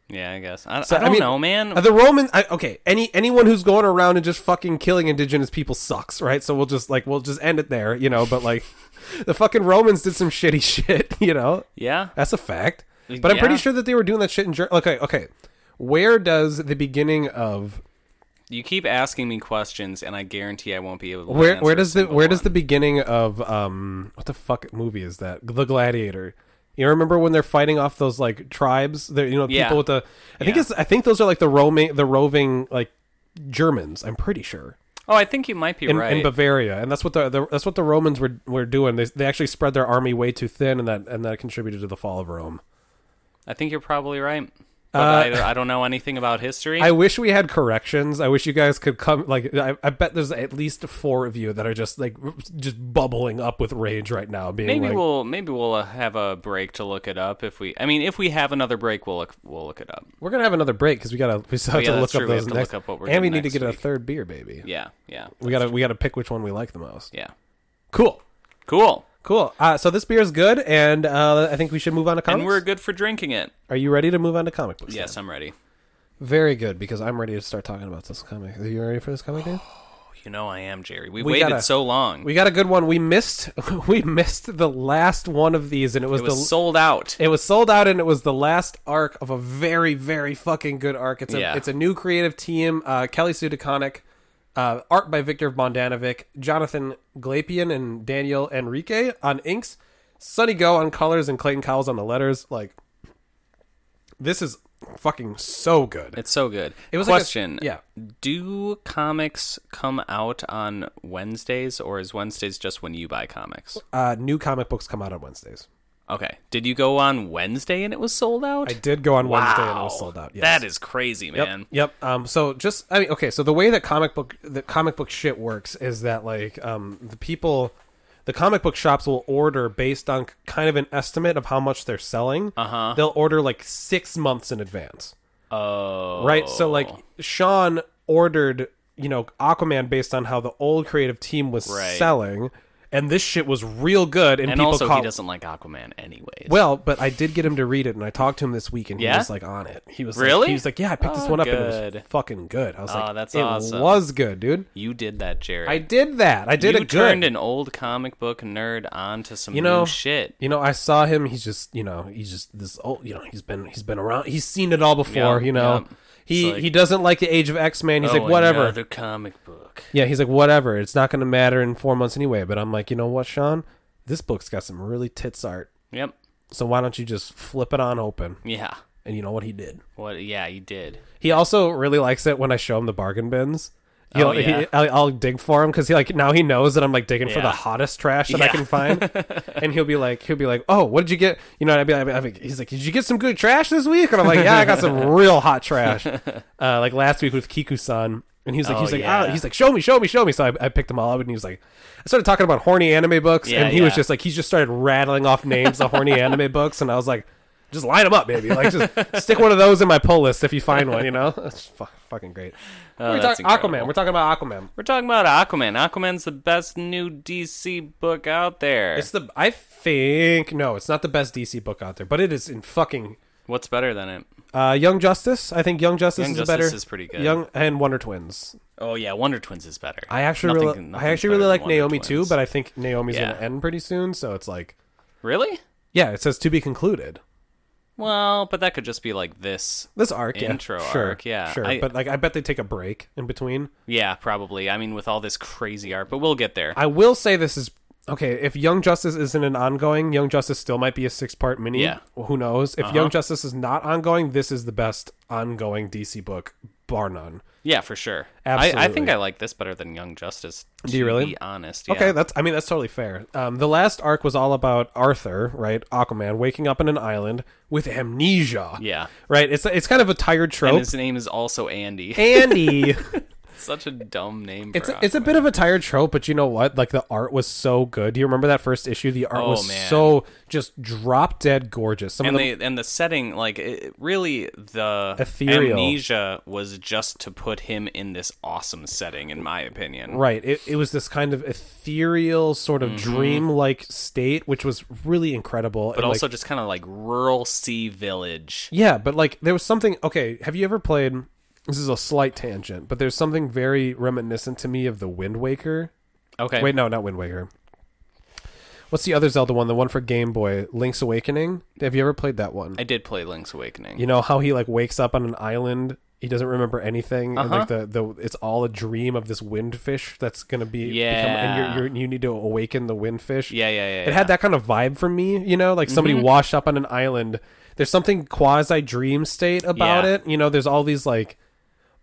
[SPEAKER 2] yeah, I guess. I,
[SPEAKER 1] So,
[SPEAKER 2] I don't
[SPEAKER 1] mean,
[SPEAKER 2] know, man.
[SPEAKER 1] uh, The Roman, I, okay, any anyone who's going around and just fucking killing indigenous people sucks, right? So we'll just like we'll just end it there, you know. But like, <laughs> the fucking Romans did some shitty <laughs> shit, you know.
[SPEAKER 2] yeah,
[SPEAKER 1] That's a fact. But I'm pretty
[SPEAKER 2] Yeah.
[SPEAKER 1] sure that they were doing that shit in Germany. Okay, okay. Where does the beginning of
[SPEAKER 2] you keep asking me questions, and I guarantee I won't be able. to
[SPEAKER 1] where
[SPEAKER 2] answer
[SPEAKER 1] where
[SPEAKER 2] a
[SPEAKER 1] does the
[SPEAKER 2] single
[SPEAKER 1] where does the
[SPEAKER 2] one.
[SPEAKER 1] beginning of um what the fuck movie is that the gladiator you remember when they're fighting off those like tribes they you know people
[SPEAKER 2] Yeah.
[SPEAKER 1] with the i think
[SPEAKER 2] Yeah.
[SPEAKER 1] it's i think those are like the roaming the roving like germans i'm pretty sure
[SPEAKER 2] Oh, I think you might be
[SPEAKER 1] in,
[SPEAKER 2] right.
[SPEAKER 1] in bavaria and that's what the, the that's what the romans were were doing they, they actually spread their army way too thin and that and that contributed to the fall of rome
[SPEAKER 2] I think you're probably right. but
[SPEAKER 1] Uh,
[SPEAKER 2] I, I don't know anything about history.
[SPEAKER 1] I wish we had corrections. I wish you guys could come. Like, I, I bet there's at least four of you that are just like just bubbling up with rage right now. Being
[SPEAKER 2] maybe
[SPEAKER 1] like,
[SPEAKER 2] we'll maybe we'll uh, have a break to look it up if we. I mean, if we have another break, we'll look, we'll look it up.
[SPEAKER 1] we're gonna have another break because we gotta we still have to
[SPEAKER 2] yeah,
[SPEAKER 1] look
[SPEAKER 2] that's
[SPEAKER 1] up
[SPEAKER 2] true. We
[SPEAKER 1] those
[SPEAKER 2] have to
[SPEAKER 1] next,
[SPEAKER 2] look up what we're
[SPEAKER 1] and we need
[SPEAKER 2] doing
[SPEAKER 1] to
[SPEAKER 2] next
[SPEAKER 1] get a
[SPEAKER 2] week.
[SPEAKER 1] third beer, baby.
[SPEAKER 2] Yeah, yeah,
[SPEAKER 1] we gotta we gotta pick which one we like the most.
[SPEAKER 2] yeah.
[SPEAKER 1] Cool,
[SPEAKER 2] Cool.
[SPEAKER 1] cool. Uh, so this beer is good, and uh, I think we should move on to comics.
[SPEAKER 2] And we're good for drinking it.
[SPEAKER 1] Are you ready to move on to comic books?
[SPEAKER 2] Yes, I'm ready.
[SPEAKER 1] then? very good because I'm ready to start talking about this comic. Are you ready for this comic? Dan?
[SPEAKER 2] You know I am, Jerry. We,
[SPEAKER 1] We
[SPEAKER 2] waited
[SPEAKER 1] gotta-
[SPEAKER 2] so long.
[SPEAKER 1] We got a good one. We missed <laughs> we missed the last one of these, and it was,
[SPEAKER 2] it was
[SPEAKER 1] the
[SPEAKER 2] sold out.
[SPEAKER 1] It was sold out, and it was the last arc of a very, very fucking good arc. It's a,
[SPEAKER 2] Yeah.
[SPEAKER 1] it's a new creative team. Uh, Kelly Sue DeConnick, uh, art by Victor Bondanovic, Jonathan Glapian, and Daniel Enrique on inks, Sonny Go on colors, and Clayton Cowles on the letters. Like, this is fucking so good.
[SPEAKER 2] It's so good. It
[SPEAKER 1] was like a-
[SPEAKER 2] question.
[SPEAKER 1] yeah.
[SPEAKER 2] Do comics come out on Wednesdays, or is Wednesdays just when you buy comics?
[SPEAKER 1] Uh, new comic books come out on Wednesdays.
[SPEAKER 2] Okay. Did you go on Wednesday and it was sold out?
[SPEAKER 1] I did go on Wednesday, and it
[SPEAKER 2] Wow.
[SPEAKER 1] was sold out. Yes.
[SPEAKER 2] That is crazy, man.
[SPEAKER 1] Yep. yep. Um, so just I mean, okay. So the way that comic book the comic book shit works is that like um, the people, the comic book shops will order based on kind of an estimate of how much they're selling. Uh
[SPEAKER 2] Uh-huh.
[SPEAKER 1] huh. They'll order like six months in advance.
[SPEAKER 2] Oh.
[SPEAKER 1] Right. So like Sean ordered you know Aquaman based on how the old creative team was
[SPEAKER 2] Right.
[SPEAKER 1] selling, and this shit was real good. And,
[SPEAKER 2] And
[SPEAKER 1] people
[SPEAKER 2] also,
[SPEAKER 1] caught-
[SPEAKER 2] he doesn't like Aquaman, anyways.
[SPEAKER 1] well, but I did get him to read it, and I talked to him this week, and he
[SPEAKER 2] Yeah?
[SPEAKER 1] was like on it. He was Like,
[SPEAKER 2] Really?
[SPEAKER 1] he was like, "Yeah, I picked this
[SPEAKER 2] Oh,
[SPEAKER 1] one up, and it was
[SPEAKER 2] good.
[SPEAKER 1] fucking good." I was like,
[SPEAKER 2] that's
[SPEAKER 1] it
[SPEAKER 2] awesome.
[SPEAKER 1] was good, dude."
[SPEAKER 2] you did that, Jerry.
[SPEAKER 1] I did that. I did
[SPEAKER 2] you
[SPEAKER 1] it good.
[SPEAKER 2] turned an old comic book nerd onto some
[SPEAKER 1] you know,
[SPEAKER 2] new shit.
[SPEAKER 1] You know, I saw him. He's just, you know, he's just this old. You know, he's been he's been around. He's seen it all before.
[SPEAKER 2] Yeah,
[SPEAKER 1] you know,
[SPEAKER 2] yeah.
[SPEAKER 1] he
[SPEAKER 2] It's like-
[SPEAKER 1] he doesn't like the Age of X Men. He's
[SPEAKER 2] Oh,
[SPEAKER 1] like, whatever.
[SPEAKER 2] Another comic book.
[SPEAKER 1] Yeah, he's like, whatever. It's not going to matter in four months anyway. But I'm like, you know what, Sean? This book's got some really tits art.
[SPEAKER 2] Yep.
[SPEAKER 1] So why don't you just flip it on open?
[SPEAKER 2] Yeah.
[SPEAKER 1] And you know what he did?
[SPEAKER 2] What? Yeah, you did.
[SPEAKER 1] He also really likes it when I show him the bargain bins. He'll,
[SPEAKER 2] Oh, yeah.
[SPEAKER 1] he, I'll, I'll dig for him because he like now he knows that I'm like digging for the
[SPEAKER 2] Yeah.
[SPEAKER 1] hottest trash that I
[SPEAKER 2] Yeah.
[SPEAKER 1] can find,
[SPEAKER 2] <laughs>
[SPEAKER 1] and he'll be like he'll be like, oh, what did you get? You know, and I'd be like, I'd be like- he's like, did you get some good trash this week? And I'm like, yeah, I got
[SPEAKER 2] <laughs>
[SPEAKER 1] some real hot trash, uh, like last week with Kiku-san. And he's like,
[SPEAKER 2] Oh,
[SPEAKER 1] he's like,
[SPEAKER 2] yeah.
[SPEAKER 1] ah, he's like, show me, show me, show me. So I, I picked them all up, and he was like, I started talking about horny anime books,
[SPEAKER 2] Yeah,
[SPEAKER 1] and he was
[SPEAKER 2] yeah.
[SPEAKER 1] just like, he just started rattling off names of horny anime books, and I was like, just line them up, baby. Like, just stick one of those in my pull list if you find one. You know, <laughs> that's fu- fucking great. We're
[SPEAKER 2] Oh, that's
[SPEAKER 1] talking Aquaman.
[SPEAKER 2] incredible.
[SPEAKER 1] We're talking about Aquaman.
[SPEAKER 2] We're talking about Aquaman. Aquaman's the best new DC book out there.
[SPEAKER 1] It's the I think no, it's not the best DC book out there, but it is in fucking
[SPEAKER 2] What's better than it?
[SPEAKER 1] uh, Young Justice. I think Young Justice
[SPEAKER 2] Young
[SPEAKER 1] is
[SPEAKER 2] Justice
[SPEAKER 1] better.
[SPEAKER 2] is pretty good.
[SPEAKER 1] Young and Wonder Twins.
[SPEAKER 2] Oh yeah, Wonder Twins is better.
[SPEAKER 1] I actually
[SPEAKER 2] Nothing-
[SPEAKER 1] really, I
[SPEAKER 2] nothing's
[SPEAKER 1] actually
[SPEAKER 2] better
[SPEAKER 1] really
[SPEAKER 2] than
[SPEAKER 1] like
[SPEAKER 2] Wonder
[SPEAKER 1] Naomi too,
[SPEAKER 2] Twins.
[SPEAKER 1] but I think Naomi's
[SPEAKER 2] Yeah.
[SPEAKER 1] gonna end pretty soon, so it's like
[SPEAKER 2] really?
[SPEAKER 1] yeah, it says to be concluded.
[SPEAKER 2] Well, but that could just be like this.
[SPEAKER 1] This arc, yeah,
[SPEAKER 2] Intro
[SPEAKER 1] sure,
[SPEAKER 2] arc, yeah.
[SPEAKER 1] sure.
[SPEAKER 2] I-
[SPEAKER 1] but like, I bet they take a break in between.
[SPEAKER 2] Yeah, probably. I mean, with all this crazy art, but we'll get there.
[SPEAKER 1] I will say this is okay. If Young Justice isn't an ongoing, Young Justice still might be a six part mini.
[SPEAKER 2] Yeah. Uh-huh.
[SPEAKER 1] Who knows? If Young Justice is not ongoing, this is the best ongoing DC book, bar none.
[SPEAKER 2] yeah, for sure. I, I
[SPEAKER 1] Absolutely.
[SPEAKER 2] think I like this better than Young Justice.
[SPEAKER 1] Do you
[SPEAKER 2] to
[SPEAKER 1] really?
[SPEAKER 2] Be honest.
[SPEAKER 1] Okay,
[SPEAKER 2] yeah.
[SPEAKER 1] that's I mean that's totally fair. Um, the last arc was all about Arthur, right? Aquaman waking up in an island with amnesia.
[SPEAKER 2] Yeah.
[SPEAKER 1] Right. It's it's kind of a tired
[SPEAKER 2] And
[SPEAKER 1] trope.
[SPEAKER 2] his name is also Andy. <laughs>
[SPEAKER 1] Andy.
[SPEAKER 2] Such a dumb name. For
[SPEAKER 1] It's a, it's a bit of a tired trope, but you know what? Like the art was so good. Do you remember that first issue? The art
[SPEAKER 2] Oh,
[SPEAKER 1] was
[SPEAKER 2] man.
[SPEAKER 1] so just drop dead gorgeous. Some
[SPEAKER 2] and
[SPEAKER 1] of the
[SPEAKER 2] they and the setting like it, really the
[SPEAKER 1] Ethereal.
[SPEAKER 2] amnesia was just to put him in this awesome setting in my opinion
[SPEAKER 1] Right. It, it was this kind of ethereal, sort of dream-like state, which was really incredible.
[SPEAKER 2] Mm-hmm. but also just kind of like rural sea village
[SPEAKER 1] yeah. But like, there was something. Okay, have you ever played? This is a slight tangent, but there's something very reminiscent to me of the Wind Waker.
[SPEAKER 2] okay
[SPEAKER 1] Wait, no, not Wind Waker. What's the other Zelda one? The one for Game Boy, Link's Awakening. Have you ever played that one?
[SPEAKER 2] i did play link's awakening
[SPEAKER 1] you know how he like wakes up on an island. He doesn't remember anything, and
[SPEAKER 2] Uh-huh.
[SPEAKER 1] like the, the it's all a dream of this windfish that's gonna be
[SPEAKER 2] Yeah.
[SPEAKER 1] and you're, you're, you need to awaken the windfish.
[SPEAKER 2] yeah Mm-hmm. yeah yeah,
[SPEAKER 1] It had that kind of vibe for me, you know, like somebody washed up on an island. There's something quasi dream state about
[SPEAKER 2] Yeah.
[SPEAKER 1] it. You know, there's all these like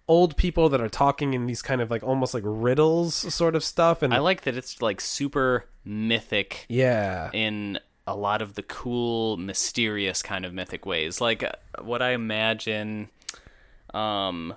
[SPEAKER 1] old people that are talking in these kind of like almost like riddles sort of stuff and
[SPEAKER 2] i like that it's like super mythic
[SPEAKER 1] yeah.
[SPEAKER 2] in a lot of the cool, mysterious kind of mythic ways. Like uh, what I imagine um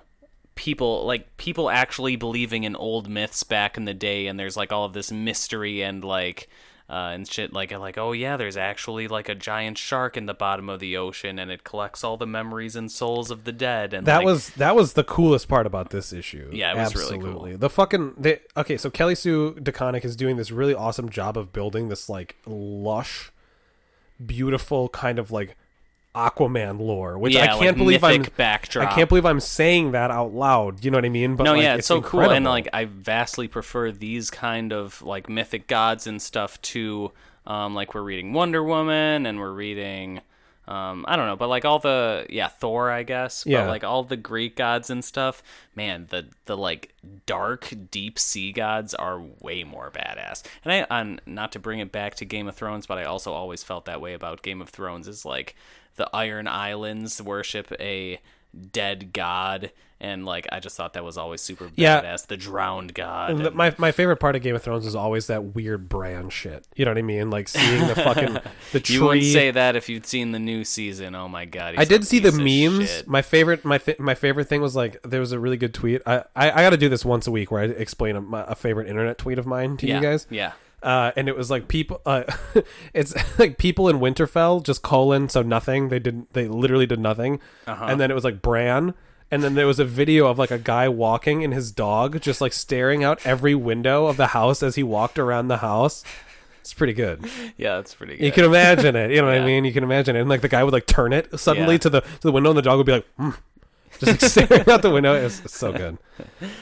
[SPEAKER 2] people like people actually believing in old myths back in the day and there's like all of this mystery and like uh, and shit like like oh yeah there's actually like a giant shark in the bottom of the ocean and it collects all the memories and souls of the dead and
[SPEAKER 1] That
[SPEAKER 2] like,
[SPEAKER 1] was that was the coolest part about this issue.
[SPEAKER 2] Yeah, it was really
[SPEAKER 1] absolutely.
[SPEAKER 2] cool.
[SPEAKER 1] The fucking they, okay. So Kelly Sue DeConnick is doing this really awesome job of building this like lush, beautiful kind of like Aquaman lore, which
[SPEAKER 2] Yeah,
[SPEAKER 1] I
[SPEAKER 2] like,
[SPEAKER 1] can't believe I'm
[SPEAKER 2] mythic backdrop.
[SPEAKER 1] I can't believe I'm saying that out loud. You know what I mean? But
[SPEAKER 2] no
[SPEAKER 1] like,
[SPEAKER 2] yeah it's, so cool and
[SPEAKER 1] incredible.
[SPEAKER 2] like i vastly prefer these kind of like mythic gods and stuff to um like we're reading wonder woman and we're reading um i don't know but like all the yeah thor i guess
[SPEAKER 1] Yeah.
[SPEAKER 2] but like all the greek gods and stuff man the the like dark deep sea gods are way more badass and i on not to bring it back to game of thrones but i also always felt that way about game of thrones is like the Iron Islands worship a dead god, and like I just thought that was always super badass.
[SPEAKER 1] Yeah.
[SPEAKER 2] The drowned god.
[SPEAKER 1] And the-
[SPEAKER 2] and-
[SPEAKER 1] my my favorite part of Game of Thrones is always that weird brand shit. You know what I mean? Like seeing the
[SPEAKER 2] <laughs>
[SPEAKER 1] fucking the tree.
[SPEAKER 2] you wouldn't say that if you'd seen the new season. Oh my god! he's
[SPEAKER 1] I did
[SPEAKER 2] a
[SPEAKER 1] see the
[SPEAKER 2] piece of
[SPEAKER 1] memes.
[SPEAKER 2] shit.
[SPEAKER 1] My favorite, my fa- my favorite thing was like there was a really good tweet. I I, I got to do this once a week where I explain a, my, a favorite internet tweet of mine to
[SPEAKER 2] yeah,
[SPEAKER 1] you guys.
[SPEAKER 2] Yeah.
[SPEAKER 1] Uh, and it was like people. Uh, <laughs> it's like people in Winterfell just colon so nothing. They didn't. They literally did nothing.
[SPEAKER 2] Uh-huh.
[SPEAKER 1] And then it was like Bran. And then there was a video of like a guy walking and his dog just like staring out every window of the house as he walked around the house. It's pretty good.
[SPEAKER 2] Yeah, that's pretty good.
[SPEAKER 1] You can imagine it. You know what I
[SPEAKER 2] Yeah.
[SPEAKER 1] mean? You can imagine it. And like the guy would like turn it suddenly
[SPEAKER 2] Yeah.
[SPEAKER 1] to the to the window, and the dog would be like, "Mm." just like <laughs> staring out the window. It was it's so good.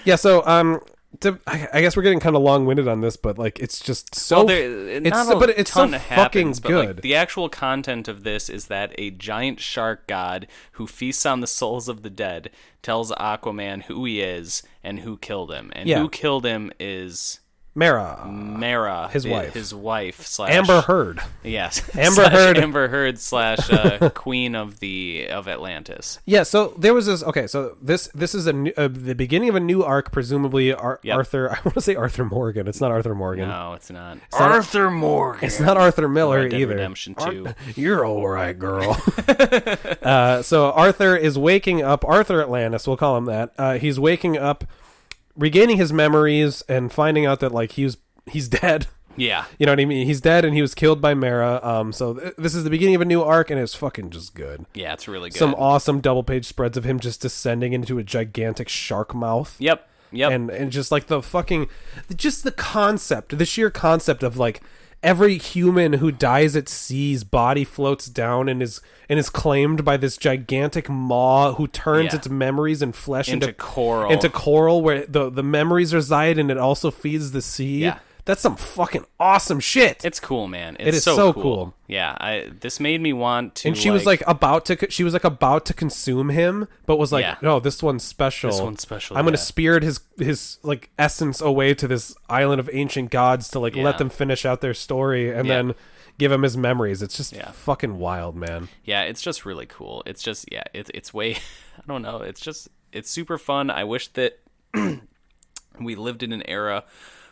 [SPEAKER 1] Yeah. So um, to, I, I guess we're getting kind of long winded on this, but like it's just so.
[SPEAKER 2] Well, there, uh,
[SPEAKER 1] it's
[SPEAKER 2] not
[SPEAKER 1] so-
[SPEAKER 2] a
[SPEAKER 1] but it's so
[SPEAKER 2] ton
[SPEAKER 1] fucking
[SPEAKER 2] happens, but, like,
[SPEAKER 1] good.
[SPEAKER 2] the actual content of this is that a giant shark god who feasts on the souls of the dead tells Aquaman who he is and who killed him, and
[SPEAKER 1] Yeah.
[SPEAKER 2] who killed him is
[SPEAKER 1] Mara,
[SPEAKER 2] Mara,
[SPEAKER 1] his
[SPEAKER 2] i-
[SPEAKER 1] wife.
[SPEAKER 2] his wife slash <laughs>
[SPEAKER 1] Amber Heard.
[SPEAKER 2] yes,
[SPEAKER 1] Amber
[SPEAKER 2] slash
[SPEAKER 1] Heard.
[SPEAKER 2] Amber Heard
[SPEAKER 1] <laughs>
[SPEAKER 2] slash uh, Queen of the of Atlantis.
[SPEAKER 1] Yeah. So there was this. Okay. So this this is a new, uh, the beginning of a new arc, presumably Ar-
[SPEAKER 2] Yep.
[SPEAKER 1] Arthur. <laughs> I want to say Arthur Morgan. It's not Arthur Morgan.
[SPEAKER 2] No, it's not.
[SPEAKER 5] Arthur Morgan.
[SPEAKER 1] It's not Arthur Miller
[SPEAKER 2] Red Dead
[SPEAKER 1] either.
[SPEAKER 2] Redemption Two.
[SPEAKER 1] You're all right, girl. <laughs> uh, so Arthur is waking up. Arthur Atlantis, we'll call him that. Uh, he's waking up, regaining his memories, and finding out that like he's he's dead. <laughs>
[SPEAKER 2] Yeah,
[SPEAKER 1] You know what I mean? He's dead, and he was killed by Mara. Um, so th- this is the beginning of a new arc, and it's fucking just good.
[SPEAKER 2] yeah, it's really good.
[SPEAKER 1] Some awesome double page spreads of him just descending into a gigantic shark mouth
[SPEAKER 2] yep, yep.
[SPEAKER 1] and and just like the fucking just the concept the sheer concept of like every human who dies at sea's body floats down and is and is claimed by this gigantic maw who turns
[SPEAKER 2] Yeah.
[SPEAKER 1] its memories and flesh into,
[SPEAKER 2] Into coral.
[SPEAKER 1] into coral where the the memories reside and it also feeds the sea
[SPEAKER 2] Yeah.
[SPEAKER 1] that's some fucking awesome shit
[SPEAKER 2] It's cool, man. It's
[SPEAKER 1] is
[SPEAKER 2] so,
[SPEAKER 1] so
[SPEAKER 2] cool.
[SPEAKER 1] cool.
[SPEAKER 2] Yeah, I this made me want to.
[SPEAKER 1] and she was like about to co- she was like about to consume him but was like
[SPEAKER 2] Yeah.
[SPEAKER 1] no this one's special
[SPEAKER 2] This one's special,
[SPEAKER 1] i'm gonna
[SPEAKER 2] yeah."
[SPEAKER 1] spirit his his like essence away to this island of ancient gods to like
[SPEAKER 2] Yeah.
[SPEAKER 1] let them finish out their story and
[SPEAKER 2] Yeah.
[SPEAKER 1] then give him his memories it's just
[SPEAKER 2] Yeah.
[SPEAKER 1] fucking wild man
[SPEAKER 2] yeah, it's just really cool. It's just yeah, it's it's way. <laughs> I don't know. It's just it's super fun. I wish that <clears throat> we lived in an era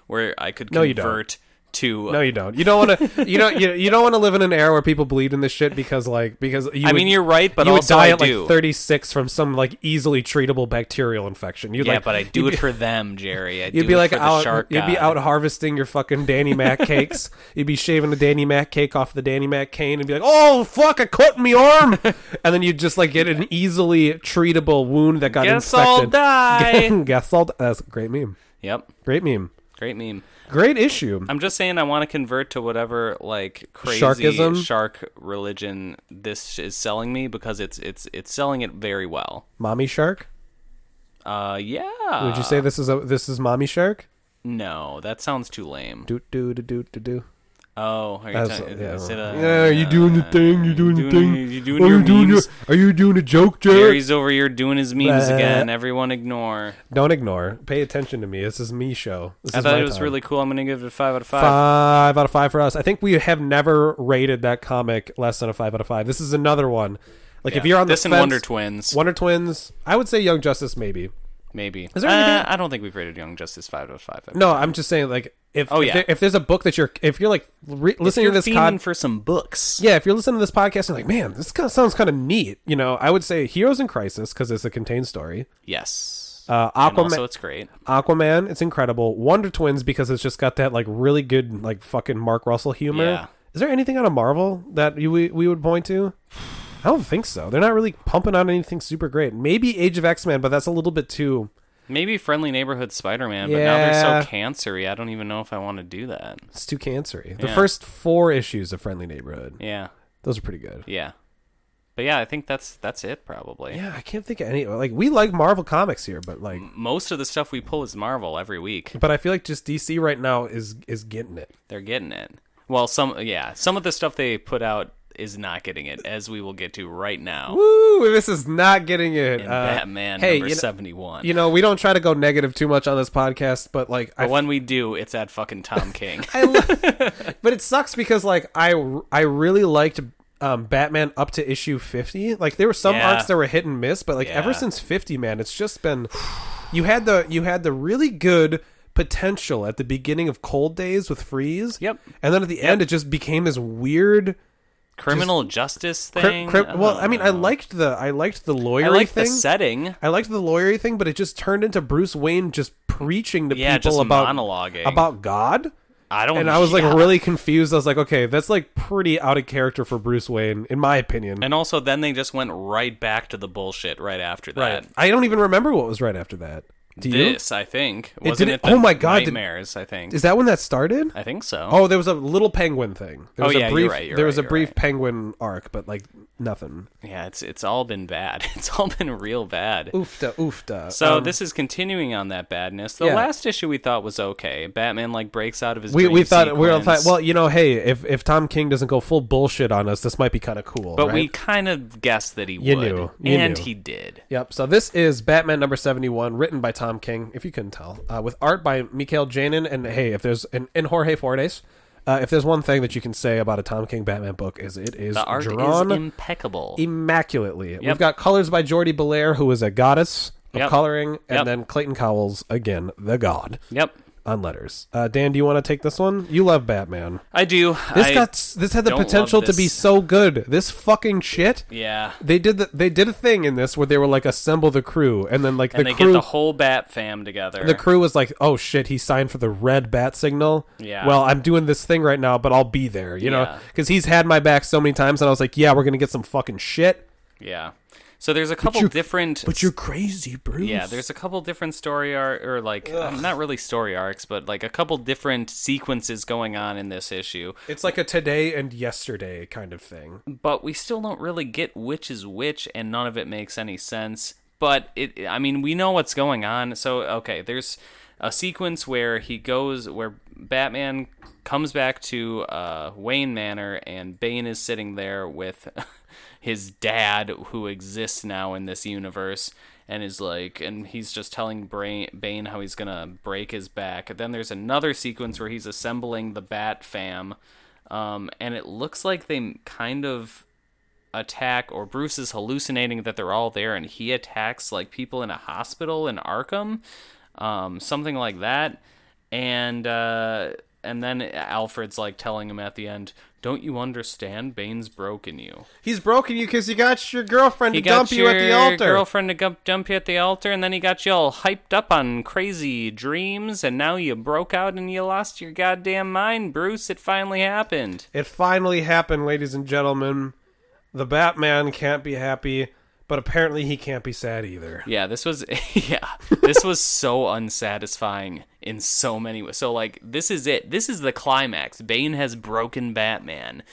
[SPEAKER 2] where I could
[SPEAKER 1] No, you don't.
[SPEAKER 2] convert to.
[SPEAKER 1] no you don't you don't want to you don't you, you don't want to live in an era where people believed in this shit because like because you
[SPEAKER 2] I
[SPEAKER 1] would-
[SPEAKER 2] mean, you're right, but
[SPEAKER 1] you would
[SPEAKER 2] also
[SPEAKER 1] die
[SPEAKER 2] I
[SPEAKER 1] at
[SPEAKER 2] do.
[SPEAKER 1] like 36 from some like easily treatable bacterial infection you'd
[SPEAKER 2] yeah,
[SPEAKER 1] like
[SPEAKER 2] but I do it for them, Jerry.
[SPEAKER 1] <laughs>
[SPEAKER 2] I
[SPEAKER 1] You'd
[SPEAKER 2] do
[SPEAKER 1] be
[SPEAKER 2] it
[SPEAKER 1] like
[SPEAKER 2] for the
[SPEAKER 1] out.
[SPEAKER 2] shark
[SPEAKER 1] you'd be out
[SPEAKER 2] god.
[SPEAKER 1] harvesting your fucking Danny
[SPEAKER 2] <laughs>
[SPEAKER 1] Mac cakes. you'd be shaving the Danny Mac cake off the Danny Mac cane and be like, "Oh fuck, I cut me
[SPEAKER 2] <laughs>
[SPEAKER 1] arm," and then you'd just like get an easily treatable wound that got
[SPEAKER 2] Guess I'll
[SPEAKER 1] infected. <laughs>
[SPEAKER 2] die.
[SPEAKER 1] Guess I'll die. That's a great meme.
[SPEAKER 2] yep,
[SPEAKER 1] Great meme.
[SPEAKER 2] great meme.
[SPEAKER 1] Great issue.
[SPEAKER 2] I'm just saying I want to convert to whatever like crazy
[SPEAKER 1] Sharkism?
[SPEAKER 2] shark religion this is selling me because it's it's it's selling it very well.
[SPEAKER 1] Mommy Shark.
[SPEAKER 2] Uh yeah.
[SPEAKER 1] Would you
[SPEAKER 2] uh,
[SPEAKER 1] say this is a this is Mommy Shark?
[SPEAKER 2] No, that sounds too lame.
[SPEAKER 1] Do do do do do do.
[SPEAKER 2] Oh, are you
[SPEAKER 1] That's-
[SPEAKER 2] ta-
[SPEAKER 1] yeah,
[SPEAKER 2] is it
[SPEAKER 1] right.
[SPEAKER 2] a- uh,
[SPEAKER 1] Yeah, are you doing the thing? You doing the
[SPEAKER 2] doing-
[SPEAKER 1] thing?
[SPEAKER 2] you doing
[SPEAKER 1] Are
[SPEAKER 2] your
[SPEAKER 1] you doing eh?
[SPEAKER 2] memes?
[SPEAKER 1] Are you doing a joke, Jerry?
[SPEAKER 2] Jerry's over here doing his memes
[SPEAKER 1] Blah.
[SPEAKER 2] again. Everyone ignore.
[SPEAKER 1] Don't ignore. Pay attention to me. This is me show. This
[SPEAKER 2] I
[SPEAKER 1] is
[SPEAKER 2] thought
[SPEAKER 1] my
[SPEAKER 2] it was
[SPEAKER 1] time.
[SPEAKER 2] really cool. I'm gonna give it a five out of five.
[SPEAKER 1] five out of five for us. I think we have never rated that comic less than a five out of five. This is another one. Like if
[SPEAKER 2] Yeah.
[SPEAKER 1] you're on
[SPEAKER 2] this
[SPEAKER 1] the
[SPEAKER 2] and
[SPEAKER 1] fence,
[SPEAKER 2] Wonder Twins.
[SPEAKER 1] Wonder Twins. I would say Young Justice maybe.
[SPEAKER 2] Maybe.
[SPEAKER 1] there
[SPEAKER 2] Uh,
[SPEAKER 1] anything-
[SPEAKER 2] I don't think we've rated Young Justice five out of five.
[SPEAKER 1] No, I'm just saying like if
[SPEAKER 2] Oh,
[SPEAKER 1] if,
[SPEAKER 2] yeah.
[SPEAKER 1] there- if there's a book that you're if you're like re- listening
[SPEAKER 2] you're
[SPEAKER 1] to this
[SPEAKER 2] fiending
[SPEAKER 1] con-
[SPEAKER 2] for some books.
[SPEAKER 1] yeah, if you're listening to this podcast and like, man, this kind of sounds kind of neat, you know, I would say Heroes in Crisis because it's a contained story.
[SPEAKER 2] Yes.
[SPEAKER 1] Uh,
[SPEAKER 2] And
[SPEAKER 1] Aquaman,
[SPEAKER 2] also, it's great.
[SPEAKER 1] Aquaman, it's incredible. Wonder Twins because it's just got that like really good like fucking Mark Russell humor.
[SPEAKER 2] Yeah.
[SPEAKER 1] Is there anything out of Marvel that you, we we would point to? I don't think so. They're not really pumping out anything super great. Maybe Age of X Men, but that's a little bit too.
[SPEAKER 2] Maybe Friendly Neighborhood Spider Man, but now they're
[SPEAKER 1] Yeah.
[SPEAKER 2] so cancery. I don't even know if I want to do that.
[SPEAKER 1] It's too cancery. The
[SPEAKER 2] Yeah.
[SPEAKER 1] first four issues of Friendly Neighborhood,
[SPEAKER 2] Yeah.
[SPEAKER 1] those are pretty good.
[SPEAKER 2] Yeah. But yeah, I think that's that's it probably.
[SPEAKER 1] Yeah, I can't think of any. Like we like Marvel comics here, but like,
[SPEAKER 2] Most of the stuff we pull is Marvel every week.
[SPEAKER 1] but I feel like just DC right now is is getting it.
[SPEAKER 2] They're getting it. Well, some yeah, some of the stuff they put out is not getting it, as we will get to right now.
[SPEAKER 1] Woo! This is not getting it.
[SPEAKER 2] in
[SPEAKER 1] Uh,
[SPEAKER 2] Batman
[SPEAKER 1] hey,
[SPEAKER 2] number
[SPEAKER 1] you know-
[SPEAKER 2] seventy one.
[SPEAKER 1] You know, we don't try to go negative too much on this podcast, but like, I,
[SPEAKER 2] but when we do, it's at fucking Tom King.
[SPEAKER 1] <laughs> I lo- but it sucks because like I I really liked um, Batman up to issue fifty. Like there were some
[SPEAKER 2] Yeah.
[SPEAKER 1] arcs that were hit and miss, but like ever
[SPEAKER 2] Yeah.
[SPEAKER 1] since fifty, man, it's just been you had the you had the really good potential at the beginning of Cold Days with Freeze.
[SPEAKER 2] Yep.
[SPEAKER 1] and then at the end, it just became this weird.
[SPEAKER 2] Criminal justice
[SPEAKER 1] cri-
[SPEAKER 2] thing.
[SPEAKER 1] cri- well,
[SPEAKER 2] don't
[SPEAKER 1] I mean, I
[SPEAKER 2] know.
[SPEAKER 1] liked the I liked the lawyer
[SPEAKER 2] I like
[SPEAKER 1] thing.
[SPEAKER 2] the setting.
[SPEAKER 1] I liked the lawyer thing, but it just turned into Bruce Wayne just preaching to
[SPEAKER 2] Yeah,
[SPEAKER 1] people
[SPEAKER 2] just
[SPEAKER 1] about
[SPEAKER 2] monologuing.
[SPEAKER 1] about God.
[SPEAKER 2] I don't.
[SPEAKER 1] And I was like
[SPEAKER 2] Oh, yeah.
[SPEAKER 1] really confused. I was like, okay, that's like pretty out of character for Bruce Wayne, in my opinion.
[SPEAKER 2] And also, then they just went right back to the bullshit right after that.
[SPEAKER 1] I don't even remember what was right after that. Do you?
[SPEAKER 2] This, I think, wasn't
[SPEAKER 1] didn't-
[SPEAKER 2] it? the
[SPEAKER 1] oh my God, did-
[SPEAKER 2] nightmares. I think.
[SPEAKER 1] Is that when that started?
[SPEAKER 2] I think so.
[SPEAKER 1] Oh, there was a little penguin thing. There
[SPEAKER 2] Oh,
[SPEAKER 1] was
[SPEAKER 2] yeah,
[SPEAKER 1] a
[SPEAKER 2] you're
[SPEAKER 1] brief,
[SPEAKER 2] right, you're
[SPEAKER 1] There was
[SPEAKER 2] right,
[SPEAKER 1] a
[SPEAKER 2] you're
[SPEAKER 1] brief
[SPEAKER 2] right.
[SPEAKER 1] penguin arc, but like nothing.
[SPEAKER 2] Yeah, it's it's all been bad. <laughs> It's all been real bad.
[SPEAKER 1] Oofda, oofda.
[SPEAKER 2] So
[SPEAKER 1] Um,
[SPEAKER 2] this is continuing on that badness. The
[SPEAKER 1] yeah.
[SPEAKER 2] last issue we thought was okay. Batman like breaks out of his.
[SPEAKER 1] we,
[SPEAKER 2] dream
[SPEAKER 1] we thought we all
[SPEAKER 2] sequence,
[SPEAKER 1] thought well, you know, hey, if if Tom King doesn't go full bullshit on us, this might be kind of cool.
[SPEAKER 2] but
[SPEAKER 1] right?
[SPEAKER 2] we kind of guessed that he
[SPEAKER 1] You
[SPEAKER 2] would,
[SPEAKER 1] knew. You
[SPEAKER 2] and
[SPEAKER 1] knew.
[SPEAKER 2] he did.
[SPEAKER 1] Yep. So this is Batman number seventy-one, written by Tom King, if you couldn't tell, uh, with art by Mikael Janin. And hey, if there's and, and Jorge Fordes, uh, if there's one thing that you can say about a Tom King Batman book is it is
[SPEAKER 2] The art
[SPEAKER 1] drawn
[SPEAKER 2] is impeccable.
[SPEAKER 1] immaculately. We've got colors by Jordi Belair, who is a goddess of
[SPEAKER 2] Yep.
[SPEAKER 1] coloring, and
[SPEAKER 2] Yep.
[SPEAKER 1] then Clayton Cowles, again the god
[SPEAKER 2] yep,
[SPEAKER 1] on letters. Uh, Dan, do you want to take this one? You love Batman.
[SPEAKER 2] I do.
[SPEAKER 1] This
[SPEAKER 2] I,
[SPEAKER 1] got s- this had the
[SPEAKER 2] don't love
[SPEAKER 1] potential to be
[SPEAKER 2] this.
[SPEAKER 1] so good. This fucking shit
[SPEAKER 2] yeah.
[SPEAKER 1] they did the, they did a thing in this where they were like assemble the crew and then like
[SPEAKER 2] And
[SPEAKER 1] the
[SPEAKER 2] they
[SPEAKER 1] crew
[SPEAKER 2] get the whole Bat fam together.
[SPEAKER 1] the crew was like oh shit he signed for the red bat signal
[SPEAKER 2] Yeah.
[SPEAKER 1] well i'm doing this thing right now but i'll be there you know
[SPEAKER 2] Yeah.
[SPEAKER 1] because he's had my back so many times and i was like yeah we're gonna get some fucking shit
[SPEAKER 2] yeah. So there's a couple
[SPEAKER 1] you're-
[SPEAKER 2] different.
[SPEAKER 1] but you're crazy bruce
[SPEAKER 2] Yeah, there's a couple different story arc, or like um, not really story arcs, but like a couple different sequences going on in this issue.
[SPEAKER 1] it's like a today and yesterday kind of thing
[SPEAKER 2] But we still don't really get which is which, and none of it makes any sense. But it, I mean, we know what's going on. So okay, there's a sequence where he goes where Batman comes back to uh, Wayne Manor, and Bane is sitting there with <laughs> his dad, who exists now in this universe and is like, and he's just telling Brain, Bane how he's gonna break his back. Then there's another sequence where he's assembling the Bat Fam, um, and it looks like they kind of attack, or Bruce is hallucinating that they're all there, and he attacks like people in a hospital in Arkham, um, something like that, and uh, and then Alfred's like telling him at the end. Don't you understand? Bane's broken you.
[SPEAKER 1] he's broken you because you got your girlfriend
[SPEAKER 2] He
[SPEAKER 1] to dump
[SPEAKER 2] got
[SPEAKER 1] you
[SPEAKER 2] your
[SPEAKER 1] at the altar
[SPEAKER 2] girlfriend to gu- dump you at the altar, and then he got you all hyped up on crazy dreams, and now you broke out and you lost your goddamn mind, Bruce. It finally happened.
[SPEAKER 1] It finally happened, ladies and gentlemen. The Batman can't be happy, but apparently he can't be sad either.
[SPEAKER 2] Yeah, this was <laughs> yeah, this was so unsatisfying in so many ways. So like, this is it. This is the climax. Bane has broken Batman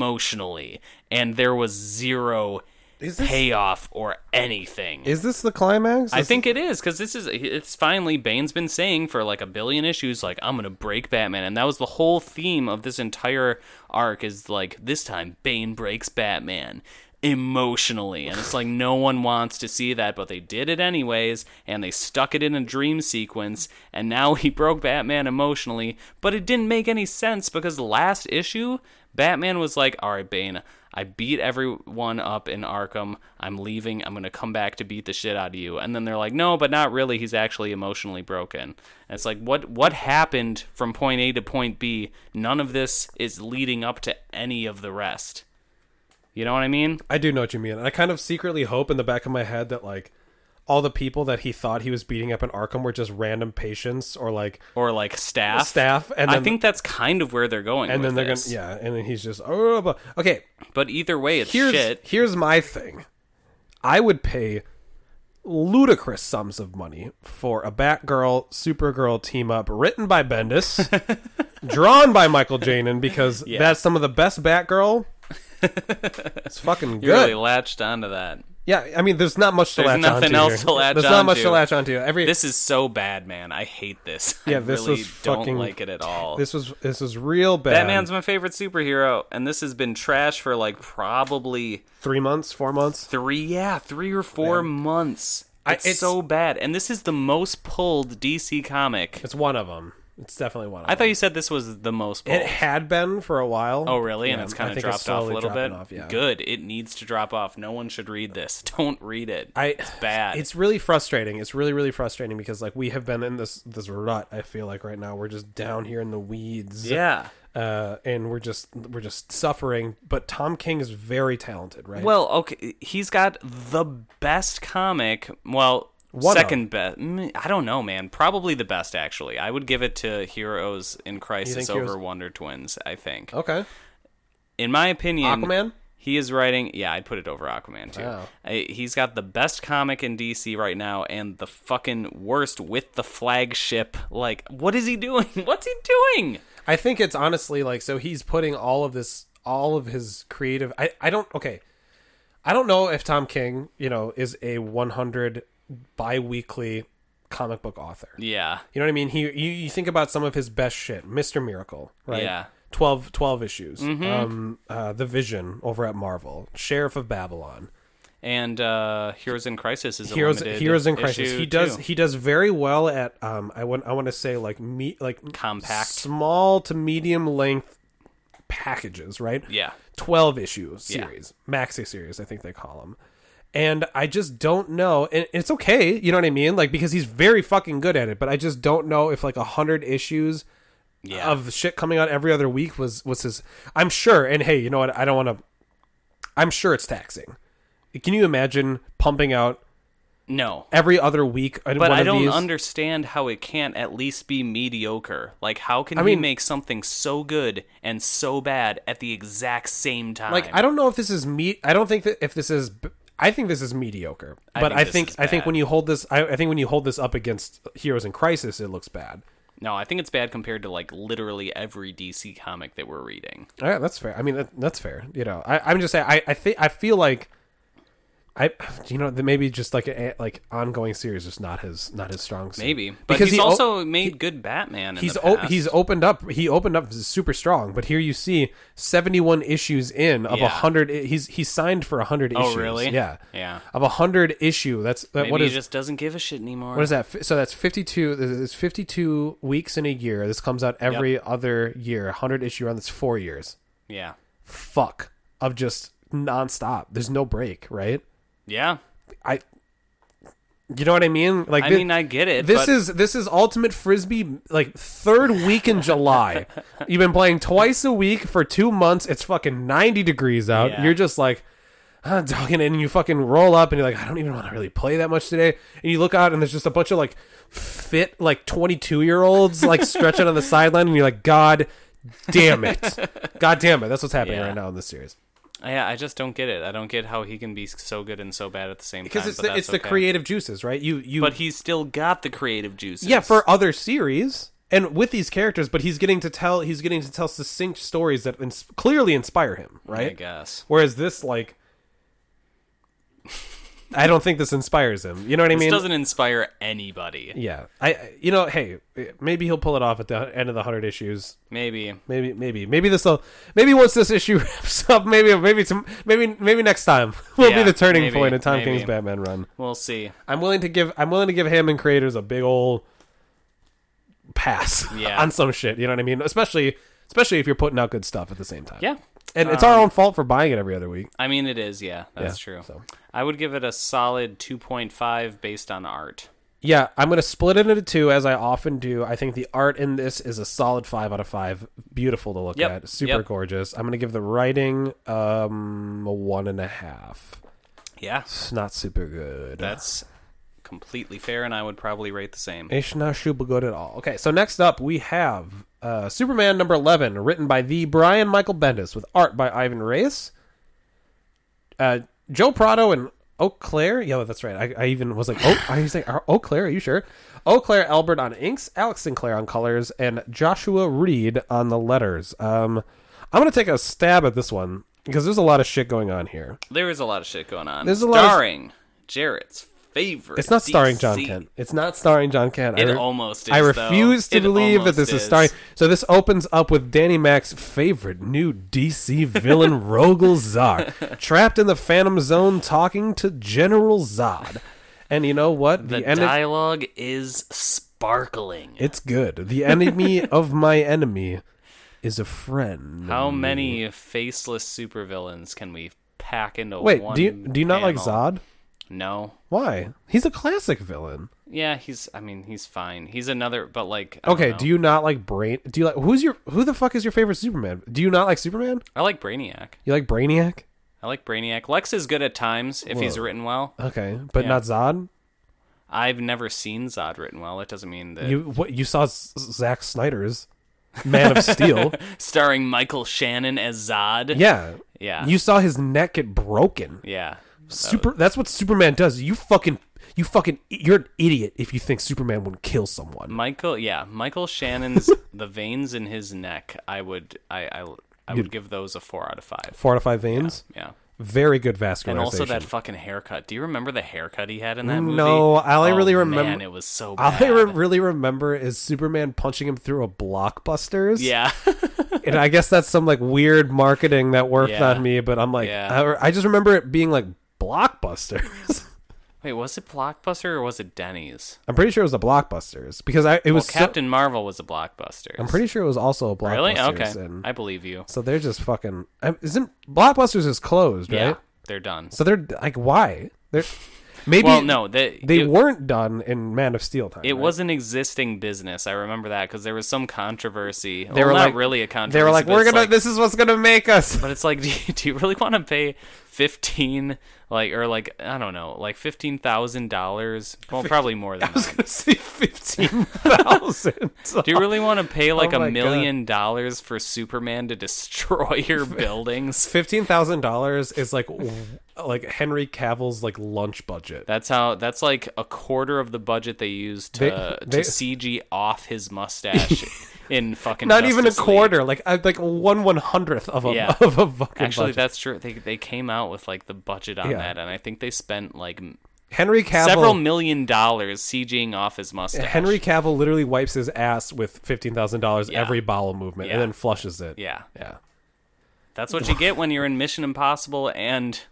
[SPEAKER 2] emotionally, and there was zero
[SPEAKER 1] Is this-
[SPEAKER 2] payoff or anything.
[SPEAKER 1] Is this the climax?
[SPEAKER 2] I
[SPEAKER 1] Is-
[SPEAKER 2] think it is because this is it's finally Bane's been saying for like a billion issues like I'm gonna break Batman and that was the whole theme of this entire arc is like this time Bane breaks Batman emotionally. And it's like no one wants to see that, but they did it anyways, and they stuck it in a dream sequence, and now <laughs> he broke Batman emotionally, but it didn't make any sense because last issue, Batman was like, All right, Bane, I beat everyone up in Arkham. I'm leaving. I'm going to come back to beat the shit out of you. And then they're like, No, but not really. He's actually emotionally broken. And it's like, what, what happened from point A to point B? None of this is leading up to any of the rest. You know what I mean?
[SPEAKER 1] I do know what you mean. And I kind of secretly hope in the back of my head that like all the people that he thought he was beating up in Arkham were just random patients or like
[SPEAKER 2] or like staff.
[SPEAKER 1] Staff, and
[SPEAKER 2] I
[SPEAKER 1] then-
[SPEAKER 2] think that's kind of where they're going.
[SPEAKER 1] and then
[SPEAKER 2] with
[SPEAKER 1] they're
[SPEAKER 2] this.
[SPEAKER 1] gonna yeah, and then he's just oh blah, blah." okay.
[SPEAKER 2] But either way, it's
[SPEAKER 1] Here's
[SPEAKER 2] shit.
[SPEAKER 1] here's my thing. I would pay ludicrous sums of money for a Batgirl Supergirl team up written by
[SPEAKER 2] <laughs>
[SPEAKER 1] Bendis, drawn by Michael Janin because that's some of the best Batgirl. It's fucking good.
[SPEAKER 2] You really latched onto that.
[SPEAKER 1] Yeah, I mean, there's not much to
[SPEAKER 2] There's
[SPEAKER 1] latch
[SPEAKER 2] nothing
[SPEAKER 1] onto
[SPEAKER 2] else
[SPEAKER 1] here.
[SPEAKER 2] to latch
[SPEAKER 1] There's not much
[SPEAKER 2] onto.
[SPEAKER 1] to latch onto. Every
[SPEAKER 2] This is so bad, man. I hate this. I
[SPEAKER 1] yeah, this
[SPEAKER 2] really
[SPEAKER 1] was
[SPEAKER 2] don't
[SPEAKER 1] fucking
[SPEAKER 2] like it at all.
[SPEAKER 1] This was this was real bad.
[SPEAKER 2] Batman's my favorite superhero, and this has been trash for like probably
[SPEAKER 1] three months, four months.
[SPEAKER 2] three, yeah, three or four months.
[SPEAKER 1] I-
[SPEAKER 2] It's,
[SPEAKER 1] it's-
[SPEAKER 2] so bad, and this is the most pulled DC comic.
[SPEAKER 1] It's one of them. It's definitely one. of
[SPEAKER 2] I
[SPEAKER 1] them.
[SPEAKER 2] thought you said this was the most pulled.
[SPEAKER 1] it had been for a while.
[SPEAKER 2] Oh, really? and
[SPEAKER 1] Yeah,
[SPEAKER 2] it's
[SPEAKER 1] I
[SPEAKER 2] kind of
[SPEAKER 1] think
[SPEAKER 2] dropped off a
[SPEAKER 1] slowly
[SPEAKER 2] little bit.
[SPEAKER 1] dropping off, yeah.
[SPEAKER 2] Good. It needs to drop off. No one should read this. <laughs> Don't read it.
[SPEAKER 1] I,
[SPEAKER 2] it's bad.
[SPEAKER 1] It's really frustrating. It's really really frustrating because like we have been in this this rut. I feel like right now we're just down here in the weeds.
[SPEAKER 2] yeah.
[SPEAKER 1] Uh, and we're just we're just suffering. But Tom King is very talented, right?
[SPEAKER 2] Well, okay. He's got the best comic. Well,
[SPEAKER 1] One of.
[SPEAKER 2] second best. Mm, I don't know, man. Probably the best, actually. I would give it to Heroes in Crisis
[SPEAKER 1] think
[SPEAKER 2] over
[SPEAKER 1] Heroes-
[SPEAKER 2] Wonder Twins. I think.
[SPEAKER 1] okay.
[SPEAKER 2] in my opinion,
[SPEAKER 1] Aquaman?
[SPEAKER 2] He is writing. Yeah, I'd put it over Aquaman too.
[SPEAKER 1] Wow.
[SPEAKER 2] I, he's got the best comic in DC right now, and the fucking worst with the flagship. Like, what is he doing? <laughs> What's he doing?
[SPEAKER 1] I think it's honestly like so he's putting all of this all of his creative I I don't okay. I don't know if Tom King, you know, is a 100 biweekly comic book author.
[SPEAKER 2] Yeah,
[SPEAKER 1] You know what I mean? He you, you think about some of his best shit, Mr. Miracle, right?
[SPEAKER 2] Yeah.
[SPEAKER 1] 12, 12 issues. Um uh The Vision over at Marvel, Sheriff of Babylon.
[SPEAKER 2] and uh Heroes in Crisis is a
[SPEAKER 1] Heroes
[SPEAKER 2] limited
[SPEAKER 1] Heroes in Crisis.
[SPEAKER 2] issue,
[SPEAKER 1] He does
[SPEAKER 2] too.
[SPEAKER 1] he does very well at um I want I want to say like me like
[SPEAKER 2] Compact.
[SPEAKER 1] small to medium length packages, right?
[SPEAKER 2] Yeah.
[SPEAKER 1] 12 issue
[SPEAKER 2] Yeah.
[SPEAKER 1] series, maxi series I think they call them. And I just don't know and it's okay, you know what I mean? Like because he's very fucking good at it, but I just don't know if like 100 issues
[SPEAKER 2] yeah.
[SPEAKER 1] of shit coming out every other week was was his I'm sure and hey, you know what? I don't want to I'm sure it's taxing. Can you imagine pumping out
[SPEAKER 2] no.
[SPEAKER 1] every other week. But
[SPEAKER 2] But
[SPEAKER 1] one
[SPEAKER 2] I
[SPEAKER 1] of
[SPEAKER 2] don't
[SPEAKER 1] these.
[SPEAKER 2] understand how it can't at least be mediocre. Like, how can
[SPEAKER 1] I
[SPEAKER 2] he
[SPEAKER 1] mean-
[SPEAKER 2] make something so good and so bad at the exact same time?
[SPEAKER 1] Like I don't know if this is me. I don't think that if this is. I think this is mediocre.
[SPEAKER 2] I
[SPEAKER 1] But
[SPEAKER 2] think
[SPEAKER 1] I
[SPEAKER 2] this
[SPEAKER 1] think I
[SPEAKER 2] is
[SPEAKER 1] think,
[SPEAKER 2] bad.
[SPEAKER 1] when you hold this, I, I think when you hold this up against Heroes in Crisis, it looks bad.
[SPEAKER 2] No, I think it's bad compared to like literally every DC comic that we're reading.
[SPEAKER 1] All right, that's fair. I mean, that, that's fair. You know, I, I'm just saying. I I think I feel like. I, you know, that maybe just like a like ongoing series is not his not his strong suit.
[SPEAKER 2] Maybe, but he's
[SPEAKER 1] he o-
[SPEAKER 2] also made good Batman. In
[SPEAKER 1] he's
[SPEAKER 2] the
[SPEAKER 1] o-
[SPEAKER 2] past.
[SPEAKER 1] he's opened up he opened up super strong but here you see 71 issues in of a
[SPEAKER 2] Yeah.
[SPEAKER 1] 100 i- he's he's signed for 100
[SPEAKER 2] Oh,
[SPEAKER 1] issues
[SPEAKER 2] really?
[SPEAKER 1] yeah
[SPEAKER 2] Yeah.
[SPEAKER 1] of a 100 issue that's that,
[SPEAKER 2] Maybe
[SPEAKER 1] what
[SPEAKER 2] he
[SPEAKER 1] is
[SPEAKER 2] just doesn't give a shit anymore.
[SPEAKER 1] what is that F- so that's 52 it's 52 weeks in a year this comes out every other year 100 issue run that's 4 years
[SPEAKER 2] Yeah,
[SPEAKER 1] fuck of just nonstop there's no break right
[SPEAKER 2] yeah.
[SPEAKER 1] i you know what i mean like
[SPEAKER 2] I
[SPEAKER 1] thi-
[SPEAKER 2] mean, I get it.
[SPEAKER 1] this
[SPEAKER 2] but
[SPEAKER 1] is this is ultimate frisbee like third week in
[SPEAKER 2] <laughs>
[SPEAKER 1] July. You've been playing twice a week for two months. It's fucking ninety degrees out.
[SPEAKER 2] Yeah.
[SPEAKER 1] You're just like, <laughs> ah, dog, and- and you fucking roll up and you're like, I don't even want to really play that much today. And you look out and there's just a bunch of like fit like twenty two year olds
[SPEAKER 2] <laughs>
[SPEAKER 1] like stretching on the sideline and you're like, God damn
[SPEAKER 2] <laughs>
[SPEAKER 1] it, God damn it. That's what's happening
[SPEAKER 2] Yeah.
[SPEAKER 1] right now in this series.
[SPEAKER 2] yeah. I just don't get it. I don't get how he can be so good and so bad at the same
[SPEAKER 1] Because
[SPEAKER 2] time.
[SPEAKER 1] it's
[SPEAKER 2] but
[SPEAKER 1] the,
[SPEAKER 2] that's
[SPEAKER 1] it's the
[SPEAKER 2] okay.
[SPEAKER 1] creative juices, right? You you
[SPEAKER 2] But he's still got the creative juices.
[SPEAKER 1] yeah for other series and with these characters but he's getting to tell he's getting to tell succinct stories that ins- clearly inspire him
[SPEAKER 2] I
[SPEAKER 1] right
[SPEAKER 2] guess.
[SPEAKER 1] whereas this like I don't think this inspires him. You know what I
[SPEAKER 2] This
[SPEAKER 1] mean?
[SPEAKER 2] doesn't inspire anybody.
[SPEAKER 1] yeah, I- I you know hey maybe he'll pull it off at the end of the hundred issues.
[SPEAKER 2] Maybe.
[SPEAKER 1] Maybe maybe maybe this will maybe once this issue <laughs> wraps up maybe maybe tom- maybe maybe next time <laughs> will
[SPEAKER 2] Yeah,
[SPEAKER 1] be the turning
[SPEAKER 2] maybe,
[SPEAKER 1] point in Tom
[SPEAKER 2] maybe.
[SPEAKER 1] King's Batman run.
[SPEAKER 2] We'll see.
[SPEAKER 1] I'm willing to give I'm willing to give him and creators a big old pass <laughs>
[SPEAKER 2] Yeah.
[SPEAKER 1] on some shit. You know what I mean? Especially especially if you're putting out good stuff at the same time.
[SPEAKER 2] Yeah. Um,
[SPEAKER 1] and it's our own fault for buying it every other week.
[SPEAKER 2] I mean, it is. Yeah, that's
[SPEAKER 1] Yeah,
[SPEAKER 2] true.
[SPEAKER 1] so.
[SPEAKER 2] I would give it a solid 2.5 based on art.
[SPEAKER 1] Yeah, I'm gonna split it into two as I often do. I think the art in this is a solid five out of five. Beautiful to look
[SPEAKER 2] Yep,
[SPEAKER 1] at, super
[SPEAKER 2] yep.
[SPEAKER 1] gorgeous. I'm gonna give the writing um a one and a half.
[SPEAKER 2] Yeah,
[SPEAKER 1] It's not super good.
[SPEAKER 2] that's completely fair, and I would probably rate the same.
[SPEAKER 1] It's not super good at all. Okay, so next up we have uh, Superman number 11, written by the Brian Michael Bendis, with art by Ivan Reyes, uh, Joe Prado, and Eau Claire. Yeah, that's right. I, I even was like, oh, I was like, "Are- Eau Claire, are you sure? Eau Claire Albert on inks, Alex Sinclair on colors, and Joshua Reed on the letters. Um, I'm going to take a stab at this one because there's a lot of shit going on here.
[SPEAKER 2] There is a lot of shit going on.
[SPEAKER 1] There's a lot of-
[SPEAKER 2] starring Jarrett's favorite.
[SPEAKER 1] It's not starring John
[SPEAKER 2] DC.
[SPEAKER 1] Kent. It's not starring John Kent. I
[SPEAKER 2] It
[SPEAKER 1] re-
[SPEAKER 2] almost is.
[SPEAKER 1] I
[SPEAKER 2] though.
[SPEAKER 1] refuse to
[SPEAKER 2] It
[SPEAKER 1] believe that
[SPEAKER 2] almost
[SPEAKER 1] this is. starring. So this opens up with Danny Mac's favorite new DC
[SPEAKER 2] <laughs>
[SPEAKER 1] villain, Rogel Zar, trapped in the Phantom Zone, talking to General Zod. And you know what?
[SPEAKER 2] The
[SPEAKER 1] enemy-
[SPEAKER 2] dialogue is sparkling.
[SPEAKER 1] it's good. The
[SPEAKER 2] <laughs>
[SPEAKER 1] enemy of my enemy is a friend.
[SPEAKER 2] How many faceless supervillains can we pack into
[SPEAKER 1] Wait,
[SPEAKER 2] one?
[SPEAKER 1] do you do you not like
[SPEAKER 2] panel?
[SPEAKER 1] Zod?
[SPEAKER 2] No.
[SPEAKER 1] Why? He's a classic villain.
[SPEAKER 2] Yeah, he's. I mean, he's fine. He's another, but like. I don't
[SPEAKER 1] Okay,
[SPEAKER 2] know.
[SPEAKER 1] do you not like Brain? Do you like who's your who the fuck is your favorite Superman? Do you not like Superman?
[SPEAKER 2] I like Brainiac.
[SPEAKER 1] You like Brainiac?
[SPEAKER 2] I like Brainiac. Lex is good at times if he's
[SPEAKER 1] Whoa.
[SPEAKER 2] written well.
[SPEAKER 1] Okay, but
[SPEAKER 2] Yeah.
[SPEAKER 1] not Zod.
[SPEAKER 2] I've never seen Zod written well. That doesn't mean that.
[SPEAKER 1] You what you saw Z- Zack Snyder's Man of Steel.
[SPEAKER 2] Starring Michael Shannon as Zod.
[SPEAKER 1] Yeah.
[SPEAKER 2] <laughs> Yeah.
[SPEAKER 1] You saw his neck get broken.
[SPEAKER 2] Yeah. Uh,
[SPEAKER 1] Super that's what Superman does. You fucking you fucking you're an idiot if you think Superman would kill someone.
[SPEAKER 2] Michael. Yeah.
[SPEAKER 1] <laughs>
[SPEAKER 2] Michael Shannon's the veins in his neck. I would. I. I, I would give those a four out of five.
[SPEAKER 1] Four out of five veins.
[SPEAKER 2] Yeah.
[SPEAKER 1] Very good vascularization.
[SPEAKER 2] And also that fucking haircut. Do you remember the haircut he had in that movie?
[SPEAKER 1] No, all I
[SPEAKER 2] Oh,
[SPEAKER 1] really remember-
[SPEAKER 2] Man, it was so
[SPEAKER 1] all
[SPEAKER 2] bad.
[SPEAKER 1] I re- really remember is Superman punching him through a blockbusters.
[SPEAKER 2] yeah. <laughs>
[SPEAKER 1] and I guess that's some like weird marketing that worked
[SPEAKER 2] Yeah.
[SPEAKER 1] on me. But I'm like,
[SPEAKER 2] Yeah.
[SPEAKER 1] I, I just remember it being like blockbusters. <laughs>
[SPEAKER 2] Wait, was it Blockbuster or was it Denny's?
[SPEAKER 1] I'm pretty sure it was the blockbusters because I it
[SPEAKER 2] Well,
[SPEAKER 1] was so-
[SPEAKER 2] Captain Marvel was a Blockbuster.
[SPEAKER 1] I'm pretty sure it was also a blockbusters.
[SPEAKER 2] Really? Okay.
[SPEAKER 1] And,
[SPEAKER 2] I believe you.
[SPEAKER 1] so they're just fucking. I- Isn't blockbusters is closed,
[SPEAKER 2] Yeah.
[SPEAKER 1] right?
[SPEAKER 2] They're done.
[SPEAKER 1] So they're like, why? They're maybe
[SPEAKER 2] well, no, they
[SPEAKER 1] they
[SPEAKER 2] it,
[SPEAKER 1] weren't done in Man of Steel time.
[SPEAKER 2] It
[SPEAKER 1] right?
[SPEAKER 2] was an existing business. I remember that because there was some controversy. They
[SPEAKER 1] They
[SPEAKER 2] were
[SPEAKER 1] were
[SPEAKER 2] not
[SPEAKER 1] like-
[SPEAKER 2] really a controversy.
[SPEAKER 1] They were like,
[SPEAKER 2] but
[SPEAKER 1] we're
[SPEAKER 2] it's
[SPEAKER 1] gonna.
[SPEAKER 2] like-
[SPEAKER 1] this is what's gonna make
[SPEAKER 2] <laughs>
[SPEAKER 1] us. <laughs>
[SPEAKER 2] But it's like, do you, do you really want to pay fifteen, like, or like, I don't know, like fifteen thousand dollars?
[SPEAKER 1] <laughs>
[SPEAKER 2] Well, probably more than that.
[SPEAKER 1] See, fifteen thousand.
[SPEAKER 2] <laughs> Do you really want to pay
[SPEAKER 1] <laughs>
[SPEAKER 2] like
[SPEAKER 1] Oh
[SPEAKER 2] a
[SPEAKER 1] my
[SPEAKER 2] million dollars for Superman to destroy
[SPEAKER 1] <laughs>
[SPEAKER 2] your buildings?
[SPEAKER 1] Fifteen thousand dollars is like w- like Henry Cavill's like lunch budget.
[SPEAKER 2] That's how. That's like a quarter of the budget they used to
[SPEAKER 1] They- they-
[SPEAKER 2] to CG off his
[SPEAKER 1] <laughs>
[SPEAKER 2] mustache in fucking.
[SPEAKER 1] Not even a
[SPEAKER 2] Justice League.
[SPEAKER 1] quarter, like uh, like one one hundredth of a
[SPEAKER 2] Yeah.
[SPEAKER 1] <laughs> of a fucking
[SPEAKER 2] Actually,
[SPEAKER 1] budget.
[SPEAKER 2] that's true. They they came out with like the budget on
[SPEAKER 1] Yeah.
[SPEAKER 2] that, and I think they spent like m-
[SPEAKER 1] Henry Cavill
[SPEAKER 2] several million dollars CGing off his mustache.
[SPEAKER 1] Henry Cavill literally wipes his ass with fifteen thousand dollars
[SPEAKER 2] Yeah.
[SPEAKER 1] every bowel movement,
[SPEAKER 2] Yeah.
[SPEAKER 1] and then flushes it.
[SPEAKER 2] yeah,
[SPEAKER 1] yeah.
[SPEAKER 2] that's what you get when you're in Mission Impossible and.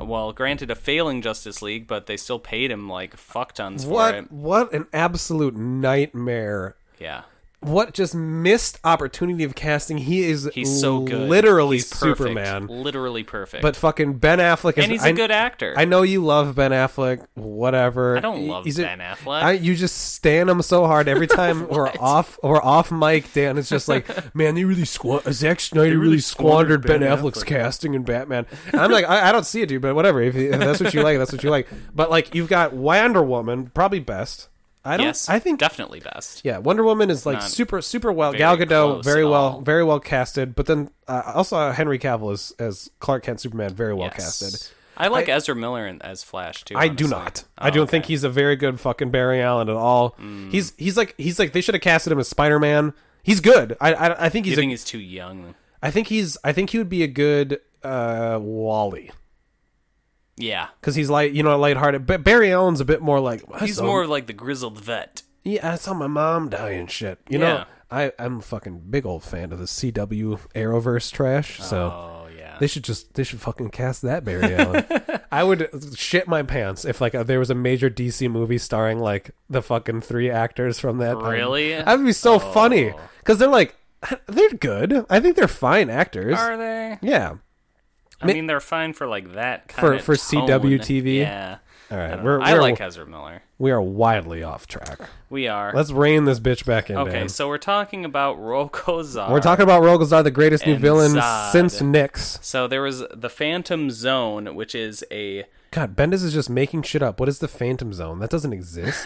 [SPEAKER 2] Well, granted, a failing Justice League, but they still paid him like fuck tons
[SPEAKER 1] What
[SPEAKER 2] for it.
[SPEAKER 1] what an absolute nightmare!
[SPEAKER 2] Yeah,
[SPEAKER 1] What just missed opportunity of casting? He is
[SPEAKER 2] he's so good.
[SPEAKER 1] literally
[SPEAKER 2] He's perfect.
[SPEAKER 1] Superman.
[SPEAKER 2] literally perfect.
[SPEAKER 1] But fucking Ben Affleck is
[SPEAKER 2] and he's
[SPEAKER 1] a
[SPEAKER 2] a good actor.
[SPEAKER 1] I know you love Ben Affleck, whatever.
[SPEAKER 2] I don't love
[SPEAKER 1] a-
[SPEAKER 2] Ben Affleck.
[SPEAKER 1] I, you just stand him so hard
[SPEAKER 2] <laughs>
[SPEAKER 1] every time we're off or off mic. Dan is just
[SPEAKER 2] <laughs>
[SPEAKER 1] like, man, they really squa- Zack Snyder really, squandered Ben, Affleck's casting in Batman. And I'm like, I, I don't see it, dude, but whatever. If, if that's what you like, that's what you like. But like, you've got Wonder Woman, probably best. I don't.
[SPEAKER 2] yes,
[SPEAKER 1] I think
[SPEAKER 2] definitely best.
[SPEAKER 1] yeah, Wonder Woman is like
[SPEAKER 2] Not
[SPEAKER 1] super, super well.
[SPEAKER 2] very
[SPEAKER 1] Gal Gadot,
[SPEAKER 2] close
[SPEAKER 1] very
[SPEAKER 2] at
[SPEAKER 1] well,
[SPEAKER 2] all.
[SPEAKER 1] very well casted. But then uh, also Henry Cavill as as Clark Kent Superman, very well
[SPEAKER 2] Yes.
[SPEAKER 1] casted.
[SPEAKER 2] I like Ezra Miller in, as Flash too.
[SPEAKER 1] I do
[SPEAKER 2] honestly.
[SPEAKER 1] not.
[SPEAKER 2] Oh,
[SPEAKER 1] I don't
[SPEAKER 2] okay. Mm.
[SPEAKER 1] think he's a very good fucking Barry Allen at all. He's he's like he's like they should have casted him as Spider Man. He's good. I, I I think
[SPEAKER 2] You
[SPEAKER 1] he's. a,
[SPEAKER 2] think he's too young?
[SPEAKER 1] I think he's. I think he would be a good uh, Wally.
[SPEAKER 2] Yeah.
[SPEAKER 1] because he's like you know lighthearted. But Barry Allen's a bit more like I
[SPEAKER 2] He's
[SPEAKER 1] saw-
[SPEAKER 2] more of like the grizzled vet.
[SPEAKER 1] Yeah, I saw my mom die and shit. You
[SPEAKER 2] Yeah.
[SPEAKER 1] know, I I'm a fucking big old fan of the CW Arrowverse trash. So
[SPEAKER 2] Oh yeah.
[SPEAKER 1] they should just they should fucking cast that
[SPEAKER 2] <laughs>
[SPEAKER 1] Barry Allen. I would shit my pants if like there was a major DC movie starring like the fucking three actors from that. um,
[SPEAKER 2] Really? Oh.
[SPEAKER 1] that would be so funny because they're like <laughs> they're good. I think they're fine actors.
[SPEAKER 2] Are they?
[SPEAKER 1] yeah.
[SPEAKER 2] I mean, they're fine for like that
[SPEAKER 1] For-
[SPEAKER 2] kind
[SPEAKER 1] for
[SPEAKER 2] of tone.
[SPEAKER 1] CW TV?
[SPEAKER 2] Yeah.
[SPEAKER 1] All
[SPEAKER 2] I,
[SPEAKER 1] right,
[SPEAKER 2] don't
[SPEAKER 1] we're,
[SPEAKER 2] know. I
[SPEAKER 1] we're-
[SPEAKER 2] like Ezra Miller.
[SPEAKER 1] we are widely off track.
[SPEAKER 2] We are.
[SPEAKER 1] Let's rein this bitch back in.
[SPEAKER 2] okay,
[SPEAKER 1] Dan.
[SPEAKER 2] so we're talking about Roko Zar.
[SPEAKER 1] We're talking about Rogozar, the greatest new
[SPEAKER 2] And
[SPEAKER 1] villain
[SPEAKER 2] Zod.
[SPEAKER 1] since Nyx.
[SPEAKER 2] So there was the Phantom Zone, which is a
[SPEAKER 1] God, Bendis is just making shit up. What is the Phantom Zone? That doesn't
[SPEAKER 2] <laughs>
[SPEAKER 1] exist.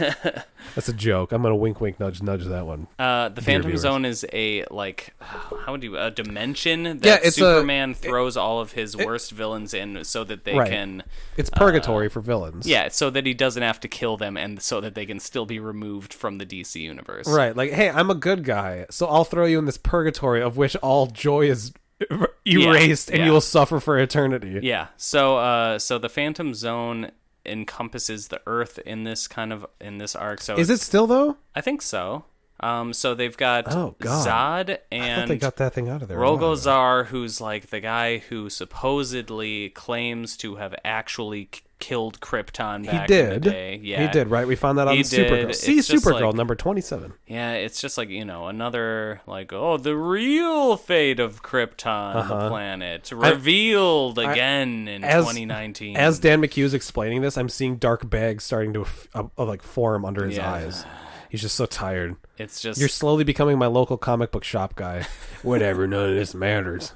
[SPEAKER 1] That's a joke. I'm gonna wink, wink, nudge, nudge that one.
[SPEAKER 2] uh, the Phantom
[SPEAKER 1] viewers.
[SPEAKER 2] Zone is a like <sighs> how would you a dimension that
[SPEAKER 1] Yeah, it's a-
[SPEAKER 2] Superman throws all of his worst villains in, so that they
[SPEAKER 1] Right.
[SPEAKER 2] can
[SPEAKER 1] It's purgatory for villains.
[SPEAKER 2] yeah, so that he doesn't have to kill them, and so that they can still be removed from the DC universe.
[SPEAKER 1] Right. Like, hey, I'm a good guy, so I'll throw you in this purgatory of which all joy is <laughs> er- erased, and
[SPEAKER 2] yeah.
[SPEAKER 1] you will suffer for eternity.
[SPEAKER 2] Yeah. So uh so the Phantom Zone encompasses the earth in this kind of in this arc. So
[SPEAKER 1] Is it still though?
[SPEAKER 2] I think so. Um so they've got
[SPEAKER 1] Oh, God.
[SPEAKER 2] Zod
[SPEAKER 1] I thought they
[SPEAKER 2] and
[SPEAKER 1] got that thing out of there. a while ago.
[SPEAKER 2] Rogozar who's like the guy who supposedly claims to have actually k- killed Krypton
[SPEAKER 1] He
[SPEAKER 2] back in
[SPEAKER 1] did.
[SPEAKER 2] the day. Yeah.
[SPEAKER 1] He did, right? We found that on
[SPEAKER 2] He
[SPEAKER 1] Supergirl.
[SPEAKER 2] did. It's
[SPEAKER 1] See
[SPEAKER 2] just
[SPEAKER 1] Supergirl
[SPEAKER 2] like-
[SPEAKER 1] number 27.
[SPEAKER 2] Yeah, it's just like, you know, another like oh, the real fate of Krypton the planet revealed again in
[SPEAKER 1] Uh-huh. as-
[SPEAKER 2] 2019.
[SPEAKER 1] As Dan McHugh's explaining this, I'm seeing dark bags starting to f- uh, uh, like form under his
[SPEAKER 2] Yeah.
[SPEAKER 1] eyes. He's just so tired.
[SPEAKER 2] it's just
[SPEAKER 1] You're slowly becoming my local comic book shop
[SPEAKER 2] <laughs>
[SPEAKER 1] guy. Whatever, none of this matters.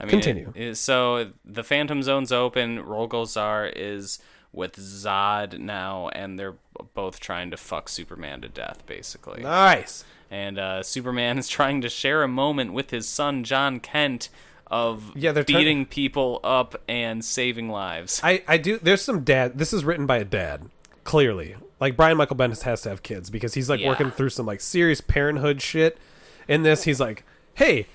[SPEAKER 2] I mean,
[SPEAKER 1] Continue.
[SPEAKER 2] it- it- so the Phantom Zone's open. Rolgozar is with Zod now, and they're both trying to fuck Superman to death, basically.
[SPEAKER 1] Nice.
[SPEAKER 2] And uh, Superman is <laughs> trying to share a moment with his son John Kent of
[SPEAKER 1] Yeah, they're turn-
[SPEAKER 2] beating people up and saving lives.
[SPEAKER 1] I, I do. There's some dad. This is written by a dad, clearly. Like Brian Michael Bendis has to have kids because he's like
[SPEAKER 2] Yeah.
[SPEAKER 1] working through some like serious parenthood shit. In this, he's like, hey.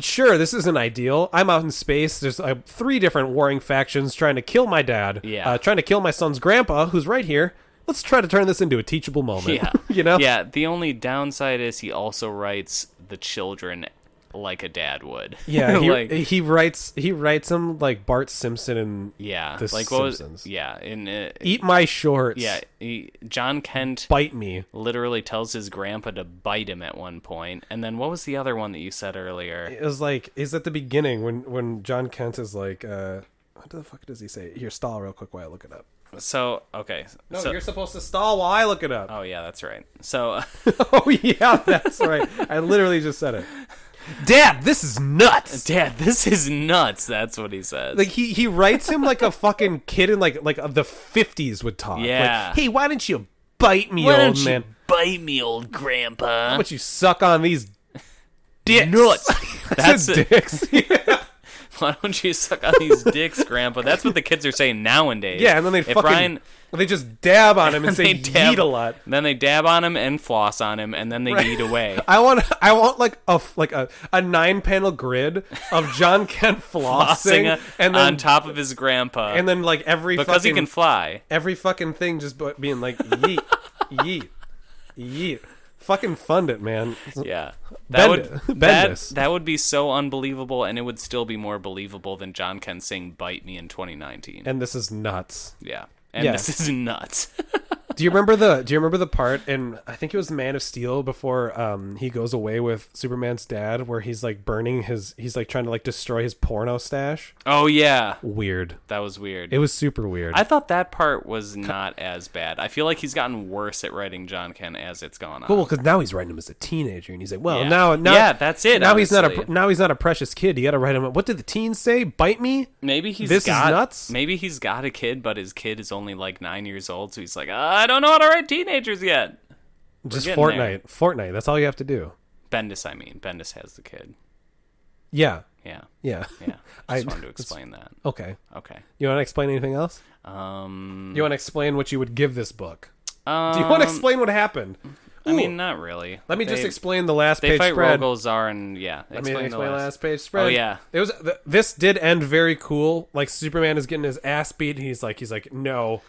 [SPEAKER 1] Sure, this isn't ideal. I'm out in space. There's uh, three different warring factions trying to kill my dad.
[SPEAKER 2] Yeah.
[SPEAKER 1] Uh, trying to kill my son's grandpa, who's right here. Let's try to turn this into a teachable moment.
[SPEAKER 2] <laughs> yeah,
[SPEAKER 1] <laughs> you know.
[SPEAKER 2] Yeah, the only downside is he also writes the children like a dad would. <laughs>
[SPEAKER 1] Yeah, he,
[SPEAKER 2] like,
[SPEAKER 1] he writes he writes them like Bart Simpson and
[SPEAKER 2] yeah,
[SPEAKER 1] The
[SPEAKER 2] like what was
[SPEAKER 1] Simpsons.
[SPEAKER 2] yeah in uh,
[SPEAKER 1] eat my shorts.
[SPEAKER 2] yeah he, John Kent
[SPEAKER 1] bite me.
[SPEAKER 2] literally tells his grandpa to bite him at one point. And then what was the other one that you said earlier?
[SPEAKER 1] It was like is at the beginning when when John Kent is like, uh, what the fuck does he say? Here, stall real quick while I look it up.
[SPEAKER 2] So okay,
[SPEAKER 1] No,
[SPEAKER 2] so,
[SPEAKER 1] you're supposed to stall while I look it up.
[SPEAKER 2] oh yeah, that's right. So
[SPEAKER 1] <laughs>
[SPEAKER 2] <laughs>
[SPEAKER 1] Oh yeah, that's right. I literally just said it. Dad, this is nuts.
[SPEAKER 2] dad, this is nuts. That's what he says.
[SPEAKER 1] Like he he writes him like a fucking kid in like like the fifties would talk. Like,
[SPEAKER 2] Yeah.
[SPEAKER 1] hey, why didn't you bite me,
[SPEAKER 2] Why
[SPEAKER 1] old
[SPEAKER 2] don't you
[SPEAKER 1] man?
[SPEAKER 2] bite me, old grandpa?
[SPEAKER 1] Why don't you suck on these
[SPEAKER 2] <laughs> dicks?
[SPEAKER 1] <laughs>
[SPEAKER 2] That's it.
[SPEAKER 1] dicks?
[SPEAKER 2] Why don't you suck on these dicks, grandpa? That's what the kids are saying
[SPEAKER 1] <laughs>
[SPEAKER 2] nowadays.
[SPEAKER 1] Yeah, and then they
[SPEAKER 2] if
[SPEAKER 1] fucking
[SPEAKER 2] Brian,
[SPEAKER 1] they just dab on
[SPEAKER 2] <laughs>
[SPEAKER 1] him and say
[SPEAKER 2] they dab,
[SPEAKER 1] yeet a lot.
[SPEAKER 2] Then they dab on him and floss on him, and then they yeet away.
[SPEAKER 1] I want I want like a f- like a, a nine panel grid of
[SPEAKER 2] <laughs>
[SPEAKER 1] John Kent <laughs> flossing,
[SPEAKER 2] Flossing uh,
[SPEAKER 1] and
[SPEAKER 2] on
[SPEAKER 1] then
[SPEAKER 2] top of his grandpa,
[SPEAKER 1] and then like every
[SPEAKER 2] because
[SPEAKER 1] fucking
[SPEAKER 2] he can fly.
[SPEAKER 1] every fucking thing just bu- being like yeet yeet yeet. Fucking fund it, man.
[SPEAKER 2] Yeah.
[SPEAKER 1] <laughs>
[SPEAKER 2] That
[SPEAKER 1] Bendis.
[SPEAKER 2] would that,
[SPEAKER 1] Bendis.
[SPEAKER 2] that would be so unbelievable and it would still be more believable than John Ken saying bite me in 2019.
[SPEAKER 1] And this is nuts.
[SPEAKER 2] yeah. And
[SPEAKER 1] Yeah.
[SPEAKER 2] this is nuts.
[SPEAKER 1] Do you remember the Do you remember the part in I think it was Man of Steel before um he goes away with Superman's dad where he's like burning his he's like trying to like destroy his porno stash?
[SPEAKER 2] oh yeah.
[SPEAKER 1] Weird.
[SPEAKER 2] That was weird.
[SPEAKER 1] It was super weird.
[SPEAKER 2] I thought that part was not as bad. I feel like he's gotten worse at writing John Ken as it's gone on.
[SPEAKER 1] well, because now he's writing him as a teenager, and he's like, well,
[SPEAKER 2] Yeah.
[SPEAKER 1] now, now,
[SPEAKER 2] Yeah, that's it,
[SPEAKER 1] Now he's not a
[SPEAKER 2] honestly.
[SPEAKER 1] now he's not a precious kid. You got to write him. up. What did the teens say? Bite me.
[SPEAKER 2] Maybe he's
[SPEAKER 1] This is
[SPEAKER 2] got,
[SPEAKER 1] nuts?
[SPEAKER 2] Maybe he's got a kid, but his kid is only like nine years old, so he's like, "Ah, I don't know how to write teenagers yet.
[SPEAKER 1] Just
[SPEAKER 2] getting
[SPEAKER 1] Fortnite.
[SPEAKER 2] there.
[SPEAKER 1] Fortnite. That's all you have to do.
[SPEAKER 2] Bendis, I mean, Bendis has the kid.
[SPEAKER 1] Yeah.
[SPEAKER 2] Yeah,
[SPEAKER 1] Yeah. <laughs>
[SPEAKER 2] yeah.
[SPEAKER 1] I-
[SPEAKER 2] Just wanted to explain that.
[SPEAKER 1] Okay.
[SPEAKER 2] Okay.
[SPEAKER 1] You want to explain anything else?
[SPEAKER 2] Um,
[SPEAKER 1] You want to explain what you would give this book?
[SPEAKER 2] um,
[SPEAKER 1] Do you want to explain what happened?
[SPEAKER 2] I mean, not really.
[SPEAKER 1] Let me
[SPEAKER 2] They-
[SPEAKER 1] just explain the last
[SPEAKER 2] They
[SPEAKER 1] page
[SPEAKER 2] fight
[SPEAKER 1] spread.
[SPEAKER 2] Rogolzar and yeah.
[SPEAKER 1] Let me explain the last. page spread.
[SPEAKER 2] Oh, yeah.
[SPEAKER 1] it was. Th- this did end very cool. Like Superman is getting his ass beat, and he's like, he's like, no,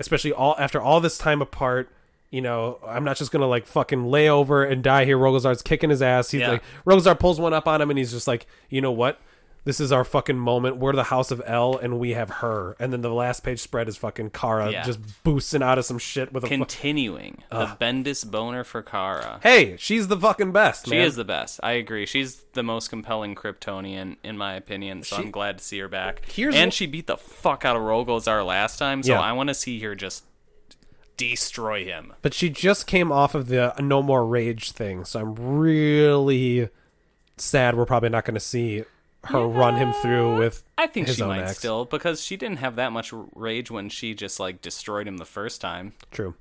[SPEAKER 1] especially all after all this time apart. You know, I'm not just gonna like fucking lay over and die here. Rogozar's kicking his ass. He's
[SPEAKER 2] Yeah.
[SPEAKER 1] like, Rogozar pulls one up on him, and he's just like, you know what? This is our fucking moment. We're the House of L, and we have her. And then the last page spread is fucking Kara
[SPEAKER 2] Yeah.
[SPEAKER 1] just boosting out of some shit with a. fu-
[SPEAKER 2] Continuing the Bendis boner for Kara.
[SPEAKER 1] hey, she's the fucking best.
[SPEAKER 2] She is the best. I agree. She's the most compelling Kryptonian, in my opinion. So I'm glad to see her back.
[SPEAKER 1] Here's
[SPEAKER 2] and
[SPEAKER 1] wh-
[SPEAKER 2] she beat the fuck out of Rogolzar last time, so
[SPEAKER 1] Yeah.
[SPEAKER 2] I want to see her just destroy him.
[SPEAKER 1] But she just came off of the No More Rage thing, so I'm really sad we're probably not going to see her run him through with
[SPEAKER 2] I think
[SPEAKER 1] his
[SPEAKER 2] she
[SPEAKER 1] own
[SPEAKER 2] might
[SPEAKER 1] axe.
[SPEAKER 2] still because she didn't have that much r- rage when she just like destroyed him the first time.
[SPEAKER 1] True.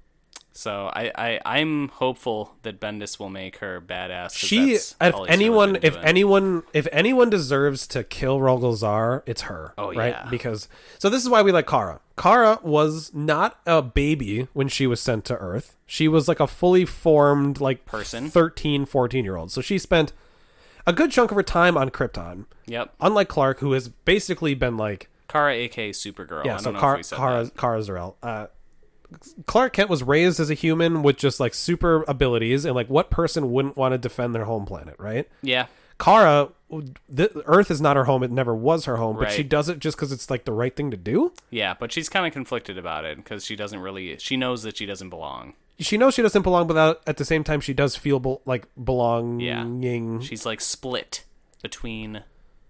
[SPEAKER 2] So I, I I'm hopeful that Bendis will make her badass. 'cause
[SPEAKER 1] She
[SPEAKER 2] that's
[SPEAKER 1] if
[SPEAKER 2] all he's really
[SPEAKER 1] anyone
[SPEAKER 2] been
[SPEAKER 1] if
[SPEAKER 2] doing.
[SPEAKER 1] anyone if anyone deserves to kill Rogelzar, it's her.
[SPEAKER 2] Oh,
[SPEAKER 1] right?
[SPEAKER 2] yeah.
[SPEAKER 1] Because so this is why we like Kara. Kara was not a baby when she was sent to Earth. She was like a fully formed like
[SPEAKER 2] Person.
[SPEAKER 1] 13, 14 year old. So she spent a good chunk of her time on Krypton.
[SPEAKER 2] yep,
[SPEAKER 1] Unlike Clark, who has basically been like
[SPEAKER 2] Kara aka Supergirl. I
[SPEAKER 1] Yeah,
[SPEAKER 2] don't
[SPEAKER 1] so
[SPEAKER 2] know if
[SPEAKER 1] Car-
[SPEAKER 2] we said
[SPEAKER 1] Kara
[SPEAKER 2] that.
[SPEAKER 1] Kara Zor-El. Uh, Clark Kent was raised as a human with just like super abilities, and like what person wouldn't want to defend their home planet, right?
[SPEAKER 2] Yeah,
[SPEAKER 1] Kara, th- Earth is not her home; it never was her home, but she
[SPEAKER 2] Right.
[SPEAKER 1] does it just because it's like the right thing to do.
[SPEAKER 2] yeah, but she's kind of conflicted about it because she doesn't really. She knows that she doesn't belong.
[SPEAKER 1] She knows she doesn't belong, but that- at the same time, she does feel bel like belonging.
[SPEAKER 2] She's like split between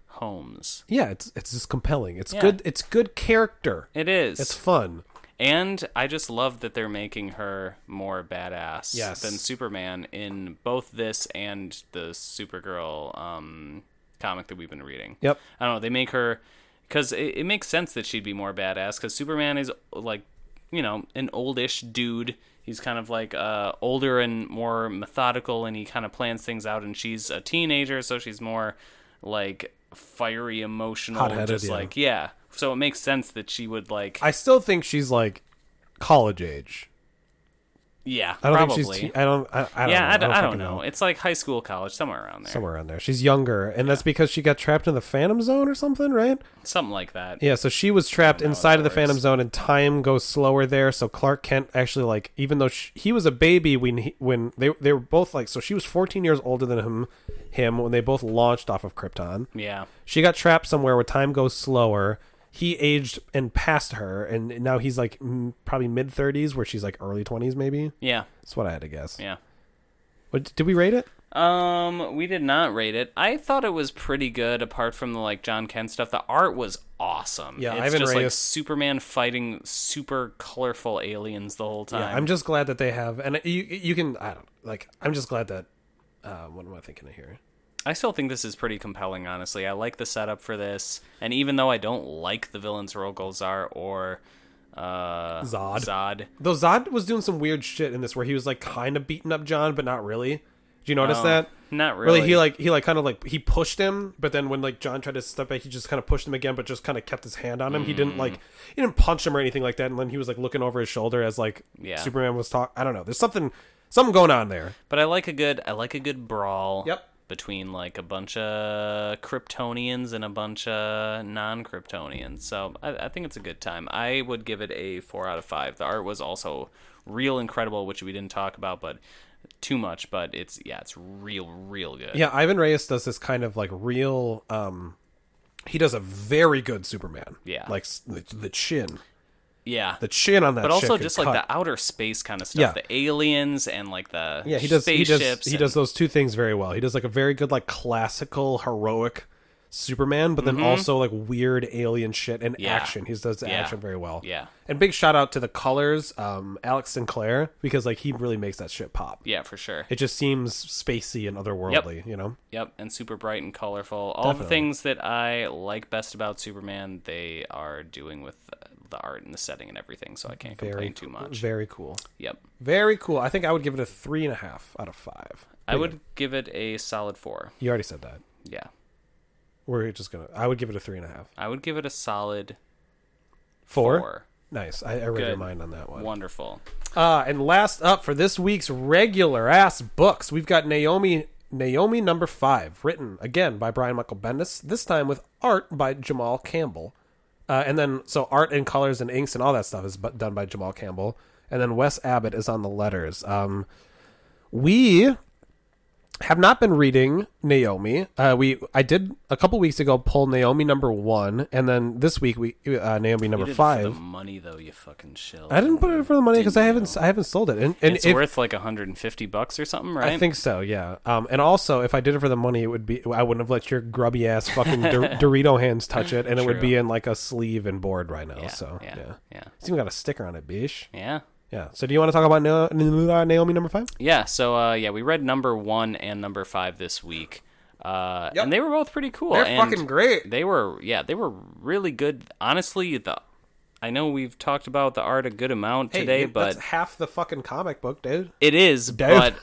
[SPEAKER 2] homes.
[SPEAKER 1] yeah, it's it's just compelling. It's
[SPEAKER 2] Yeah.
[SPEAKER 1] good. It's good character.
[SPEAKER 2] It is.
[SPEAKER 1] It's fun.
[SPEAKER 2] And I just love that they're making her more badass
[SPEAKER 1] Yes.
[SPEAKER 2] than Superman in both this and the Supergirl um, comic that we've been reading.
[SPEAKER 1] Yep.
[SPEAKER 2] I don't know. They make her because it, it makes sense that she'd be more badass because Superman is like you know an oldish dude. He's kind of like uh, older and more methodical, and he kind of plans things out. And she's a teenager, so she's more like fiery, emotional,
[SPEAKER 1] Hot-headed,
[SPEAKER 2] just
[SPEAKER 1] yeah.
[SPEAKER 2] like yeah. So it makes sense that she would like
[SPEAKER 1] I still think she's like college age.
[SPEAKER 2] yeah.
[SPEAKER 1] I don't
[SPEAKER 2] probably.
[SPEAKER 1] think she's. Te- I don't. I, I don't know.
[SPEAKER 2] yeah, I d- I,
[SPEAKER 1] fucking
[SPEAKER 2] don't know. It's like high school, college, somewhere around there,
[SPEAKER 1] somewhere around there. She's younger, and that's because she got trapped in the Phantom Zone or something, right?
[SPEAKER 2] something like that.
[SPEAKER 1] Yeah, so she was trapped inside of the
[SPEAKER 2] works.
[SPEAKER 1] Phantom Zone, and time goes slower there. So Clark Kent actually, like, even though sh he was a baby when he, when they they were both like, so she was 14 years older than him him when they both launched off of Krypton.
[SPEAKER 2] yeah.
[SPEAKER 1] She got trapped somewhere where time goes slower. He aged and passed her, and now he's like m- probably mid 30s, where she's like early 20s, maybe.
[SPEAKER 2] yeah.
[SPEAKER 1] That's what I had to guess.
[SPEAKER 2] Yeah.
[SPEAKER 1] What, did we rate it?
[SPEAKER 2] Um, we did not rate it. I thought it was pretty good, apart from the like John Kent stuff. The art was awesome.
[SPEAKER 1] Yeah,
[SPEAKER 2] it's
[SPEAKER 1] Ivan
[SPEAKER 2] just like
[SPEAKER 1] Reyes-
[SPEAKER 2] Superman fighting super colorful aliens the whole time.
[SPEAKER 1] Yeah, I'm just glad that they have, and you you can I don't like. I'm just glad that. Uh, what am I thinking of here?
[SPEAKER 2] I still think this is pretty compelling, honestly. I like the setup for this, and even though I don't like the villains Rogolzar or uh,
[SPEAKER 1] Zod.
[SPEAKER 2] Zod,
[SPEAKER 1] Though Zod was doing some weird shit in this, where he was like kind of beating up John, but not really. Do you notice
[SPEAKER 2] Oh,
[SPEAKER 1] that?
[SPEAKER 2] not
[SPEAKER 1] Really,
[SPEAKER 2] really.
[SPEAKER 1] he like he like kind of like he pushed him, but then when like John tried to step back, he just kind of pushed him again, but just kind of kept his hand on him. He
[SPEAKER 2] Mm-hmm.
[SPEAKER 1] didn't like he didn't punch him or anything like that. And then he was like looking over his shoulder as like
[SPEAKER 2] Yeah.
[SPEAKER 1] Superman was talking. I don't know. There's something something going on there.
[SPEAKER 2] But I like a good I like a good brawl.
[SPEAKER 1] Yep.
[SPEAKER 2] Between like a bunch of Kryptonians and a bunch of non-Kryptonians, so I, I think it's a good time. I would give it a four out of five. The art was also real incredible, which we didn't talk about, but too much. But it's yeah, it's real, real good.
[SPEAKER 1] Yeah, Ivan Reyes does this kind of like real. um He does a very good Superman.
[SPEAKER 2] Yeah.
[SPEAKER 1] like s- the, the chin,
[SPEAKER 2] yeah.
[SPEAKER 1] the chin on that.
[SPEAKER 2] but also
[SPEAKER 1] chick
[SPEAKER 2] just
[SPEAKER 1] is
[SPEAKER 2] like
[SPEAKER 1] cut.
[SPEAKER 2] the outer space kind of
[SPEAKER 1] Yeah.
[SPEAKER 2] stuff, the aliens and like the
[SPEAKER 1] Yeah, he does. He
[SPEAKER 2] spaceships.
[SPEAKER 1] does. He
[SPEAKER 2] and-
[SPEAKER 1] does those two things very well. He does like a very good like classical heroic Superman, but then also like weird alien shit and
[SPEAKER 2] Mm-hmm. Yeah.
[SPEAKER 1] action. He does the
[SPEAKER 2] Yeah.
[SPEAKER 1] action very well.
[SPEAKER 2] Yeah.
[SPEAKER 1] And big shout out to the colors, um, Alex Sinclair, because like he really makes that shit pop.
[SPEAKER 2] yeah, for sure.
[SPEAKER 1] It just seems spacey and otherworldly, you know.
[SPEAKER 2] Yep, and super bright and colorful. All the
[SPEAKER 1] Definitely.
[SPEAKER 2] things that I like best about Superman, they are doing with uh, the art and the setting and everything, so I can't
[SPEAKER 1] Very
[SPEAKER 2] complain too much.
[SPEAKER 1] Very cool.
[SPEAKER 2] Yep.
[SPEAKER 1] Very cool. I think I would give it a three and a half out of five.
[SPEAKER 2] I would give it a solid four.
[SPEAKER 1] You already said that.
[SPEAKER 2] Yeah.
[SPEAKER 1] We're just gonna. I would give it a three and a half.
[SPEAKER 2] I would give it a solid
[SPEAKER 1] Four.
[SPEAKER 2] four.
[SPEAKER 1] Nice. I, I read your
[SPEAKER 2] Good.
[SPEAKER 1] mind on that one.
[SPEAKER 2] Wonderful.
[SPEAKER 1] Uh, and last up for this week's regular ass books, we've got Naomi Naomi number five, written again by Brian Michael Bendis, this time with art by Jamal Campbell. Uh, and then so art and colors and inks and all that stuff is bu- done by Jamal Campbell. And then Wes Abbott is on the letters. Um, we have not been reading Naomi. Uh, we I did a couple weeks ago pull Naomi number one, and then this week we uh, Naomi number
[SPEAKER 2] You did it
[SPEAKER 1] five.
[SPEAKER 2] For the money though, you fucking shill.
[SPEAKER 1] I didn't put it in for the money because I
[SPEAKER 2] Didn't
[SPEAKER 1] haven't I haven't sold it, and, and
[SPEAKER 2] it's
[SPEAKER 1] if-
[SPEAKER 2] worth like 150 bucks or something, right?
[SPEAKER 1] I think so, yeah. Um, and also, if I did it for the money, it would be I wouldn't have let your grubby ass fucking <laughs> Dor- Dorito hands touch it, and it would
[SPEAKER 2] True.
[SPEAKER 1] be in like a sleeve and board right now.
[SPEAKER 2] Yeah,
[SPEAKER 1] so yeah,
[SPEAKER 2] yeah,
[SPEAKER 1] yeah.
[SPEAKER 2] yeah,
[SPEAKER 1] It's even got a sticker on it, bish.
[SPEAKER 2] yeah.
[SPEAKER 1] Yeah. So do you want to talk about Na- Na- Naomi number five?
[SPEAKER 2] Yeah, so uh, yeah, we read number one and number five this week, uh,
[SPEAKER 1] Yep.
[SPEAKER 2] and they were both pretty cool.
[SPEAKER 1] They're
[SPEAKER 2] and
[SPEAKER 1] fucking great.
[SPEAKER 2] They were, yeah, they were really good. Honestly, the I know we've talked about the art a good amount today, but
[SPEAKER 1] that's half the fucking comic book, dude. <laughs>
[SPEAKER 2] it is,
[SPEAKER 1] Dude.
[SPEAKER 2] but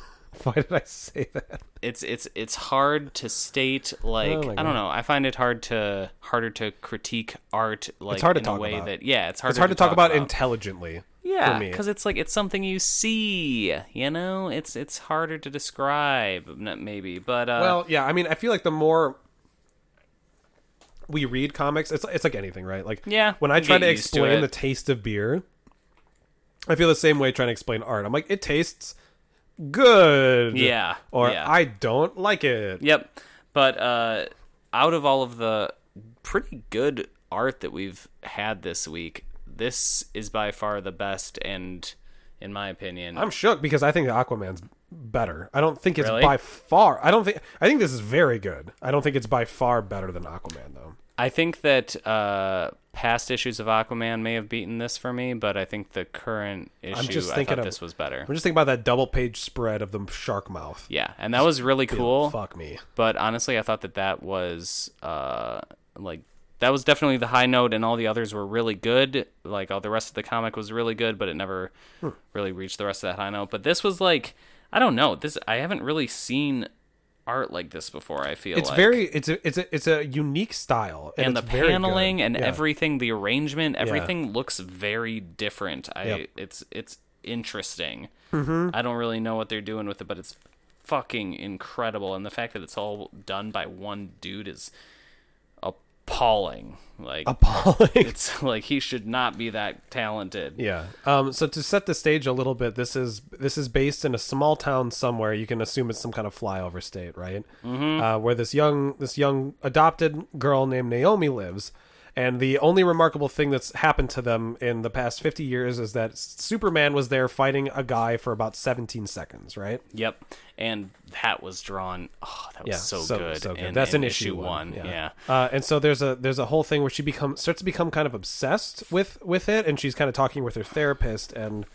[SPEAKER 1] Why did I say that?
[SPEAKER 2] it's it's it's hard to state. Like
[SPEAKER 1] Oh my
[SPEAKER 2] I
[SPEAKER 1] God.
[SPEAKER 2] don't know, I find it hard to harder to critique art. Like
[SPEAKER 1] hard to
[SPEAKER 2] in
[SPEAKER 1] talk
[SPEAKER 2] a way
[SPEAKER 1] about.
[SPEAKER 2] that yeah, it's hard.
[SPEAKER 1] It's hard to talk about intelligently.
[SPEAKER 2] Yeah,
[SPEAKER 1] for me.
[SPEAKER 2] because it's like it's something you see. You know, it's it's harder to describe, n- maybe. But uh,
[SPEAKER 1] Well, yeah, I mean, I feel like the more we read comics, it's it's like anything, right? Like,
[SPEAKER 2] Yeah,
[SPEAKER 1] when I
[SPEAKER 2] you
[SPEAKER 1] try
[SPEAKER 2] get
[SPEAKER 1] to
[SPEAKER 2] used to
[SPEAKER 1] explain
[SPEAKER 2] it.
[SPEAKER 1] the taste of beer, I feel the same way trying to explain art. I'm like, it tastes good,
[SPEAKER 2] Yeah,
[SPEAKER 1] or
[SPEAKER 2] yeah.
[SPEAKER 1] I don't like it.
[SPEAKER 2] Yep. But uh, out of all of the pretty good art that we've had this week, this is by far the best, and in my opinion,
[SPEAKER 1] I'm shook because I think the Aquaman's better. I don't think it's
[SPEAKER 2] Really?
[SPEAKER 1] by far. I don't think. I think this is very good. I don't think it's by far better than Aquaman though.
[SPEAKER 2] I think that uh, past issues of Aquaman may have beaten this for me, but I think the current issue,
[SPEAKER 1] just
[SPEAKER 2] I
[SPEAKER 1] thinking
[SPEAKER 2] thought
[SPEAKER 1] of-
[SPEAKER 2] this was better.
[SPEAKER 1] I'm just thinking about that double page spread of the shark mouth.
[SPEAKER 2] Yeah, and that was really cool.
[SPEAKER 1] Fuck me.
[SPEAKER 2] But honestly, I thought that that was uh, like that was definitely the high note, and all the others were really good. Like all the rest of the comic was really good, but it never
[SPEAKER 1] Hmm.
[SPEAKER 2] really reached the rest of that high note. But this was like I don't know this. I haven't really seen art like this before. I feel
[SPEAKER 1] it's
[SPEAKER 2] like.
[SPEAKER 1] very it's a it's a it's a unique style and,
[SPEAKER 2] and the
[SPEAKER 1] it's very good.
[SPEAKER 2] paneling and
[SPEAKER 1] Yeah.
[SPEAKER 2] everything, the arrangement, everything looks very different. I
[SPEAKER 1] Yep. Mm-hmm.
[SPEAKER 2] it's it's interesting. I don't really know what they're doing with it, but it's fucking incredible. And the fact that it's all done by one dude is appalling. Like
[SPEAKER 1] <laughs> appalling.
[SPEAKER 2] it's <laughs> like he should not be that talented.
[SPEAKER 1] yeah. Um. So to set the stage a little bit, this is this is based in a small town somewhere. You can assume it's some kind of flyover state, right? Mm-hmm. Uh, where this young this young adopted girl named Naomi lives. And the only remarkable thing that's happened to them in the past 50 years is that Superman was there fighting a guy for about 17 seconds, right?
[SPEAKER 2] Yep. And that was drawn. Oh, that was
[SPEAKER 1] Yeah,
[SPEAKER 2] so,
[SPEAKER 1] so-
[SPEAKER 2] good.
[SPEAKER 1] so good.
[SPEAKER 2] in-
[SPEAKER 1] That's
[SPEAKER 2] in
[SPEAKER 1] an issue one, yeah.
[SPEAKER 2] yeah.
[SPEAKER 1] Uh, and so there's a there's a whole thing where she becomes starts to become kind of obsessed with with it, and she's kind of talking with her therapist, and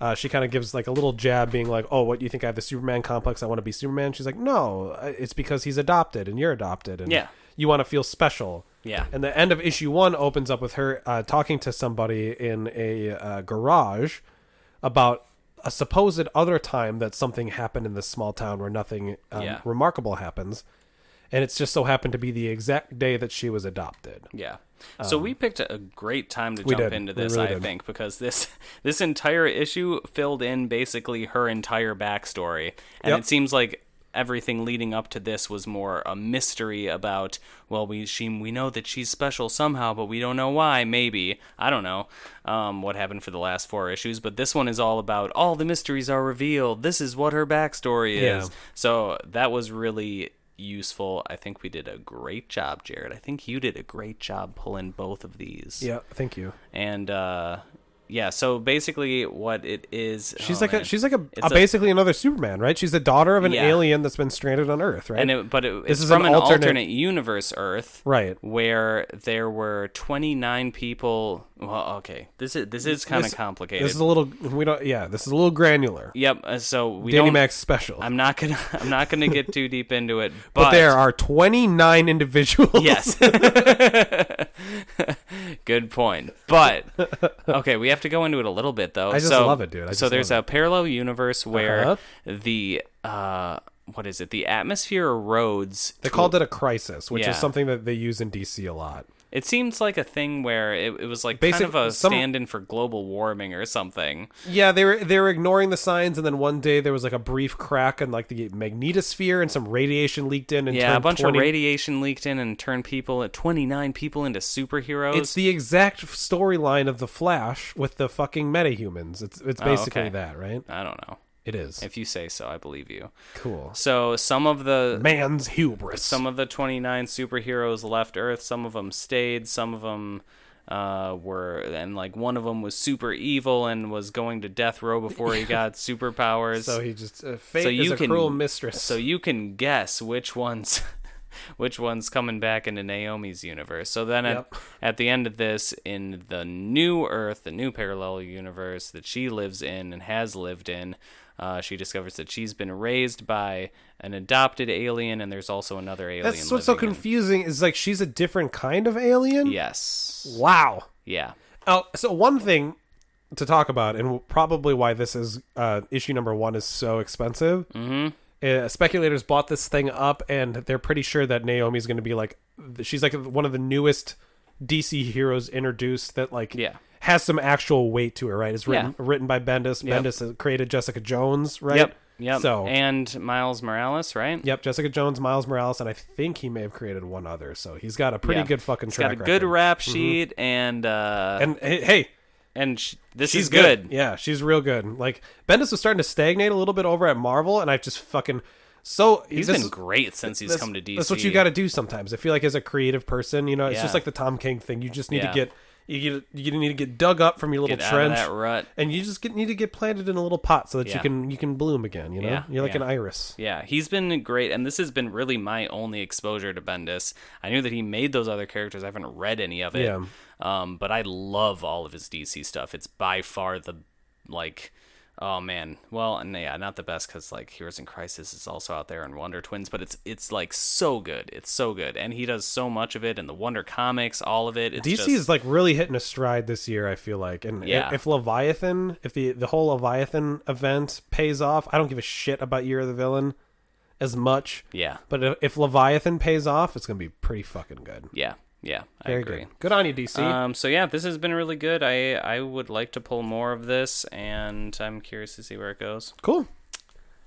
[SPEAKER 1] uh, she kind of gives like a little jab, being like, "Oh, what you think I have the Superman complex? I want to be Superman." She's like, "No, uh, it's because he's adopted, and you're adopted, and
[SPEAKER 2] Yeah.
[SPEAKER 1] you want to feel special."
[SPEAKER 2] Yeah.
[SPEAKER 1] And the end of issue one opens up with her uh, talking to somebody in a uh, garage about a supposed other time that something happened in this small town where nothing um,
[SPEAKER 2] Yeah.
[SPEAKER 1] remarkable happens and it's just so happened to be the exact day that she was adopted.
[SPEAKER 2] Yeah. So we picked a great time to
[SPEAKER 1] Um, we
[SPEAKER 2] jump
[SPEAKER 1] did.
[SPEAKER 2] into
[SPEAKER 1] We
[SPEAKER 2] this,
[SPEAKER 1] really
[SPEAKER 2] I
[SPEAKER 1] did.
[SPEAKER 2] think, because this <laughs> this entire issue filled in basically her entire backstory, and
[SPEAKER 1] Yep.
[SPEAKER 2] it seems like everything leading up to this was more a mystery about well we she we know that she's special somehow but we don't know why maybe i don't know um, what happened for the last four issues but this one is all about all the mysteries are revealed this is what her backstory is
[SPEAKER 1] Yeah.
[SPEAKER 2] so that was really useful. I think we did a great job, Jared. I think you did a great job pulling both of these.
[SPEAKER 1] Yeah, thank you.
[SPEAKER 2] And uh yeah, so basically what it is
[SPEAKER 1] She's
[SPEAKER 2] oh,
[SPEAKER 1] like
[SPEAKER 2] man.
[SPEAKER 1] a, she's like a,
[SPEAKER 2] It's
[SPEAKER 1] a basically another Superman, right? She's the daughter of an
[SPEAKER 2] Yeah.
[SPEAKER 1] alien that's been stranded on Earth, right?
[SPEAKER 2] and it, but it, it's
[SPEAKER 1] is
[SPEAKER 2] from
[SPEAKER 1] an
[SPEAKER 2] an, alternate,
[SPEAKER 1] alternate-
[SPEAKER 2] universe Earth,
[SPEAKER 1] Right.
[SPEAKER 2] Where there were twenty nine people. Well, okay, this is this is kind of
[SPEAKER 1] This-
[SPEAKER 2] complicated.
[SPEAKER 1] this is a little we don't yeah, this is a little granular.
[SPEAKER 2] yep. uh, So we
[SPEAKER 1] Danny
[SPEAKER 2] don't.
[SPEAKER 1] Max special.
[SPEAKER 2] I'm not gonna. <laughs> I'm not gonna get too deep into it. But,
[SPEAKER 1] but, there are 29 individuals. <laughs>
[SPEAKER 2] Yes. <laughs> Good point. But okay, we have to go into it a little bit though.
[SPEAKER 1] I just
[SPEAKER 2] so,
[SPEAKER 1] love it, Uh-huh. dude. I
[SPEAKER 2] so
[SPEAKER 1] just
[SPEAKER 2] there's
[SPEAKER 1] love
[SPEAKER 2] a parallel universe where
[SPEAKER 1] Uh-huh.
[SPEAKER 2] the uh what is it? The atmosphere erodes.
[SPEAKER 1] They called it a crisis, which
[SPEAKER 2] Yeah.
[SPEAKER 1] is something that they use in DC a lot.
[SPEAKER 2] It seems like a thing where it, it was like
[SPEAKER 1] Basic-
[SPEAKER 2] kind of a
[SPEAKER 1] some-
[SPEAKER 2] stand-in for global warming or something.
[SPEAKER 1] Yeah, they were they were ignoring the signs, and then one day there was like a brief crack in like the magnetosphere, and some radiation leaked in. And
[SPEAKER 2] Yeah, a
[SPEAKER 1] turned
[SPEAKER 2] bunch
[SPEAKER 1] 20
[SPEAKER 2] of radiation leaked in and turned people at 29 people into superheroes.
[SPEAKER 1] It's the exact storyline of the Flash with the fucking metahumans. It's it's basically
[SPEAKER 2] Oh, okay.
[SPEAKER 1] that, right?
[SPEAKER 2] I don't know.
[SPEAKER 1] It is
[SPEAKER 2] If you say so, I believe you.
[SPEAKER 1] cool.
[SPEAKER 2] So some of the
[SPEAKER 1] Man's hubris.
[SPEAKER 2] some of the 29 superheroes left Earth. Some of them stayed. Some of them uh, were and like one of them was super evil and was going to death row before
[SPEAKER 1] <laughs>
[SPEAKER 2] he got superpowers.
[SPEAKER 1] so he just uh, fate
[SPEAKER 2] so
[SPEAKER 1] is
[SPEAKER 2] you
[SPEAKER 1] a
[SPEAKER 2] can-
[SPEAKER 1] cruel mistress.
[SPEAKER 2] So you can guess which ones <laughs> which one's coming back into Naomi's universe. So then
[SPEAKER 1] Yep.
[SPEAKER 2] at, at the end of this in the new Earth, the new parallel universe that she lives in and has lived in, uh, she discovers that she's been raised by an adopted alien and there's also another alien.
[SPEAKER 1] that's what's so
[SPEAKER 2] living in-
[SPEAKER 1] confusing is like she's a different kind of alien.
[SPEAKER 2] Yes.
[SPEAKER 1] Wow.
[SPEAKER 2] Yeah.
[SPEAKER 1] Oh, so one thing to talk about, and probably why this is uh, issue number one is so expensive. Mm-hmm. Uh, speculators bought this thing up, and they're pretty sure that Naomi's going to be like, she's like one of the newest DC heroes introduced that like
[SPEAKER 2] Yeah.
[SPEAKER 1] has some actual weight to it, right? It's written
[SPEAKER 2] Yeah.
[SPEAKER 1] written by Bendis. Bendis has created Jessica Jones, right?
[SPEAKER 2] Yep. Yep.
[SPEAKER 1] So.
[SPEAKER 2] and Miles Morales, right?
[SPEAKER 1] Yep, Jessica Jones, Miles Morales, and I think he may have created one other. So he's got a pretty
[SPEAKER 2] Yeah.
[SPEAKER 1] good fucking
[SPEAKER 2] It's
[SPEAKER 1] track
[SPEAKER 2] got a good
[SPEAKER 1] record. Mm-hmm.
[SPEAKER 2] rap sheet and uh and,
[SPEAKER 1] and hey, hey,
[SPEAKER 2] sh- this
[SPEAKER 1] she's
[SPEAKER 2] is good.
[SPEAKER 1] Yeah, she's real good. Like Bendis was starting to stagnate a little bit over at Marvel, and I've just fucking so
[SPEAKER 2] He's
[SPEAKER 1] this-
[SPEAKER 2] been great since he's
[SPEAKER 1] that's-
[SPEAKER 2] come to DC.
[SPEAKER 1] That's what you got to do sometimes. I feel like as a creative person, you know, it's
[SPEAKER 2] Yeah.
[SPEAKER 1] just like the Tom King thing. You just need
[SPEAKER 2] Yeah.
[SPEAKER 1] to get you get you need to get dug up from your little
[SPEAKER 2] Get out of
[SPEAKER 1] trench,
[SPEAKER 2] that rut.
[SPEAKER 1] and you just get, need to get planted in a little pot so that
[SPEAKER 2] Yeah.
[SPEAKER 1] you can you can bloom again. You know,
[SPEAKER 2] Yeah,
[SPEAKER 1] you're like
[SPEAKER 2] yeah.
[SPEAKER 1] an iris.
[SPEAKER 2] Yeah, he's been great, and this has been really my only exposure to Bendis. I knew that he made those other characters. I haven't read any of it,
[SPEAKER 1] Yeah.
[SPEAKER 2] um, but I love all of his DC stuff. It's by far the like, oh man, well, and yeah, not the best because like Heroes in Crisis is also out there and Wonder Twins, but it's it's like so good. It's so good, and he does so much of it, and the Wonder comics, all of it. It's
[SPEAKER 1] DC
[SPEAKER 2] just-
[SPEAKER 1] is like really hitting a stride this year. I feel like, and i-
[SPEAKER 2] Yeah.
[SPEAKER 1] if Leviathan, if the the whole Leviathan event pays off, I don't give a shit about Year of the Villain as much.
[SPEAKER 2] yeah,
[SPEAKER 1] But if, if Leviathan pays off, it's gonna be pretty fucking good.
[SPEAKER 2] yeah, yeah. I
[SPEAKER 1] Very
[SPEAKER 2] agree.
[SPEAKER 1] good. Good on you, DC.
[SPEAKER 2] Um, so yeah, this has been really good. I I would like to pull more of this, and I'm curious to see where it goes.
[SPEAKER 1] cool.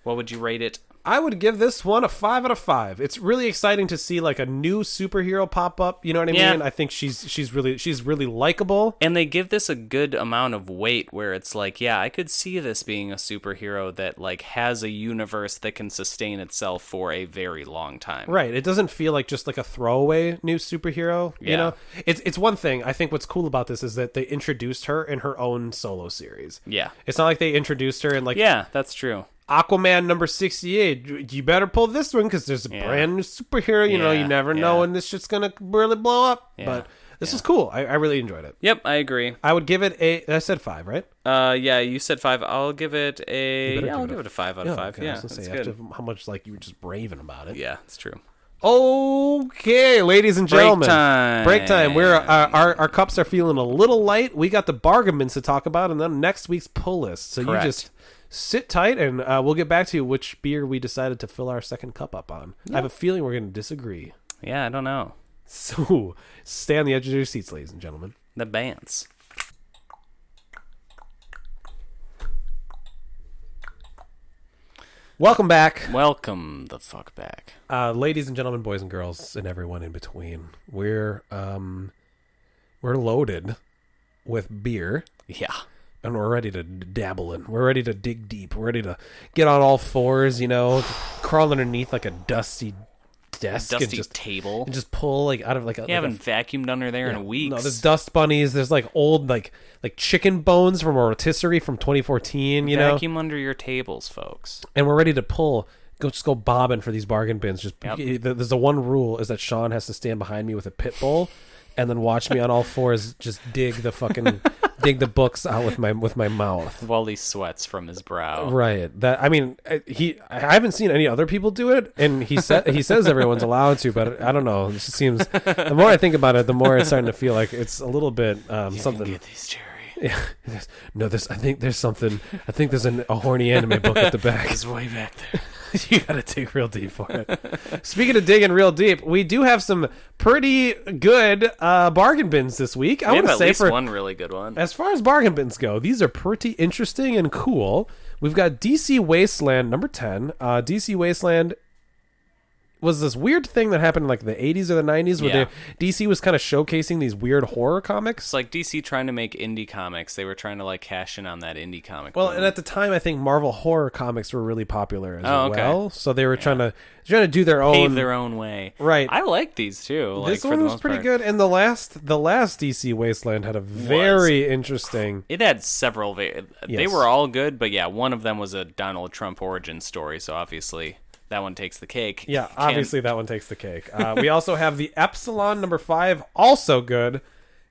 [SPEAKER 2] What would you rate it?
[SPEAKER 1] I would give this one a five out of five. It's really exciting to see like a new superhero pop up. You know what I
[SPEAKER 2] Yeah.
[SPEAKER 1] mean? I think she's she's really she's really likable.
[SPEAKER 2] And they give this a good amount of weight, where it's like, yeah, I could see this being a superhero that like has a universe that can sustain itself for a very long time.
[SPEAKER 1] Right. It doesn't feel like just like a throwaway new superhero.
[SPEAKER 2] Yeah.
[SPEAKER 1] You know, it's it's one thing. I think what's cool about this is that they introduced her in her own solo series.
[SPEAKER 2] Yeah.
[SPEAKER 1] It's not like they introduced her in like
[SPEAKER 2] Yeah, that's true.
[SPEAKER 1] Aquaman number sixty eight. You better pull this one because there's a
[SPEAKER 2] Yeah.
[SPEAKER 1] brand new superhero. You know,
[SPEAKER 2] Yeah,
[SPEAKER 1] you never
[SPEAKER 2] yeah.
[SPEAKER 1] know when this shit's gonna really blow up. But this is cool. I, I really enjoyed it.
[SPEAKER 2] Yep, I agree.
[SPEAKER 1] I would give it a. I said five, right?
[SPEAKER 2] Uh, yeah, you said five. I'll give it a.
[SPEAKER 1] better
[SPEAKER 2] Yeah, I'll
[SPEAKER 1] give it
[SPEAKER 2] give
[SPEAKER 1] a-
[SPEAKER 2] it a five out of five.
[SPEAKER 1] okay, I was
[SPEAKER 2] Yeah,
[SPEAKER 1] gonna
[SPEAKER 2] it's
[SPEAKER 1] say,
[SPEAKER 2] good.
[SPEAKER 1] after how much like you were just raving about it.
[SPEAKER 2] Yeah, it's true.
[SPEAKER 1] Okay, ladies and
[SPEAKER 2] Break
[SPEAKER 1] gentlemen.
[SPEAKER 2] time.
[SPEAKER 1] Break time. We're our, our our cups are feeling a little light. We got the bargainments to talk about, and then next week's pull list. So
[SPEAKER 2] Correct.
[SPEAKER 1] you just sit tight, and uh, we'll get back to you which beer we decided to fill our second cup up on. I have a feeling we're going to disagree.
[SPEAKER 2] Yeah, I don't know
[SPEAKER 1] So stay on the edge of your seats, ladies and gentlemen.
[SPEAKER 2] the bands.
[SPEAKER 1] Welcome back,
[SPEAKER 2] Welcome the fuck back.
[SPEAKER 1] uh, ladies and gentlemen, boys and girls, and everyone in between. We're um, we're loaded with beer.
[SPEAKER 2] Yeah.
[SPEAKER 1] and we're ready to d- dabble in. We're ready to dig deep. We're ready to get on all fours, you know, crawl underneath like a dusty desk and
[SPEAKER 2] Dusty
[SPEAKER 1] just
[SPEAKER 2] table.
[SPEAKER 1] and just pull like out of like a.
[SPEAKER 2] you
[SPEAKER 1] like a-
[SPEAKER 2] haven't vacuumed under there in weeks.
[SPEAKER 1] no, there's dust bunnies. There's like old like like chicken bones from a rotisserie from 2014, you know,
[SPEAKER 2] Vacuum under your tables, folks.
[SPEAKER 1] and we're ready to pull. Go just go bobbing for these bargain bins. Just
[SPEAKER 2] Yep.
[SPEAKER 1] y- there- there's the one rule is that Sean has to stand behind me with a pit bull, and then watch me on all fours just dig the fucking dig the books out with my with my mouth.
[SPEAKER 2] While he sweats from his brow.
[SPEAKER 1] Right. That I mean, uh, he. I haven't seen any other people do it, and he said he says everyone's allowed to, but I don't know. It just seems. The more I think about it, the more it's starting to feel like it's a little bit um, something. <laughs>
[SPEAKER 2] these, Jerry.
[SPEAKER 1] Yeah. There's- no, there's. I think there's something. I think there's an, a horny anime book at the back.
[SPEAKER 2] way back there.
[SPEAKER 1] <laughs> you gotta dig real deep for it. Speaking of digging real deep, we do have some pretty good uh, bargain bins this week. I
[SPEAKER 2] <laughs> We
[SPEAKER 1] want
[SPEAKER 2] have
[SPEAKER 1] to
[SPEAKER 2] at
[SPEAKER 1] say
[SPEAKER 2] least
[SPEAKER 1] for
[SPEAKER 2] one really good one.
[SPEAKER 1] as far as bargain bins go, these are pretty interesting and cool. We've got DC Wasteland number 10. Uh, DC Wasteland was this weird thing that happened in like the 80s or the 90s where
[SPEAKER 2] Yeah.
[SPEAKER 1] they, DC was kind of showcasing these weird horror comics.
[SPEAKER 2] It's like DC trying to make indie comics. They were trying to like cash in on that indie comic.
[SPEAKER 1] Well,
[SPEAKER 2] boom.
[SPEAKER 1] and at the time, I think Marvel horror comics were really popular as
[SPEAKER 2] Oh, okay.
[SPEAKER 1] well. So they were trying to trying to do their own.
[SPEAKER 2] pave their own way.
[SPEAKER 1] Right.
[SPEAKER 2] I like these too. Like,
[SPEAKER 1] this
[SPEAKER 2] for
[SPEAKER 1] one
[SPEAKER 2] the
[SPEAKER 1] was
[SPEAKER 2] most
[SPEAKER 1] pretty
[SPEAKER 2] part.
[SPEAKER 1] good, and the last the last DC Wasteland had a very interesting.
[SPEAKER 2] It had several. va- They
[SPEAKER 1] Yes.
[SPEAKER 2] were all good, but yeah, one of them was a Donald Trump origin story. So obviously that one takes the cake.
[SPEAKER 1] Yeah,
[SPEAKER 2] Can't-
[SPEAKER 1] obviously that one takes the cake. Uh, we also have the Epsilon number five, also good,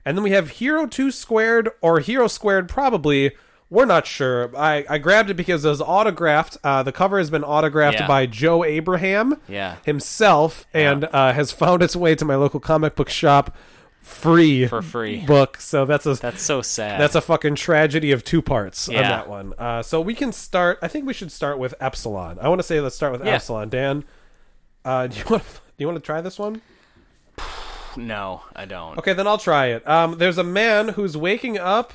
[SPEAKER 1] and then we have Hero Two Squared or Hero Squared, probably. We're not sure. I, I grabbed it because it was autographed. Uh, the cover has been autographed
[SPEAKER 2] Yeah.
[SPEAKER 1] by Joe Abraham
[SPEAKER 2] Yeah.
[SPEAKER 1] himself, and uh, has found its way to my local comic book shop free for
[SPEAKER 2] free.
[SPEAKER 1] book. So that's a
[SPEAKER 2] That's so sad.
[SPEAKER 1] that's a fucking tragedy of two parts on
[SPEAKER 2] Yeah.
[SPEAKER 1] that one. Uh, so we can start. I think we should start with Epsilon. I want to say let's start with
[SPEAKER 2] Yeah.
[SPEAKER 1] Epsilon. Dan, uh, <laughs> do you want to, do you want to try this one?
[SPEAKER 2] no, I don't.
[SPEAKER 1] Okay, then I'll try it. Um, there's a man who's waking up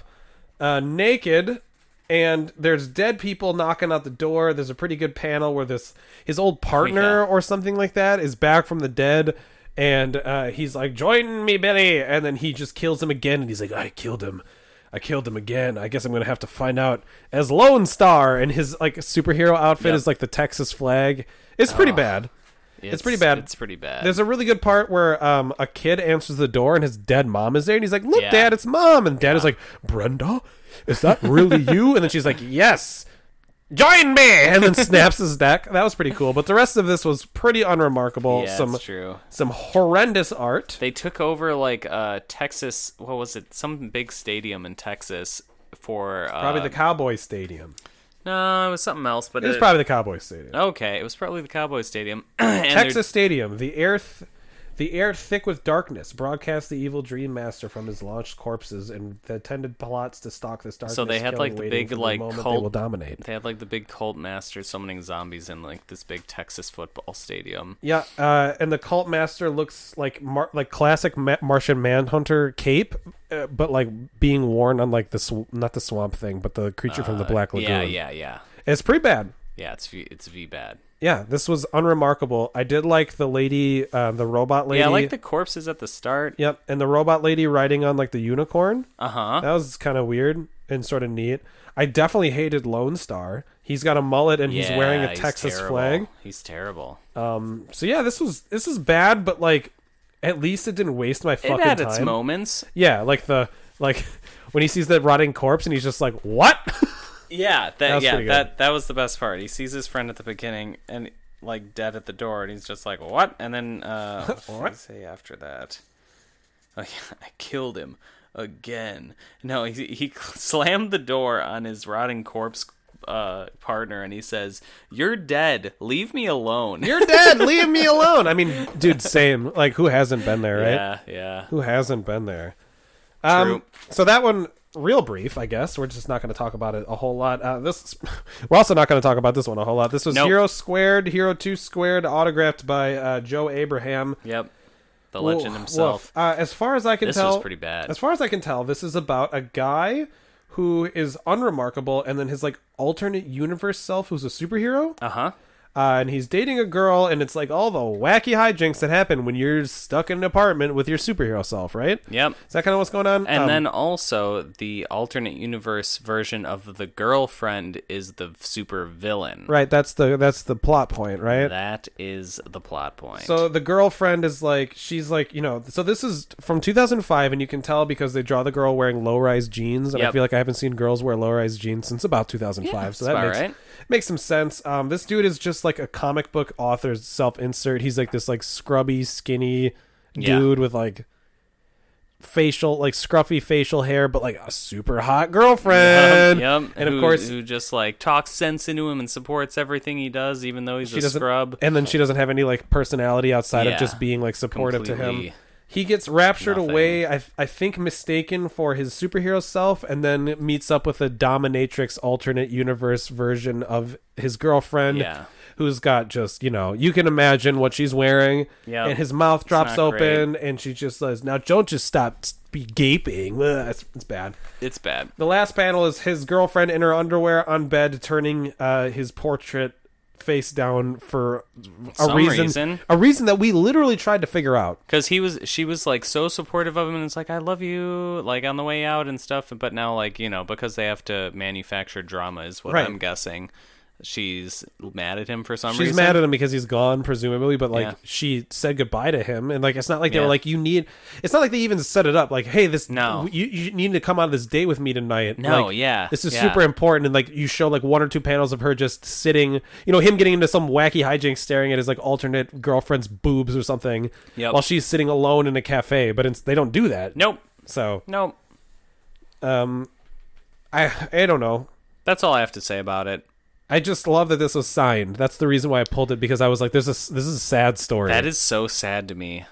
[SPEAKER 1] uh, naked, and there's dead people knocking out the door. There's a pretty good panel where this his old partner or something like that is back from the dead, and uh, he's like, "Join me, Billy," and then he just kills him again, and he's like, "I killed him." I killed him again. I guess I'm gonna have to find out as Lone Star, and his like superhero outfit is like the Texas flag. It's pretty bad.
[SPEAKER 2] Ah. It's,
[SPEAKER 1] pretty bad.
[SPEAKER 2] It's pretty bad.
[SPEAKER 1] There's a really good part where um, a kid answers the door and his dead mom is there, and he's like, "Look,
[SPEAKER 2] Yeah.
[SPEAKER 1] Dad, it's mom." And Dad is like, "Brenda, is that really you?" And then she's like, "Yes, join me!" And then snaps his neck. That was pretty cool. But the rest of this was pretty unremarkable.
[SPEAKER 2] yeah,
[SPEAKER 1] some
[SPEAKER 2] it's true.
[SPEAKER 1] some horrendous art.
[SPEAKER 2] They took over like uh Texas. What was it? Some big stadium in Texas for uh,
[SPEAKER 1] Probably the Cowboy Stadium.
[SPEAKER 2] no, it was something else. But
[SPEAKER 1] It was probably the Cowboy Stadium.
[SPEAKER 2] okay. It was probably the Cowboys Stadium. <clears throat> And they're-
[SPEAKER 1] Texas Stadium, the air, th- the air thick with darkness, broadcast the evil Dream Master from his launched corpses and the attended plots to stalk this darkness.
[SPEAKER 2] So they had,
[SPEAKER 1] killing,
[SPEAKER 2] like, the
[SPEAKER 1] waiting
[SPEAKER 2] big,
[SPEAKER 1] for
[SPEAKER 2] like,
[SPEAKER 1] moment they
[SPEAKER 2] cult-
[SPEAKER 1] will dominate.
[SPEAKER 2] They had like the big cult master summoning zombies in like this big Texas football stadium.
[SPEAKER 1] Yeah, uh, and the cult master looks like mar- like classic Ma- Martian Manhunter cape, uh, but like being worn on like the sw- not the swamp thing, but the creature from the Black Lagoon.
[SPEAKER 2] Uh, Yeah, yeah, yeah,
[SPEAKER 1] It's pretty bad.
[SPEAKER 2] yeah. It's V- it's V bad.
[SPEAKER 1] Yeah, this was unremarkable. I did like the lady, uh, the robot lady.
[SPEAKER 2] Yeah, I like the corpses at the start.
[SPEAKER 1] Yep, and the robot lady riding on like the unicorn.
[SPEAKER 2] Uh huh.
[SPEAKER 1] That was kind of weird and sort of neat. I definitely hated Lone Star. He's got a mullet and he's wearing a Texas flag.
[SPEAKER 2] He's terrible.
[SPEAKER 1] So yeah, this was this is bad, but like at least it didn't waste my
[SPEAKER 2] It
[SPEAKER 1] fucking
[SPEAKER 2] had
[SPEAKER 1] time.
[SPEAKER 2] its moments.
[SPEAKER 1] yeah, like the like <laughs> when he sees the rotting corpse and he's just like, "What?" <laughs>
[SPEAKER 2] Yeah, that,
[SPEAKER 1] was
[SPEAKER 2] yeah,
[SPEAKER 1] pretty good.
[SPEAKER 2] that that was the best part. He sees his friend at the beginning and like dead at the door, and he's just like, "What?" And then uh,
[SPEAKER 1] <laughs>
[SPEAKER 2] what did he say after that? Oh yeah, <laughs> I killed him again. No, he he <laughs> slammed the door on his rotting corpse uh, partner, and he says, "You're dead. Leave me alone."
[SPEAKER 1] You're <laughs> dead. Leave me alone. I mean, dude, same. Like who hasn't been there, right?
[SPEAKER 2] yeah, yeah.
[SPEAKER 1] Who hasn't been there? Um,
[SPEAKER 2] True.
[SPEAKER 1] So that one, real brief, I guess. We're just not going to talk about it a whole lot. Uh, this, <laughs> we're also not going to talk about this one a whole lot. This was
[SPEAKER 2] Nope.
[SPEAKER 1] Hero Squared, Hero Two Squared, autographed by uh, Joe Abraham.
[SPEAKER 2] Yep, the
[SPEAKER 1] Woof,
[SPEAKER 2] legend himself.
[SPEAKER 1] woof. Uh, as far as I can
[SPEAKER 2] This was
[SPEAKER 1] tell,
[SPEAKER 2] pretty bad.
[SPEAKER 1] As far as I can tell, this is about a guy who is unremarkable, and then his like alternate universe self, who's a superhero.
[SPEAKER 2] Uh huh.
[SPEAKER 1] Uh, and he's dating a girl, and it's like all the wacky hijinks that happen when you're stuck in an apartment with your superhero self, right?
[SPEAKER 2] Yep.
[SPEAKER 1] Is that kind of what's going on?
[SPEAKER 2] And
[SPEAKER 1] Um,
[SPEAKER 2] then also the alternate universe version of the girlfriend is the super villain.
[SPEAKER 1] right, that's the that's the plot point, right?
[SPEAKER 2] That is the plot point.
[SPEAKER 1] So the girlfriend is like, she's like, you know, so this is from 2005, and you can tell because they draw the girl wearing low rise jeans, and I
[SPEAKER 2] Yep.
[SPEAKER 1] feel like I haven't seen girls wear low rise jeans since about 2005. so that
[SPEAKER 2] about
[SPEAKER 1] makes
[SPEAKER 2] right.
[SPEAKER 1] makes some sense. Um, this dude is just like a comic book author's self insert. He's like this like scrubby, skinny
[SPEAKER 2] Yeah.
[SPEAKER 1] dude with like facial like scruffy facial hair but like a super hot girlfriend
[SPEAKER 2] <laughs> yep.
[SPEAKER 1] and of
[SPEAKER 2] who,
[SPEAKER 1] course
[SPEAKER 2] who just like talks sense into him and supports everything he does, even though he's
[SPEAKER 1] she
[SPEAKER 2] a
[SPEAKER 1] doesn't
[SPEAKER 2] scrub.
[SPEAKER 1] and then she doesn't have any like personality outside
[SPEAKER 2] Yeah.
[SPEAKER 1] of just being like supportive to him
[SPEAKER 2] Completely
[SPEAKER 1] he gets raptured
[SPEAKER 2] nothing.
[SPEAKER 1] away I, I think mistaken for his superhero self and then meets up with a dominatrix alternate universe version of his girlfriend
[SPEAKER 2] Yeah.
[SPEAKER 1] who's got just you know you can imagine what she's wearing.
[SPEAKER 2] Yep.
[SPEAKER 1] and his mouth drops
[SPEAKER 2] not
[SPEAKER 1] open, and she just says, "Now don't just stop s- be gaping." Ugh, it's, it's bad.
[SPEAKER 2] It's bad.
[SPEAKER 1] The last panel is his girlfriend in her underwear on bed, turning uh, his portrait face down for a
[SPEAKER 2] Some reason.
[SPEAKER 1] a reason that we literally tried to figure out.
[SPEAKER 2] Cause he was, she was like so supportive of him, and it's like I love you, like on the way out and stuff. But now, like you know, because they have to manufacture drama, is what
[SPEAKER 1] Right.
[SPEAKER 2] I'm guessing. She's mad at him for some
[SPEAKER 1] She's
[SPEAKER 2] reason.
[SPEAKER 1] mad at him because he's gone, presumably, but like
[SPEAKER 2] Yeah.
[SPEAKER 1] she said goodbye to him, and like it's not like they were
[SPEAKER 2] Yeah.
[SPEAKER 1] like you need. It's not like they even set it up like, hey, this
[SPEAKER 2] No.
[SPEAKER 1] you, you need to come on this date with me tonight.
[SPEAKER 2] No,
[SPEAKER 1] Like,
[SPEAKER 2] yeah,
[SPEAKER 1] this is
[SPEAKER 2] yeah.
[SPEAKER 1] super important, and like you show like one or two panels of her just sitting, you know, him getting into some wacky hijinks, staring at his like alternate girlfriend's boobs or something,
[SPEAKER 2] Yep.
[SPEAKER 1] while she's sitting alone in a cafe. But it's, they don't do that.
[SPEAKER 2] Nope,
[SPEAKER 1] So um,
[SPEAKER 2] nope.
[SPEAKER 1] I I don't know.
[SPEAKER 2] That's all I have to say about it.
[SPEAKER 1] I just love that this was signed. That's the reason why I pulled it because I was like, "There's a this is a sad story."
[SPEAKER 2] That is so sad to me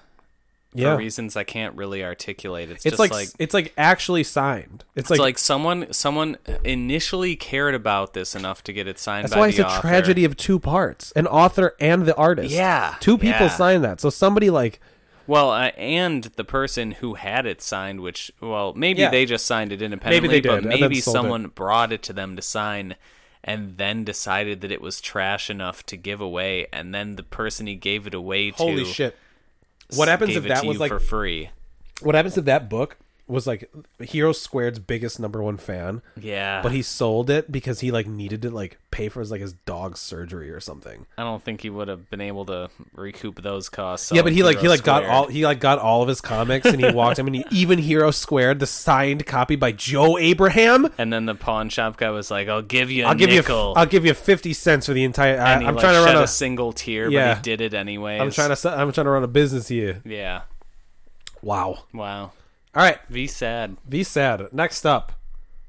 [SPEAKER 1] yeah.
[SPEAKER 2] for reasons I can't really articulate. It's,
[SPEAKER 1] It's
[SPEAKER 2] just
[SPEAKER 1] like,
[SPEAKER 2] like,
[SPEAKER 1] it's like actually signed. It's like,
[SPEAKER 2] it's like someone someone initially cared about this enough to get it signed.
[SPEAKER 1] that's
[SPEAKER 2] by
[SPEAKER 1] why it's
[SPEAKER 2] the
[SPEAKER 1] a
[SPEAKER 2] author.
[SPEAKER 1] tragedy of two parts: an author and the artist.
[SPEAKER 2] Yeah,
[SPEAKER 1] two people
[SPEAKER 2] yeah.
[SPEAKER 1] signed that. So somebody like
[SPEAKER 2] Well, uh, and the person who had it signed, which well, maybe
[SPEAKER 1] Yeah.
[SPEAKER 2] they just signed it independently,
[SPEAKER 1] Maybe they
[SPEAKER 2] but
[SPEAKER 1] did, and then
[SPEAKER 2] maybe
[SPEAKER 1] sold it.
[SPEAKER 2] someone brought it to them to sign, and then decided that it was trash enough to give away, and then the person he gave it away
[SPEAKER 1] holy
[SPEAKER 2] to,
[SPEAKER 1] shit. What happens
[SPEAKER 2] gave
[SPEAKER 1] if
[SPEAKER 2] it
[SPEAKER 1] that
[SPEAKER 2] to
[SPEAKER 1] was
[SPEAKER 2] you
[SPEAKER 1] like
[SPEAKER 2] for free?
[SPEAKER 1] what happens if that book was like Hero Squared's biggest number one fan?
[SPEAKER 2] Yeah,
[SPEAKER 1] But he sold it because he like needed to like pay for his like his dog's surgery or something.
[SPEAKER 2] I don't think he would have been able to recoup those costs.
[SPEAKER 1] yeah, but
[SPEAKER 2] selling
[SPEAKER 1] he like he
[SPEAKER 2] Hero
[SPEAKER 1] like got
[SPEAKER 2] Squared.
[SPEAKER 1] all he like got all of his comics and he walked him and he even Hero Squared the signed copy by Joe Abraham.
[SPEAKER 2] And then the pawn shop guy was like, "I'll give you a
[SPEAKER 1] I'll give
[SPEAKER 2] nickel."
[SPEAKER 1] you. I'll give you fifty cents for the entire. I,
[SPEAKER 2] and he
[SPEAKER 1] I'm
[SPEAKER 2] like,
[SPEAKER 1] trying to
[SPEAKER 2] shed
[SPEAKER 1] run
[SPEAKER 2] a
[SPEAKER 1] a.
[SPEAKER 2] single tear,
[SPEAKER 1] Yeah.
[SPEAKER 2] but he did it anyways.
[SPEAKER 1] am trying to. se- I'm trying to run a business here.
[SPEAKER 2] Yeah.
[SPEAKER 1] Wow. All
[SPEAKER 2] Wow.
[SPEAKER 1] right.
[SPEAKER 2] V sad.
[SPEAKER 1] V sad. Next up,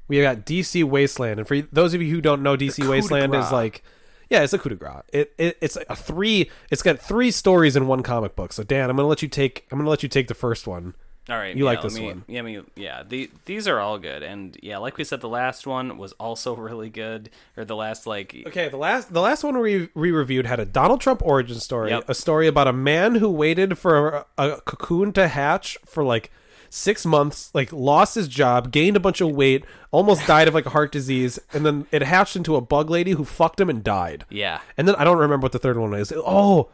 [SPEAKER 1] we got DC Wasteland, and for those of you who don't know, DC Wasteland is
[SPEAKER 2] gras.
[SPEAKER 1] like, yeah, it's a coup de grace. It, it it's a three. It's got three stories in one comic book. So Dan, I'm gonna let you take. I'm gonna let you take the first one.
[SPEAKER 2] All right,
[SPEAKER 1] You
[SPEAKER 2] yeah,
[SPEAKER 1] like
[SPEAKER 2] let
[SPEAKER 1] this
[SPEAKER 2] me-
[SPEAKER 1] one.
[SPEAKER 2] Yeah, I mean, yeah, the, these are all good, and yeah, like we said, the last one was also <laughs> really good, or the last like,
[SPEAKER 1] Okay, the last the last one we we reviewed had a Donald Trump origin story,
[SPEAKER 2] Yep.
[SPEAKER 1] a story about a man who waited for a, a cocoon to hatch for like six months, like lost his job, gained a bunch of weight, almost died of like heart disease, and then it hatched into a bug lady who fucked him and died.
[SPEAKER 2] yeah,
[SPEAKER 1] And then I don't remember what the third one is. Oh,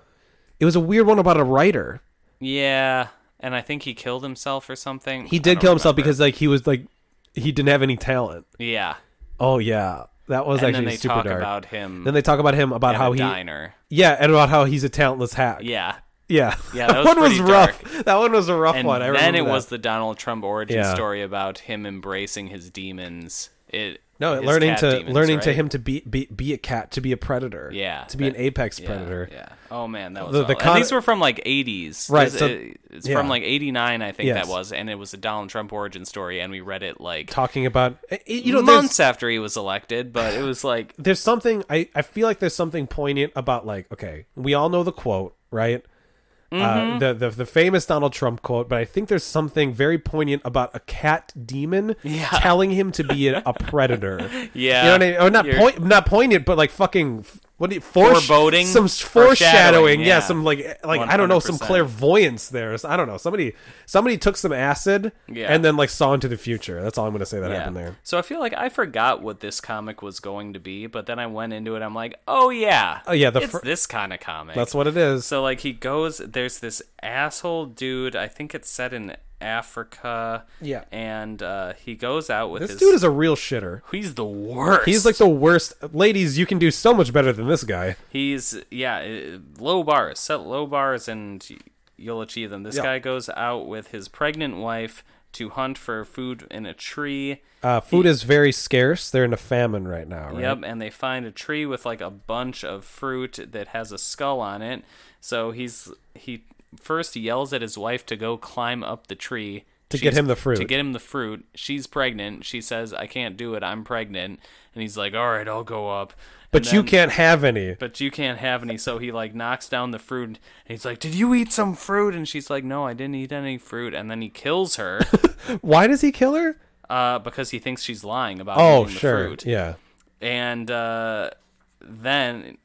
[SPEAKER 1] it was a weird one about a writer.
[SPEAKER 2] yeah, and I think he killed himself or something.
[SPEAKER 1] He did kill himself because like he was like he didn't have any talent.
[SPEAKER 2] yeah,
[SPEAKER 1] Oh yeah, that was
[SPEAKER 2] and
[SPEAKER 1] actually
[SPEAKER 2] then they
[SPEAKER 1] super
[SPEAKER 2] talk
[SPEAKER 1] dark.
[SPEAKER 2] about him.
[SPEAKER 1] then they talk about him about
[SPEAKER 2] at
[SPEAKER 1] how
[SPEAKER 2] a
[SPEAKER 1] he
[SPEAKER 2] diner.
[SPEAKER 1] yeah, and about how he's a talentless hack.
[SPEAKER 2] Yeah,
[SPEAKER 1] Yeah,
[SPEAKER 2] Yeah,
[SPEAKER 1] <laughs>
[SPEAKER 2] that was pretty dark.
[SPEAKER 1] rough. That one was a rough
[SPEAKER 2] and
[SPEAKER 1] one. I
[SPEAKER 2] then
[SPEAKER 1] remember
[SPEAKER 2] it
[SPEAKER 1] that.
[SPEAKER 2] was the Donald Trump origin
[SPEAKER 1] Yeah.
[SPEAKER 2] story about him embracing his demons. It
[SPEAKER 1] no
[SPEAKER 2] his
[SPEAKER 1] learning
[SPEAKER 2] cat
[SPEAKER 1] to
[SPEAKER 2] demons,
[SPEAKER 1] learning to
[SPEAKER 2] right?
[SPEAKER 1] him to be, be be a cat, to be a predator,
[SPEAKER 2] Yeah,
[SPEAKER 1] to be
[SPEAKER 2] that-
[SPEAKER 1] an apex
[SPEAKER 2] Yeah,
[SPEAKER 1] predator.
[SPEAKER 2] Yeah. Oh man, that was
[SPEAKER 1] The-
[SPEAKER 2] all-
[SPEAKER 1] the
[SPEAKER 2] and
[SPEAKER 1] con-
[SPEAKER 2] these were from like '80s,
[SPEAKER 1] Right,
[SPEAKER 2] This-
[SPEAKER 1] so-
[SPEAKER 2] it- it's
[SPEAKER 1] yeah.
[SPEAKER 2] from like '89, I think
[SPEAKER 1] Yes.
[SPEAKER 2] that was, and it was a Donald Trump origin story, and we read it like
[SPEAKER 1] Talking about eh, eh, you know there's-
[SPEAKER 2] months after he was elected, but it was like
[SPEAKER 1] there's something I, I feel like there's something poignant about like okay we all know the quote right
[SPEAKER 2] Mm-hmm.
[SPEAKER 1] uh, the, the the famous Donald Trump quote but I think there's something very poignant about a cat demon telling him to be
[SPEAKER 2] <laughs>
[SPEAKER 1] a, a predator
[SPEAKER 2] Yeah.
[SPEAKER 1] <laughs> you know what I mean or not
[SPEAKER 2] You're-
[SPEAKER 1] point not poignant but like fucking f- what do you, foresh-
[SPEAKER 2] Foreboding?
[SPEAKER 1] some s- foreshadowing
[SPEAKER 2] Foreshadowing,
[SPEAKER 1] yeah.
[SPEAKER 2] yeah.
[SPEAKER 1] some like eh, like I don't know some
[SPEAKER 2] 100%.
[SPEAKER 1] clairvoyance there So I don't know somebody somebody took some acid
[SPEAKER 2] Yeah.
[SPEAKER 1] and then like saw into the future that's all I'm gonna say that
[SPEAKER 2] yeah.
[SPEAKER 1] happened there
[SPEAKER 2] So I feel like I forgot what this comic was going to be, but then I went into it. I'm like, oh yeah,
[SPEAKER 1] Oh, yeah, the
[SPEAKER 2] it's
[SPEAKER 1] fir-
[SPEAKER 2] this kind of comic.
[SPEAKER 1] that's what it is
[SPEAKER 2] So like he goes, there's this asshole dude. I think it's set in Africa.
[SPEAKER 1] Yeah.
[SPEAKER 2] and uh, he goes out with
[SPEAKER 1] this
[SPEAKER 2] his.
[SPEAKER 1] dude is a real shitter.
[SPEAKER 2] he's the worst.
[SPEAKER 1] He's like the worst. Ladies, you can do so much better than this guy.
[SPEAKER 2] He's yeah, uh, low bars. Set low bars, and y- you'll achieve them. This
[SPEAKER 1] Yeah.
[SPEAKER 2] guy goes out with his pregnant wife to hunt for food in a tree.
[SPEAKER 1] Uh, food is very scarce. They're in a famine right now, right?
[SPEAKER 2] Yep, and they find a tree with like a bunch of fruit that has a skull on it. So he's he first yells at his wife to go climb up the tree
[SPEAKER 1] To get him the fruit.
[SPEAKER 2] To get him the fruit. She's pregnant. She says, "I can't do it. I'm pregnant." And he's like, "All right, I'll go up."
[SPEAKER 1] But
[SPEAKER 2] And
[SPEAKER 1] you
[SPEAKER 2] then-
[SPEAKER 1] can't have any.
[SPEAKER 2] but you can't have any. So he like knocks down the fruit and he's like, Did you eat some fruit? And she's like, No, I didn't eat any fruit. And then he kills her
[SPEAKER 1] <laughs> Why does he kill her?
[SPEAKER 2] uh, because he thinks she's lying about
[SPEAKER 1] Oh,
[SPEAKER 2] eating the
[SPEAKER 1] sure.
[SPEAKER 2] fruit.
[SPEAKER 1] Yeah.
[SPEAKER 2] And uh, then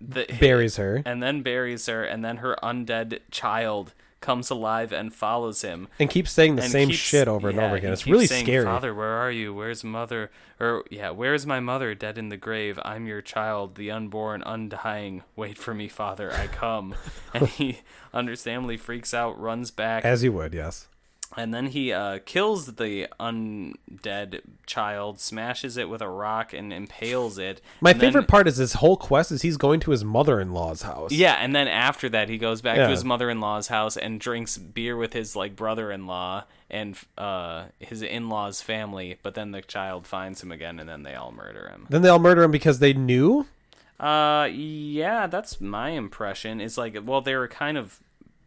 [SPEAKER 2] the,
[SPEAKER 1] buries her.
[SPEAKER 2] and then buries her, and then her undead child comes alive and follows him.
[SPEAKER 1] and keeps saying the
[SPEAKER 2] and
[SPEAKER 1] same
[SPEAKER 2] keeps-
[SPEAKER 1] shit over and
[SPEAKER 2] yeah,
[SPEAKER 1] over again.
[SPEAKER 2] he
[SPEAKER 1] It's
[SPEAKER 2] keeps
[SPEAKER 1] really
[SPEAKER 2] saying,
[SPEAKER 1] scary.
[SPEAKER 2] Father, where are you? Where's mother? Or yeah, where's my mother? Dead in the grave. I'm your child, the unborn, undying. Wait for me, father. I come. <laughs> and he understandably freaks out, runs back,
[SPEAKER 1] As you would, yes.
[SPEAKER 2] and then he uh, kills the undead child, smashes it with a rock, and impales it.
[SPEAKER 1] My
[SPEAKER 2] And then-
[SPEAKER 1] favorite part is this whole quest is he's going to his mother in law's house.
[SPEAKER 2] Yeah, and then after that, he goes back
[SPEAKER 1] Yeah.
[SPEAKER 2] to his mother-in-law's house and drinks beer with his like brother-in-law and uh, his in-laws' family. But then the child finds him again, and then they all murder him.
[SPEAKER 1] Then they all murder him because they knew.
[SPEAKER 2] Uh, yeah, that's my impression. Is like, well, they were kind of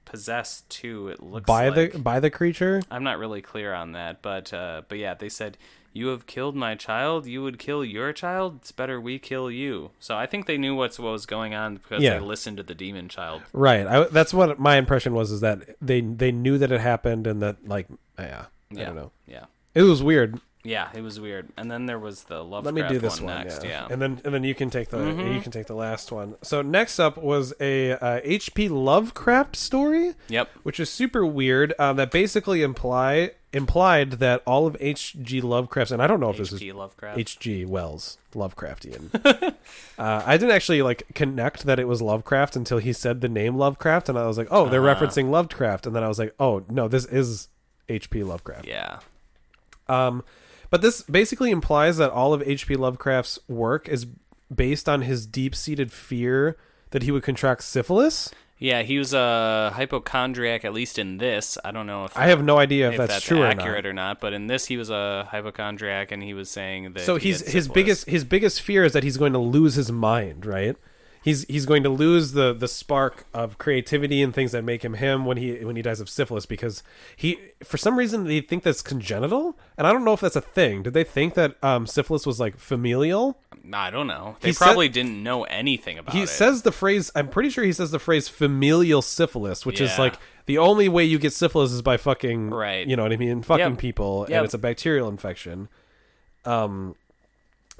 [SPEAKER 2] possessed too. It looks
[SPEAKER 1] by
[SPEAKER 2] like.
[SPEAKER 1] the by the creature.
[SPEAKER 2] I'm not really clear on that, but uh, but yeah, they said you have killed my child. You would kill your child. It's better we kill you. So I think they knew what's what was going on because
[SPEAKER 1] Yeah.
[SPEAKER 2] they listened to the demon child.
[SPEAKER 1] Right. I, that's what my impression was is that they they knew that it happened and that like yeah, I
[SPEAKER 2] Yeah,
[SPEAKER 1] don't know.
[SPEAKER 2] yeah.
[SPEAKER 1] It was weird.
[SPEAKER 2] Yeah, it was weird. And then there was the Lovecraft
[SPEAKER 1] Let me do this
[SPEAKER 2] one,
[SPEAKER 1] one,
[SPEAKER 2] next.
[SPEAKER 1] yeah.
[SPEAKER 2] Yeah. Mm-hmm.
[SPEAKER 1] And then and then you can take the you can take the last one. So next up was a uh, HP Lovecraft story.
[SPEAKER 2] Yep.
[SPEAKER 1] Which is super weird. Uh, that basically imply implied that all of H.G. Lovecraft's and I don't know if this is
[SPEAKER 2] H.G. Lovecraft.
[SPEAKER 1] H.G. Wells Lovecraftian. <laughs> uh, I didn't actually like connect that it was Lovecraft until he said the name Lovecraft, and I was like, oh,
[SPEAKER 2] Ah.
[SPEAKER 1] they're referencing Lovecraft, and then I was like, oh no, this is H.P. Lovecraft.
[SPEAKER 2] yeah.
[SPEAKER 1] Um, but this basically implies that all of H.P. Lovecraft's work is based on his deep-seated fear that he would contract syphilis.
[SPEAKER 2] Yeah, he was a hypochondriac at least in this. I don't know if,
[SPEAKER 1] I have no idea if,
[SPEAKER 2] if
[SPEAKER 1] that's,
[SPEAKER 2] that's,
[SPEAKER 1] true
[SPEAKER 2] accurate
[SPEAKER 1] or not.
[SPEAKER 2] or not, but in this he was a hypochondriac and he was saying that
[SPEAKER 1] So
[SPEAKER 2] he
[SPEAKER 1] he's
[SPEAKER 2] had
[SPEAKER 1] his
[SPEAKER 2] syphilis.
[SPEAKER 1] biggest his biggest fear is that he's going to lose his mind, right? He's he's going to lose the the spark of creativity and things that make him him when he when he dies of syphilis because he for some reason they think that's congenital and I don't know if that's a thing. Did they think that um, syphilis was like familial?
[SPEAKER 2] I don't know. They
[SPEAKER 1] He said-
[SPEAKER 2] probably didn't know anything about
[SPEAKER 1] he
[SPEAKER 2] it.
[SPEAKER 1] says the phrase i'm pretty sure he says the phrase familial syphilis which is
[SPEAKER 2] Yeah.
[SPEAKER 1] like the only way you get syphilis is by fucking
[SPEAKER 2] Right.
[SPEAKER 1] you know what i mean fucking
[SPEAKER 2] Yep.
[SPEAKER 1] people
[SPEAKER 2] Yep.
[SPEAKER 1] and it's a bacterial infection um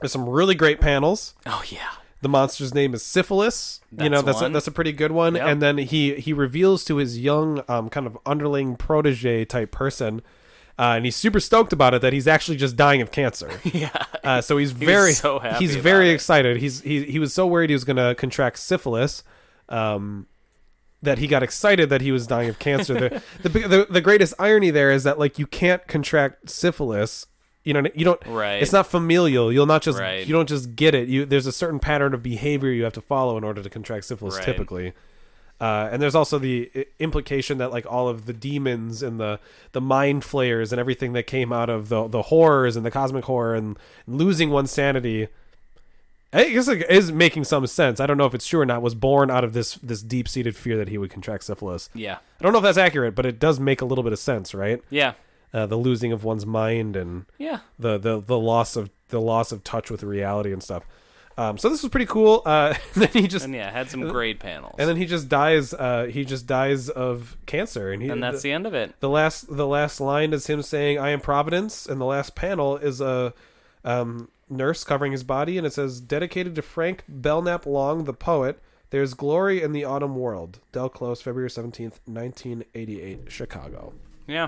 [SPEAKER 1] there's some really great panels
[SPEAKER 2] Oh yeah. <laughs>
[SPEAKER 1] the monster's name is syphilis you
[SPEAKER 2] That's
[SPEAKER 1] know that's a,
[SPEAKER 2] one.
[SPEAKER 1] that's a pretty good one
[SPEAKER 2] Yep.
[SPEAKER 1] and then he he reveals to his young um kind of underling protege type person uh, and he's super stoked about it that he's actually just dying of cancer. <laughs>
[SPEAKER 2] Yeah.
[SPEAKER 1] Uh, so
[SPEAKER 2] <laughs>
[SPEAKER 1] he's very
[SPEAKER 2] so happy
[SPEAKER 1] he's
[SPEAKER 2] about
[SPEAKER 1] very
[SPEAKER 2] it.
[SPEAKER 1] excited. He's he he was so worried he was going to contract syphilis, um, that he got excited that he was dying of cancer.
[SPEAKER 2] <laughs>
[SPEAKER 1] the, the big- the the greatest irony there is that like you can't contract syphilis. You know you don't.
[SPEAKER 2] Right.
[SPEAKER 1] It's not familial. You'll not just
[SPEAKER 2] Right.
[SPEAKER 1] you don't just get it. You there's a certain pattern of behavior you have to follow in order to contract syphilis
[SPEAKER 2] Right.
[SPEAKER 1] typically. Uh, and there's also the i- implication that like all of the demons and the the mind flayers and everything that came out of the the horrors and the cosmic horror and losing one's sanity I guess it is making some sense. I don't know if it's true or not. Was born out of this this deep seated fear that he would contract syphilis.
[SPEAKER 2] Yeah.
[SPEAKER 1] I don't know if that's accurate, but it does make a little bit of sense, right?
[SPEAKER 2] Yeah.
[SPEAKER 1] Uh, the losing of one's mind and
[SPEAKER 2] Yeah.
[SPEAKER 1] the, the the loss of the loss of touch with reality and stuff. Um, so this was pretty cool. Uh, <laughs> then he just
[SPEAKER 2] And yeah, had some great panels.
[SPEAKER 1] and then he just dies. Uh, he just dies of cancer, and he
[SPEAKER 2] and that's the end of it.
[SPEAKER 1] the last the last line is him saying i am providence and the last panel is a um, nurse covering his body and it says dedicated to frank belknap long the poet there's glory in the autumn world del close february 17th 1988 chicago
[SPEAKER 2] Yeah.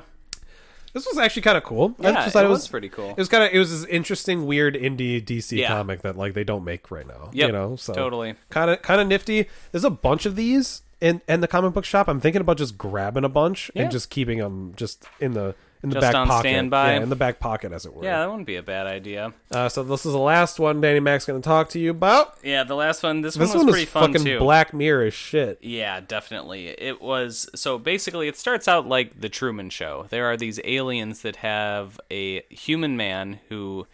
[SPEAKER 1] this was actually kind of cool I
[SPEAKER 2] Yeah,
[SPEAKER 1] just thought
[SPEAKER 2] it was pretty cool.
[SPEAKER 1] it was kind of it was this interesting weird indie dc
[SPEAKER 2] Yeah.
[SPEAKER 1] comic that like they don't make right now
[SPEAKER 2] Yep,
[SPEAKER 1] you know so
[SPEAKER 2] totally.
[SPEAKER 1] kind of kind of nifty there's a bunch of these in and the comic book shop i'm thinking about just grabbing a bunch
[SPEAKER 2] Yeah.
[SPEAKER 1] and just keeping them just in the in the
[SPEAKER 2] Just
[SPEAKER 1] back
[SPEAKER 2] on
[SPEAKER 1] pocket
[SPEAKER 2] standby.
[SPEAKER 1] Yeah, in the back pocket as it were
[SPEAKER 2] Yeah, that wouldn't be a bad idea.
[SPEAKER 1] uh, so this is the last one danny mac's gonna talk to you about
[SPEAKER 2] Yeah, the last one. This,
[SPEAKER 1] this
[SPEAKER 2] one was
[SPEAKER 1] one,
[SPEAKER 2] pretty
[SPEAKER 1] is
[SPEAKER 2] fun
[SPEAKER 1] fucking
[SPEAKER 2] too.
[SPEAKER 1] black mirror as shit
[SPEAKER 2] Yeah, definitely. It was so basically it starts out like the Truman show. There are these aliens that have a human man who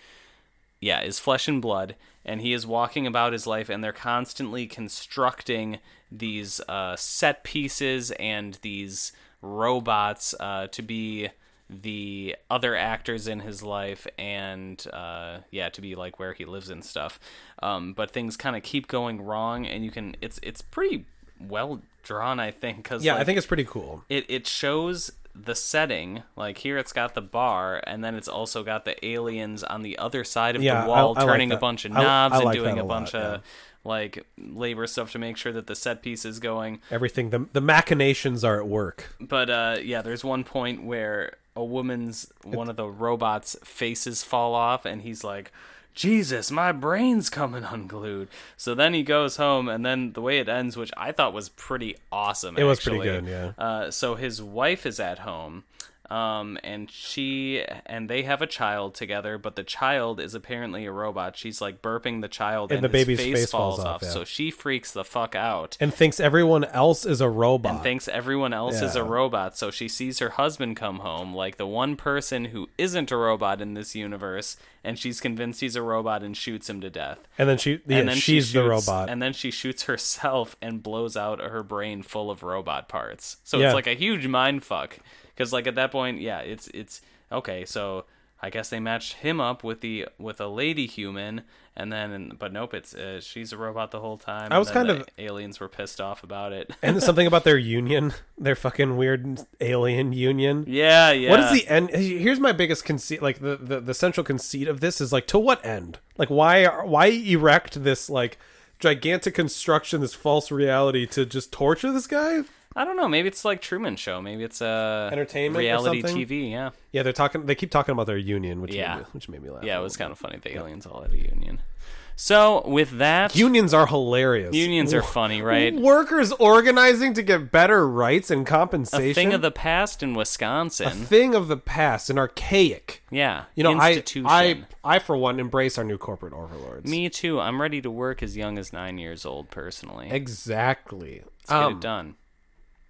[SPEAKER 2] yeah, is flesh and blood and he is walking about his life and they're constantly constructing these uh, set pieces and these robots uh, to be the other actors in his life and uh, yeah to be like where he lives and stuff um, but things kind of keep going wrong and you can it's it's pretty well drawn i think because
[SPEAKER 1] yeah i think it's pretty cool
[SPEAKER 2] it it shows the setting. Like here, it's got the bar, and then it's also got the aliens on the other side of
[SPEAKER 1] Yeah, I-
[SPEAKER 2] the wall,
[SPEAKER 1] I like
[SPEAKER 2] turning
[SPEAKER 1] that.
[SPEAKER 2] a bunch of
[SPEAKER 1] I- I
[SPEAKER 2] knobs and
[SPEAKER 1] like
[SPEAKER 2] doing
[SPEAKER 1] that
[SPEAKER 2] a
[SPEAKER 1] a
[SPEAKER 2] bunch
[SPEAKER 1] lot,
[SPEAKER 2] of like labor stuff to make sure that the set piece is going.
[SPEAKER 1] Everything the the machinations are at work.
[SPEAKER 2] But uh, yeah, there's one point where a woman's one of the robots' faces fall off, and he's like, "Jesus, my brain's coming unglued." So then he goes home, and then the way it ends, which I thought was pretty awesome.
[SPEAKER 1] was pretty good, yeah.
[SPEAKER 2] Uh, so his wife is at home. Um, and she and they have a child together, but the child is apparently a robot. She's like burping the child, and,
[SPEAKER 1] the
[SPEAKER 2] his
[SPEAKER 1] baby's
[SPEAKER 2] face, falls, off.
[SPEAKER 1] yeah.
[SPEAKER 2] So she freaks the fuck out
[SPEAKER 1] And thinks everyone else is a robot.
[SPEAKER 2] and thinks everyone else is
[SPEAKER 1] Yeah.
[SPEAKER 2] a robot. So she sees her husband come home, like the one person who isn't a robot in this universe, and she's convinced he's a robot and shoots him to death.
[SPEAKER 1] And then she, yeah,
[SPEAKER 2] and then
[SPEAKER 1] she's
[SPEAKER 2] she
[SPEAKER 1] the
[SPEAKER 2] shoots-
[SPEAKER 1] robot.
[SPEAKER 2] And then she shoots herself and blows out her brain full of robot parts. So
[SPEAKER 1] Yeah.
[SPEAKER 2] it's like a huge mind fuck. Because like at that point, yeah, it's it's okay. So I guess they matched him up with the with a lady human, and then but nope, it's uh, she's a robot the whole time.
[SPEAKER 1] I
[SPEAKER 2] and
[SPEAKER 1] was
[SPEAKER 2] then
[SPEAKER 1] kind
[SPEAKER 2] the
[SPEAKER 1] of-
[SPEAKER 2] aliens were pissed off about it. <laughs>
[SPEAKER 1] and something about their union, their fucking weird alien union.
[SPEAKER 2] yeah, yeah.
[SPEAKER 1] What is the end? Here's my biggest conceit. Like the, the the central conceit of this is like to what end? Like why are- why erect this like gigantic construction, this false reality to just torture this guy?
[SPEAKER 2] I don't know. Maybe it's like Truman Show. Maybe it's uh,
[SPEAKER 1] Entertainment or
[SPEAKER 2] reality
[SPEAKER 1] something?
[SPEAKER 2] TV. Yeah,
[SPEAKER 1] Yeah, they're talking. They keep talking about their union, which
[SPEAKER 2] Yeah.
[SPEAKER 1] made me, which made me laugh.
[SPEAKER 2] yeah. It was kind of funny. The aliens all had a union. So with that,
[SPEAKER 1] unions are hilarious. <laughs>
[SPEAKER 2] unions are funny, right?
[SPEAKER 1] Workers organizing to get better rights and compensation.
[SPEAKER 2] A thing of the past in
[SPEAKER 1] A
[SPEAKER 2] Wisconsin.
[SPEAKER 1] thing of the past and archaic.
[SPEAKER 2] yeah,
[SPEAKER 1] You know, I,
[SPEAKER 2] institution.
[SPEAKER 1] I, I for one embrace our new corporate overlords.
[SPEAKER 2] me too. I'm ready to work as young as nine years old. Personally,
[SPEAKER 1] exactly.
[SPEAKER 2] get
[SPEAKER 1] Um,
[SPEAKER 2] it done.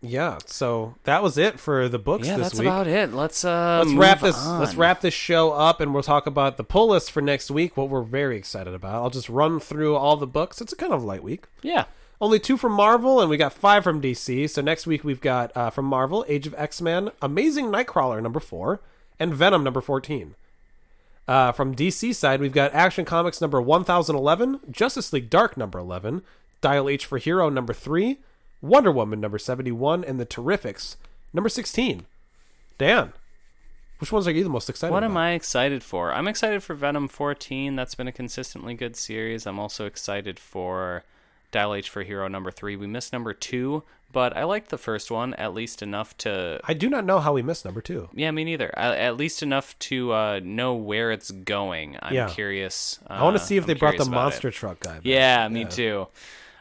[SPEAKER 1] Yeah. So that was it for the books
[SPEAKER 2] Yeah,
[SPEAKER 1] this
[SPEAKER 2] that's
[SPEAKER 1] week.
[SPEAKER 2] about it. Let's uh,
[SPEAKER 1] Let's wrap
[SPEAKER 2] move
[SPEAKER 1] this. Let's
[SPEAKER 2] on.
[SPEAKER 1] wrap this show up, and we'll talk about the pull list for next week. What we're very excited about. I'll just run through all the books. It's a kind of light week.
[SPEAKER 2] Yeah,
[SPEAKER 1] Only two from Marvel, and we got five from DC. So next week we've got uh, from Marvel, Age of X Men, Amazing Nightcrawler number four, and Venom number fourteen. Uh, from DC side, we've got Action Comics number one thousand eleven, Justice League Dark number eleven, Dial H for Hero number three, Wonder Woman number seventy one, and the Terrifics number sixteen. Dan, which ones are you the most excited?
[SPEAKER 2] What
[SPEAKER 1] about?
[SPEAKER 2] am I excited for? I'm excited for Venom 14. That's been a consistently good series. I'm also excited for Dial H for Hero number three. We missed number two, but I liked the first one at least enough to.
[SPEAKER 1] I do not know how we missed number two.
[SPEAKER 2] Yeah, me neither. I, at least enough to uh, know where it's going. I'm
[SPEAKER 1] Yeah.
[SPEAKER 2] curious. Uh,
[SPEAKER 1] I want to see if
[SPEAKER 2] I'm
[SPEAKER 1] they brought the
[SPEAKER 2] curious about
[SPEAKER 1] monster
[SPEAKER 2] it.
[SPEAKER 1] truck guy. back.
[SPEAKER 2] Yeah, me too.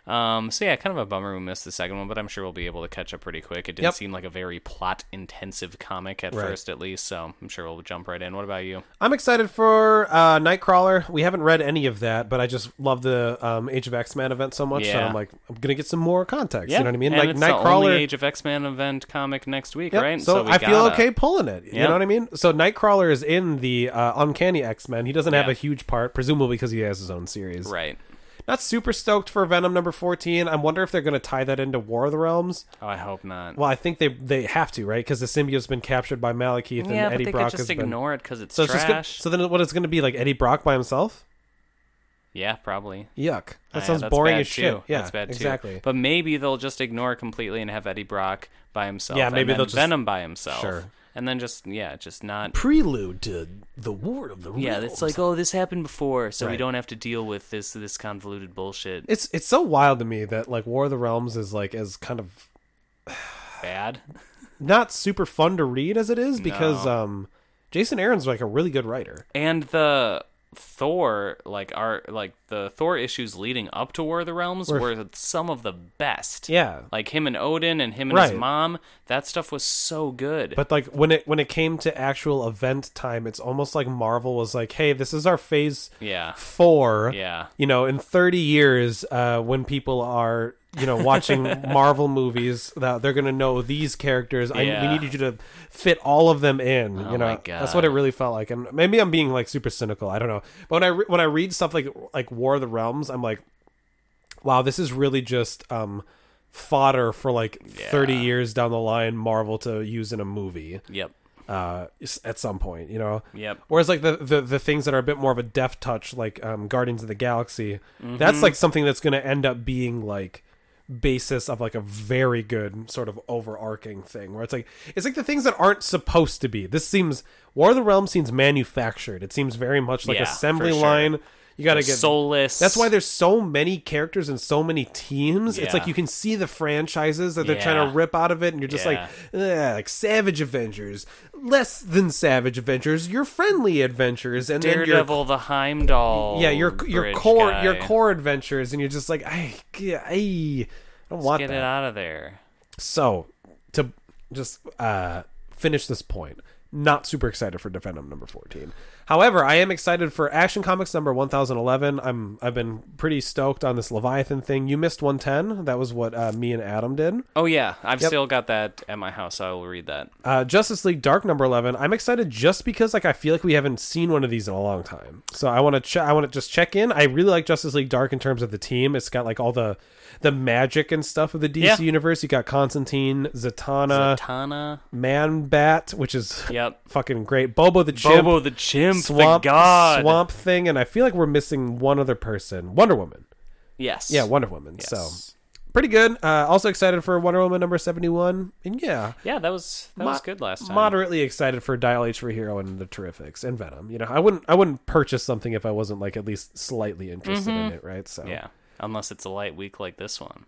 [SPEAKER 2] Um, so yeah, kind of a bummer we missed the second one, but I'm sure we'll be able to catch up pretty quick. It didn't
[SPEAKER 1] Yep.
[SPEAKER 2] seem like a very plot-intensive comic at
[SPEAKER 1] Right.
[SPEAKER 2] first, at least. So I'm sure we'll jump right in. What about you?
[SPEAKER 1] I'm excited for uh, Nightcrawler. We haven't read any of that, but I just love the um, Age of X Men event so much. So
[SPEAKER 2] Yeah.
[SPEAKER 1] I'm like, I'm gonna get some more context. You know what I mean?
[SPEAKER 2] And
[SPEAKER 1] like
[SPEAKER 2] it's the
[SPEAKER 1] Nightcrawler.
[SPEAKER 2] only Age of X Men event comic next week,
[SPEAKER 1] Yep,
[SPEAKER 2] right?
[SPEAKER 1] So,
[SPEAKER 2] we
[SPEAKER 1] I feel
[SPEAKER 2] gotta-
[SPEAKER 1] okay pulling it. You
[SPEAKER 2] Yeah.
[SPEAKER 1] know what I mean? So Nightcrawler is in the uh, Uncanny X Men. He doesn't have
[SPEAKER 2] Yeah.
[SPEAKER 1] a huge part, presumably because he has his own series.
[SPEAKER 2] Right.
[SPEAKER 1] Not super stoked for Venom number fourteen. I wonder if they're gonna tie that into War of the Realms.
[SPEAKER 2] Oh, I hope not.
[SPEAKER 1] Well, I think they they have to, right? Because the symbiote's been captured by Malekith
[SPEAKER 2] yeah,
[SPEAKER 1] and Eddie
[SPEAKER 2] but they
[SPEAKER 1] Brock
[SPEAKER 2] could just
[SPEAKER 1] has been.
[SPEAKER 2] ignore it because it's
[SPEAKER 1] so it's
[SPEAKER 2] trash.
[SPEAKER 1] just gonna, so then what? It's gonna be like Eddie Brock by himself.
[SPEAKER 2] yeah, probably.
[SPEAKER 1] Yuck. That
[SPEAKER 2] Yeah,
[SPEAKER 1] sounds
[SPEAKER 2] that's
[SPEAKER 1] boring
[SPEAKER 2] bad
[SPEAKER 1] as shit.
[SPEAKER 2] too.
[SPEAKER 1] Yeah,
[SPEAKER 2] that's bad too.
[SPEAKER 1] exactly.
[SPEAKER 2] But maybe they'll just ignore completely and have Eddie Brock by himself.
[SPEAKER 1] Yeah,
[SPEAKER 2] and
[SPEAKER 1] maybe
[SPEAKER 2] then
[SPEAKER 1] they'll just-
[SPEAKER 2] Venom by himself.
[SPEAKER 1] Sure.
[SPEAKER 2] And then just yeah, just not.
[SPEAKER 1] Prelude to the War of the Realms.
[SPEAKER 2] Yeah, it's like oh, this happened before, so we
[SPEAKER 1] Right.
[SPEAKER 2] don't have to deal with this this convoluted bullshit.
[SPEAKER 1] it's it's so wild to me that like War of the Realms is like as kind of
[SPEAKER 2] bad.
[SPEAKER 1] not super fun to read as it is because um Jason Aaron's like a really good writer.
[SPEAKER 2] and the Thor like are like the Thor issues leading up to War of the Realms were,
[SPEAKER 1] Were-
[SPEAKER 2] some of the best.
[SPEAKER 1] Yeah.
[SPEAKER 2] like him and Odin and him and
[SPEAKER 1] Right.
[SPEAKER 2] his mom. That stuff was so good.
[SPEAKER 1] But like when it when it came to actual event time, it's almost like Marvel was like, "Hey, this is our phase
[SPEAKER 2] yeah,
[SPEAKER 1] four.
[SPEAKER 2] Yeah.
[SPEAKER 1] you know, in thirty years, uh, when people are you know watching
[SPEAKER 2] <laughs>
[SPEAKER 1] Marvel movies, that they're gonna know these characters. I,
[SPEAKER 2] Yeah. Oh
[SPEAKER 1] we needed you to fit all of them in. you know,
[SPEAKER 2] my God.
[SPEAKER 1] that's what it really felt like. And maybe I'm being like super cynical. I don't know. But when I re- when I read stuff like like War of the Realms, I'm like, wow, this is really just um fodder for like 30 years down the line marvel to use in a movie
[SPEAKER 2] yep,
[SPEAKER 1] uh, at some point, you know.
[SPEAKER 2] Yep.
[SPEAKER 1] Whereas like the, the the things that are a bit more of a
[SPEAKER 2] Mm-hmm.
[SPEAKER 1] deft touch, like um, Guardians of the Galaxy, that's like something that's going to end up being like basis of like a very good sort of overarching thing where it's like it's like the things that aren't supposed to be. This seems War of the Realms seems manufactured. It seems very much like
[SPEAKER 2] Yeah, for
[SPEAKER 1] assembly
[SPEAKER 2] sure.
[SPEAKER 1] line. You got to get
[SPEAKER 2] soulless.
[SPEAKER 1] uh, that's why there's so many characters and so many teams. It's
[SPEAKER 2] Yeah.
[SPEAKER 1] like you can see the franchises that they're trying
[SPEAKER 2] Yeah.
[SPEAKER 1] to rip out of it, and you're just
[SPEAKER 2] Yeah.
[SPEAKER 1] like, "Ugh," like Savage Avengers, less than Savage Avengers, your friendly adventures, and
[SPEAKER 2] Daredevil, the Heimdall.
[SPEAKER 1] then your yeah your your
[SPEAKER 2] bridge
[SPEAKER 1] core
[SPEAKER 2] guy.
[SPEAKER 1] your core adventures, and you're just like, I, I don't want
[SPEAKER 2] Get
[SPEAKER 1] that.
[SPEAKER 2] it out of there.
[SPEAKER 1] So to just uh, finish this point, not super excited for Defendum number fourteen. However, I am excited for Action Comics number one thousand eleven. I'm I've been pretty stoked on this Leviathan thing. You missed one ten. That was what uh, me and Adam did.
[SPEAKER 2] Oh yeah, I've still got that at my house. I will read that.
[SPEAKER 1] Uh, Justice League Dark number eleven. I'm excited just because like I feel like we haven't seen one of these in a long time. So I want to ch- I want to just check in. I really like Justice League Dark in terms of the team. It's got like all the the magic and stuff of the DC
[SPEAKER 2] Yeah.
[SPEAKER 1] universe. You got Constantine, Zatanna,
[SPEAKER 2] Zatanna.
[SPEAKER 1] Man Bat, which is
[SPEAKER 2] Yep.
[SPEAKER 1] fucking great. Bobo the Chimp,
[SPEAKER 2] Bobo the Chimp,
[SPEAKER 1] Swamp
[SPEAKER 2] the God.
[SPEAKER 1] Swamp Thing, and I feel like we're missing one other person, Wonder Woman.
[SPEAKER 2] Yes.
[SPEAKER 1] Yeah, Wonder Woman. So
[SPEAKER 2] Yes.
[SPEAKER 1] pretty good. Uh, also excited for Wonder Woman number seventy one, and yeah,
[SPEAKER 2] Yeah, that was that was
[SPEAKER 1] mo-
[SPEAKER 2] good last time.
[SPEAKER 1] Moderately excited for Dial H for Hero and the Terrifics and Venom. You know, I wouldn't I wouldn't purchase something if I wasn't like at least slightly interested in it, right? So
[SPEAKER 2] Mm-hmm. Yeah. Unless it's a light week like this one.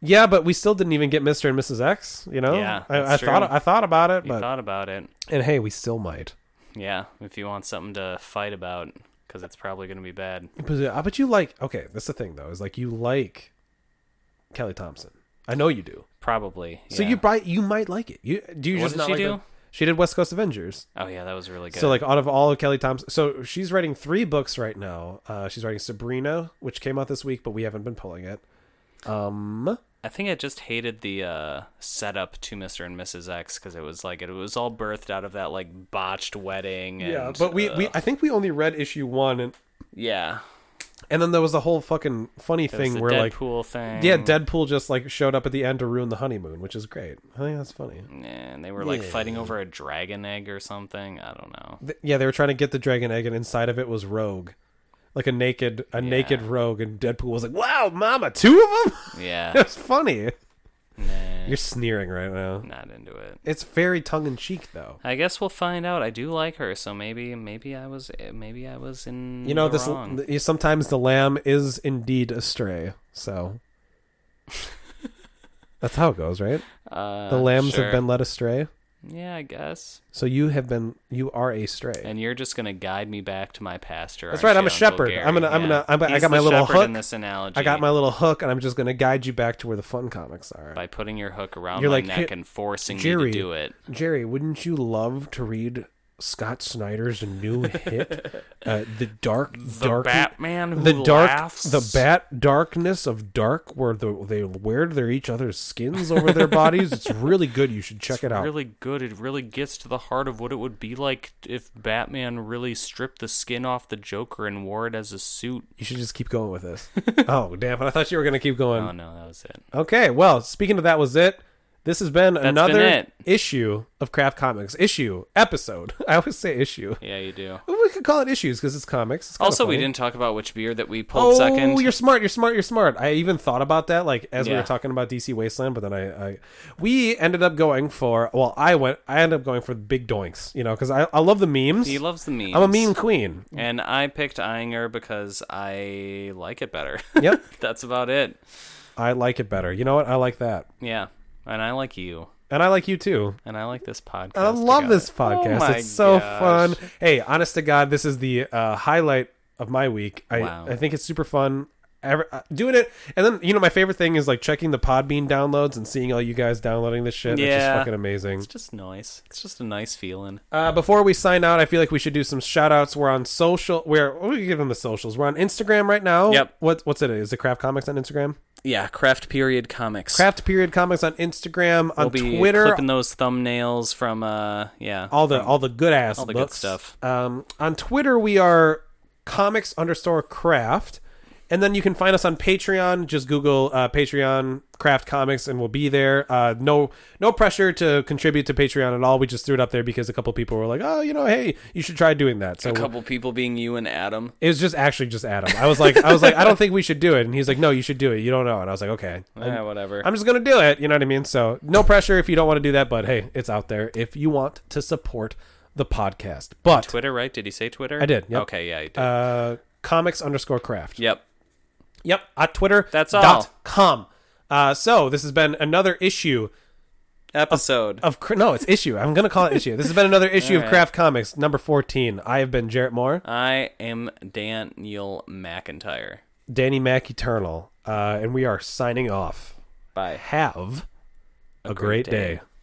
[SPEAKER 1] yeah, but we still didn't even get Mister and Mrs X. You know,
[SPEAKER 2] Yeah,
[SPEAKER 1] I,
[SPEAKER 2] that's
[SPEAKER 1] I
[SPEAKER 2] true.
[SPEAKER 1] thought I thought about it,
[SPEAKER 2] You
[SPEAKER 1] but
[SPEAKER 2] thought about it.
[SPEAKER 1] and hey, we still might.
[SPEAKER 2] Yeah, if you want something to fight about, because it's probably going to be bad.
[SPEAKER 1] But, uh, but you like okay. That's the thing though is like you like Kelly Thompson. I know you do.
[SPEAKER 2] Probably.
[SPEAKER 1] So
[SPEAKER 2] yeah.
[SPEAKER 1] you might you might like it. You do you
[SPEAKER 2] What
[SPEAKER 1] just
[SPEAKER 2] did
[SPEAKER 1] not
[SPEAKER 2] she
[SPEAKER 1] like
[SPEAKER 2] do?
[SPEAKER 1] the- she did West Coast Avengers.
[SPEAKER 2] Oh yeah, that was really good.
[SPEAKER 1] So like out of all of Kelly Thompson, so she's writing three books right now. Uh, she's writing Sabrina, which came out this week, but we haven't been pulling it. Um,
[SPEAKER 2] I think I just hated the uh, setup to Mr. and Mrs. X because it was like it was all birthed out of that like botched wedding. And,
[SPEAKER 1] yeah, but we,
[SPEAKER 2] uh,
[SPEAKER 1] we I think we only read issue one, and
[SPEAKER 2] yeah,
[SPEAKER 1] and then there was a whole fucking funny
[SPEAKER 2] it was
[SPEAKER 1] thing
[SPEAKER 2] the
[SPEAKER 1] where like
[SPEAKER 2] Deadpool thing.
[SPEAKER 1] yeah, Deadpool just like showed up at the end to ruin the honeymoon, which is great. I think that's funny.
[SPEAKER 2] and they were like fighting over a dragon egg or something. I
[SPEAKER 1] <laughs>
[SPEAKER 2] don't know.
[SPEAKER 1] th- yeah, they were trying to get the dragon egg, and inside of it was Rogue, like a naked, a naked Rogue, and Deadpool was like, "Wow, Mama, two of them." <laughs>
[SPEAKER 2] Yeah,
[SPEAKER 1] That's funny.
[SPEAKER 2] nah,
[SPEAKER 1] You're sneering right now.
[SPEAKER 2] not into it.
[SPEAKER 1] It's very tongue in cheek, though.
[SPEAKER 2] I guess we'll find out. I do like her, so maybe maybe I was eh, maybe I was in
[SPEAKER 1] You know,
[SPEAKER 2] the
[SPEAKER 1] this
[SPEAKER 2] wrong.
[SPEAKER 1] th- sometimes the lamb is indeed astray. So that's how it goes, right?
[SPEAKER 2] uh,
[SPEAKER 1] The lambs
[SPEAKER 2] sure.
[SPEAKER 1] have been led astray.
[SPEAKER 2] yeah, I guess.
[SPEAKER 1] So you have been, you are a stray.
[SPEAKER 2] And you're just gonna guide me back to my pastor.
[SPEAKER 1] That's
[SPEAKER 2] aren't
[SPEAKER 1] right, I'm
[SPEAKER 2] you,
[SPEAKER 1] a
[SPEAKER 2] Uncle
[SPEAKER 1] shepherd.
[SPEAKER 2] Gary?
[SPEAKER 1] I'm gonna- I'm gonna- I'm- I
[SPEAKER 2] He's
[SPEAKER 1] got my
[SPEAKER 2] the
[SPEAKER 1] little
[SPEAKER 2] shepherd in
[SPEAKER 1] hook.
[SPEAKER 2] this analogy.
[SPEAKER 1] I got my little hook, and I'm just going to guide you back to where the fun comics are.
[SPEAKER 2] by putting your hook around
[SPEAKER 1] You're
[SPEAKER 2] my
[SPEAKER 1] like,
[SPEAKER 2] neck
[SPEAKER 1] "Hey,
[SPEAKER 2] and forcing
[SPEAKER 1] Jerry,
[SPEAKER 2] me to do it.
[SPEAKER 1] Jerry, wouldn't you love to read Scott Snyder's new
[SPEAKER 2] <laughs>
[SPEAKER 1] hit, uh, "The Dark
[SPEAKER 2] The
[SPEAKER 1] Dark
[SPEAKER 2] Batman who
[SPEAKER 1] the Dark
[SPEAKER 2] laughs.
[SPEAKER 1] the Bat Darkness of Dark, where the, they wear their each other's skins over their bodies? It's really good. You should check it out.
[SPEAKER 2] Really good. It really gets to the heart of what it would be like if Batman really stripped the skin off the Joker and wore it as a suit.
[SPEAKER 1] You should just keep going with
[SPEAKER 2] <laughs>
[SPEAKER 1] this. oh damn! it! I thought you were going to keep going.
[SPEAKER 2] Oh no, that was it.
[SPEAKER 1] Okay, well, speaking of that was it. This has been another
[SPEAKER 2] been it.
[SPEAKER 1] issue of Craft Comics. Issue episode. <laughs> I always say issue.
[SPEAKER 2] Yeah, you do.
[SPEAKER 1] We could call it issues because it's comics. It's kinda
[SPEAKER 2] Also, we
[SPEAKER 1] funny.
[SPEAKER 2] didn't talk about which beer that we pulled
[SPEAKER 1] Oh,
[SPEAKER 2] 2nd
[SPEAKER 1] you're smart. You're smart. You're smart. I even thought about that, like as we
[SPEAKER 2] Yeah.
[SPEAKER 1] were talking about DC Wasteland. But then I, I, we ended up going for. Well, I went. I ended up going for big doinks. You know, because I, I love the memes.
[SPEAKER 2] He loves the memes.
[SPEAKER 1] I'm a <laughs> meme queen.
[SPEAKER 2] And I picked Inger because I like it better. <laughs>
[SPEAKER 1] Yep. <laughs>
[SPEAKER 2] That's about it.
[SPEAKER 1] I like it better. You know what? I like that,
[SPEAKER 2] Yeah. And I like you.
[SPEAKER 1] and I like you too.
[SPEAKER 2] And I like this podcast.
[SPEAKER 1] I love
[SPEAKER 2] together.
[SPEAKER 1] this podcast.
[SPEAKER 2] Oh my
[SPEAKER 1] it's so
[SPEAKER 2] gosh.
[SPEAKER 1] fun. Hey, honest to God, this is the uh, highlight of my week. I,
[SPEAKER 2] Wow.
[SPEAKER 1] I think it's super fun. Ever, uh, doing it, and then you know my favorite thing is like checking the Podbean downloads and seeing all you guys downloading this shit. It's just
[SPEAKER 2] Yeah.
[SPEAKER 1] fucking amazing.
[SPEAKER 2] It's just nice. It's just a nice feeling.
[SPEAKER 1] Uh, before we sign out, I feel like we should do some shout outs. We're on social. We're we can give them the socials. We're on Instagram right now.
[SPEAKER 2] Yep.
[SPEAKER 1] What what's it? Is it Craft Comics on Instagram?
[SPEAKER 2] Yeah, Craft Period Comics.
[SPEAKER 1] Craft Period Comics on Instagram on
[SPEAKER 2] We'll be
[SPEAKER 1] Twitter.
[SPEAKER 2] clipping those thumbnails from uh yeah.
[SPEAKER 1] all the all the good ass
[SPEAKER 2] the good
[SPEAKER 1] books.
[SPEAKER 2] stuff.
[SPEAKER 1] Um, on Twitter we are comics underscore craft, And then you can find us on Patreon. Just Google uh, Patreon Craft Comics, and we'll be there. Uh, no, no pressure to contribute to Patreon at all. We just threw it up there because a couple people were like, "Oh, you know, hey, you should try doing that." So
[SPEAKER 2] A couple people being you and Adam.
[SPEAKER 1] it was just actually just Adam. I was like, I was like, I don't think we should do it, and he's like, No, you should do it. You don't know, and I was like, Okay,
[SPEAKER 2] Yeah, whatever.
[SPEAKER 1] I'm just gonna do it. You know what I mean? So no pressure if you don't want to do that, but hey, it's out there if you want to support the podcast. But
[SPEAKER 2] Twitter, right? Did he say Twitter?
[SPEAKER 1] I did, yep.
[SPEAKER 2] Okay, yeah, he did.
[SPEAKER 1] uh, comics underscore craft.
[SPEAKER 2] yep.
[SPEAKER 1] Yep, at Twitter.
[SPEAKER 2] That's all.
[SPEAKER 1] Dot com. Uh, so this has been another issue uh,
[SPEAKER 2] Episode.
[SPEAKER 1] of cr- no, it's issue. I'm gonna call it issue. This has been another issue of
[SPEAKER 2] right.
[SPEAKER 1] Craft Comics number 14. I have been Jarrett Moore,
[SPEAKER 2] I am Daniel McIntyre.
[SPEAKER 1] Danny Mac Eternal, uh, and we are signing off.
[SPEAKER 2] Bye.
[SPEAKER 1] Have a, great,
[SPEAKER 2] great day.
[SPEAKER 1] day.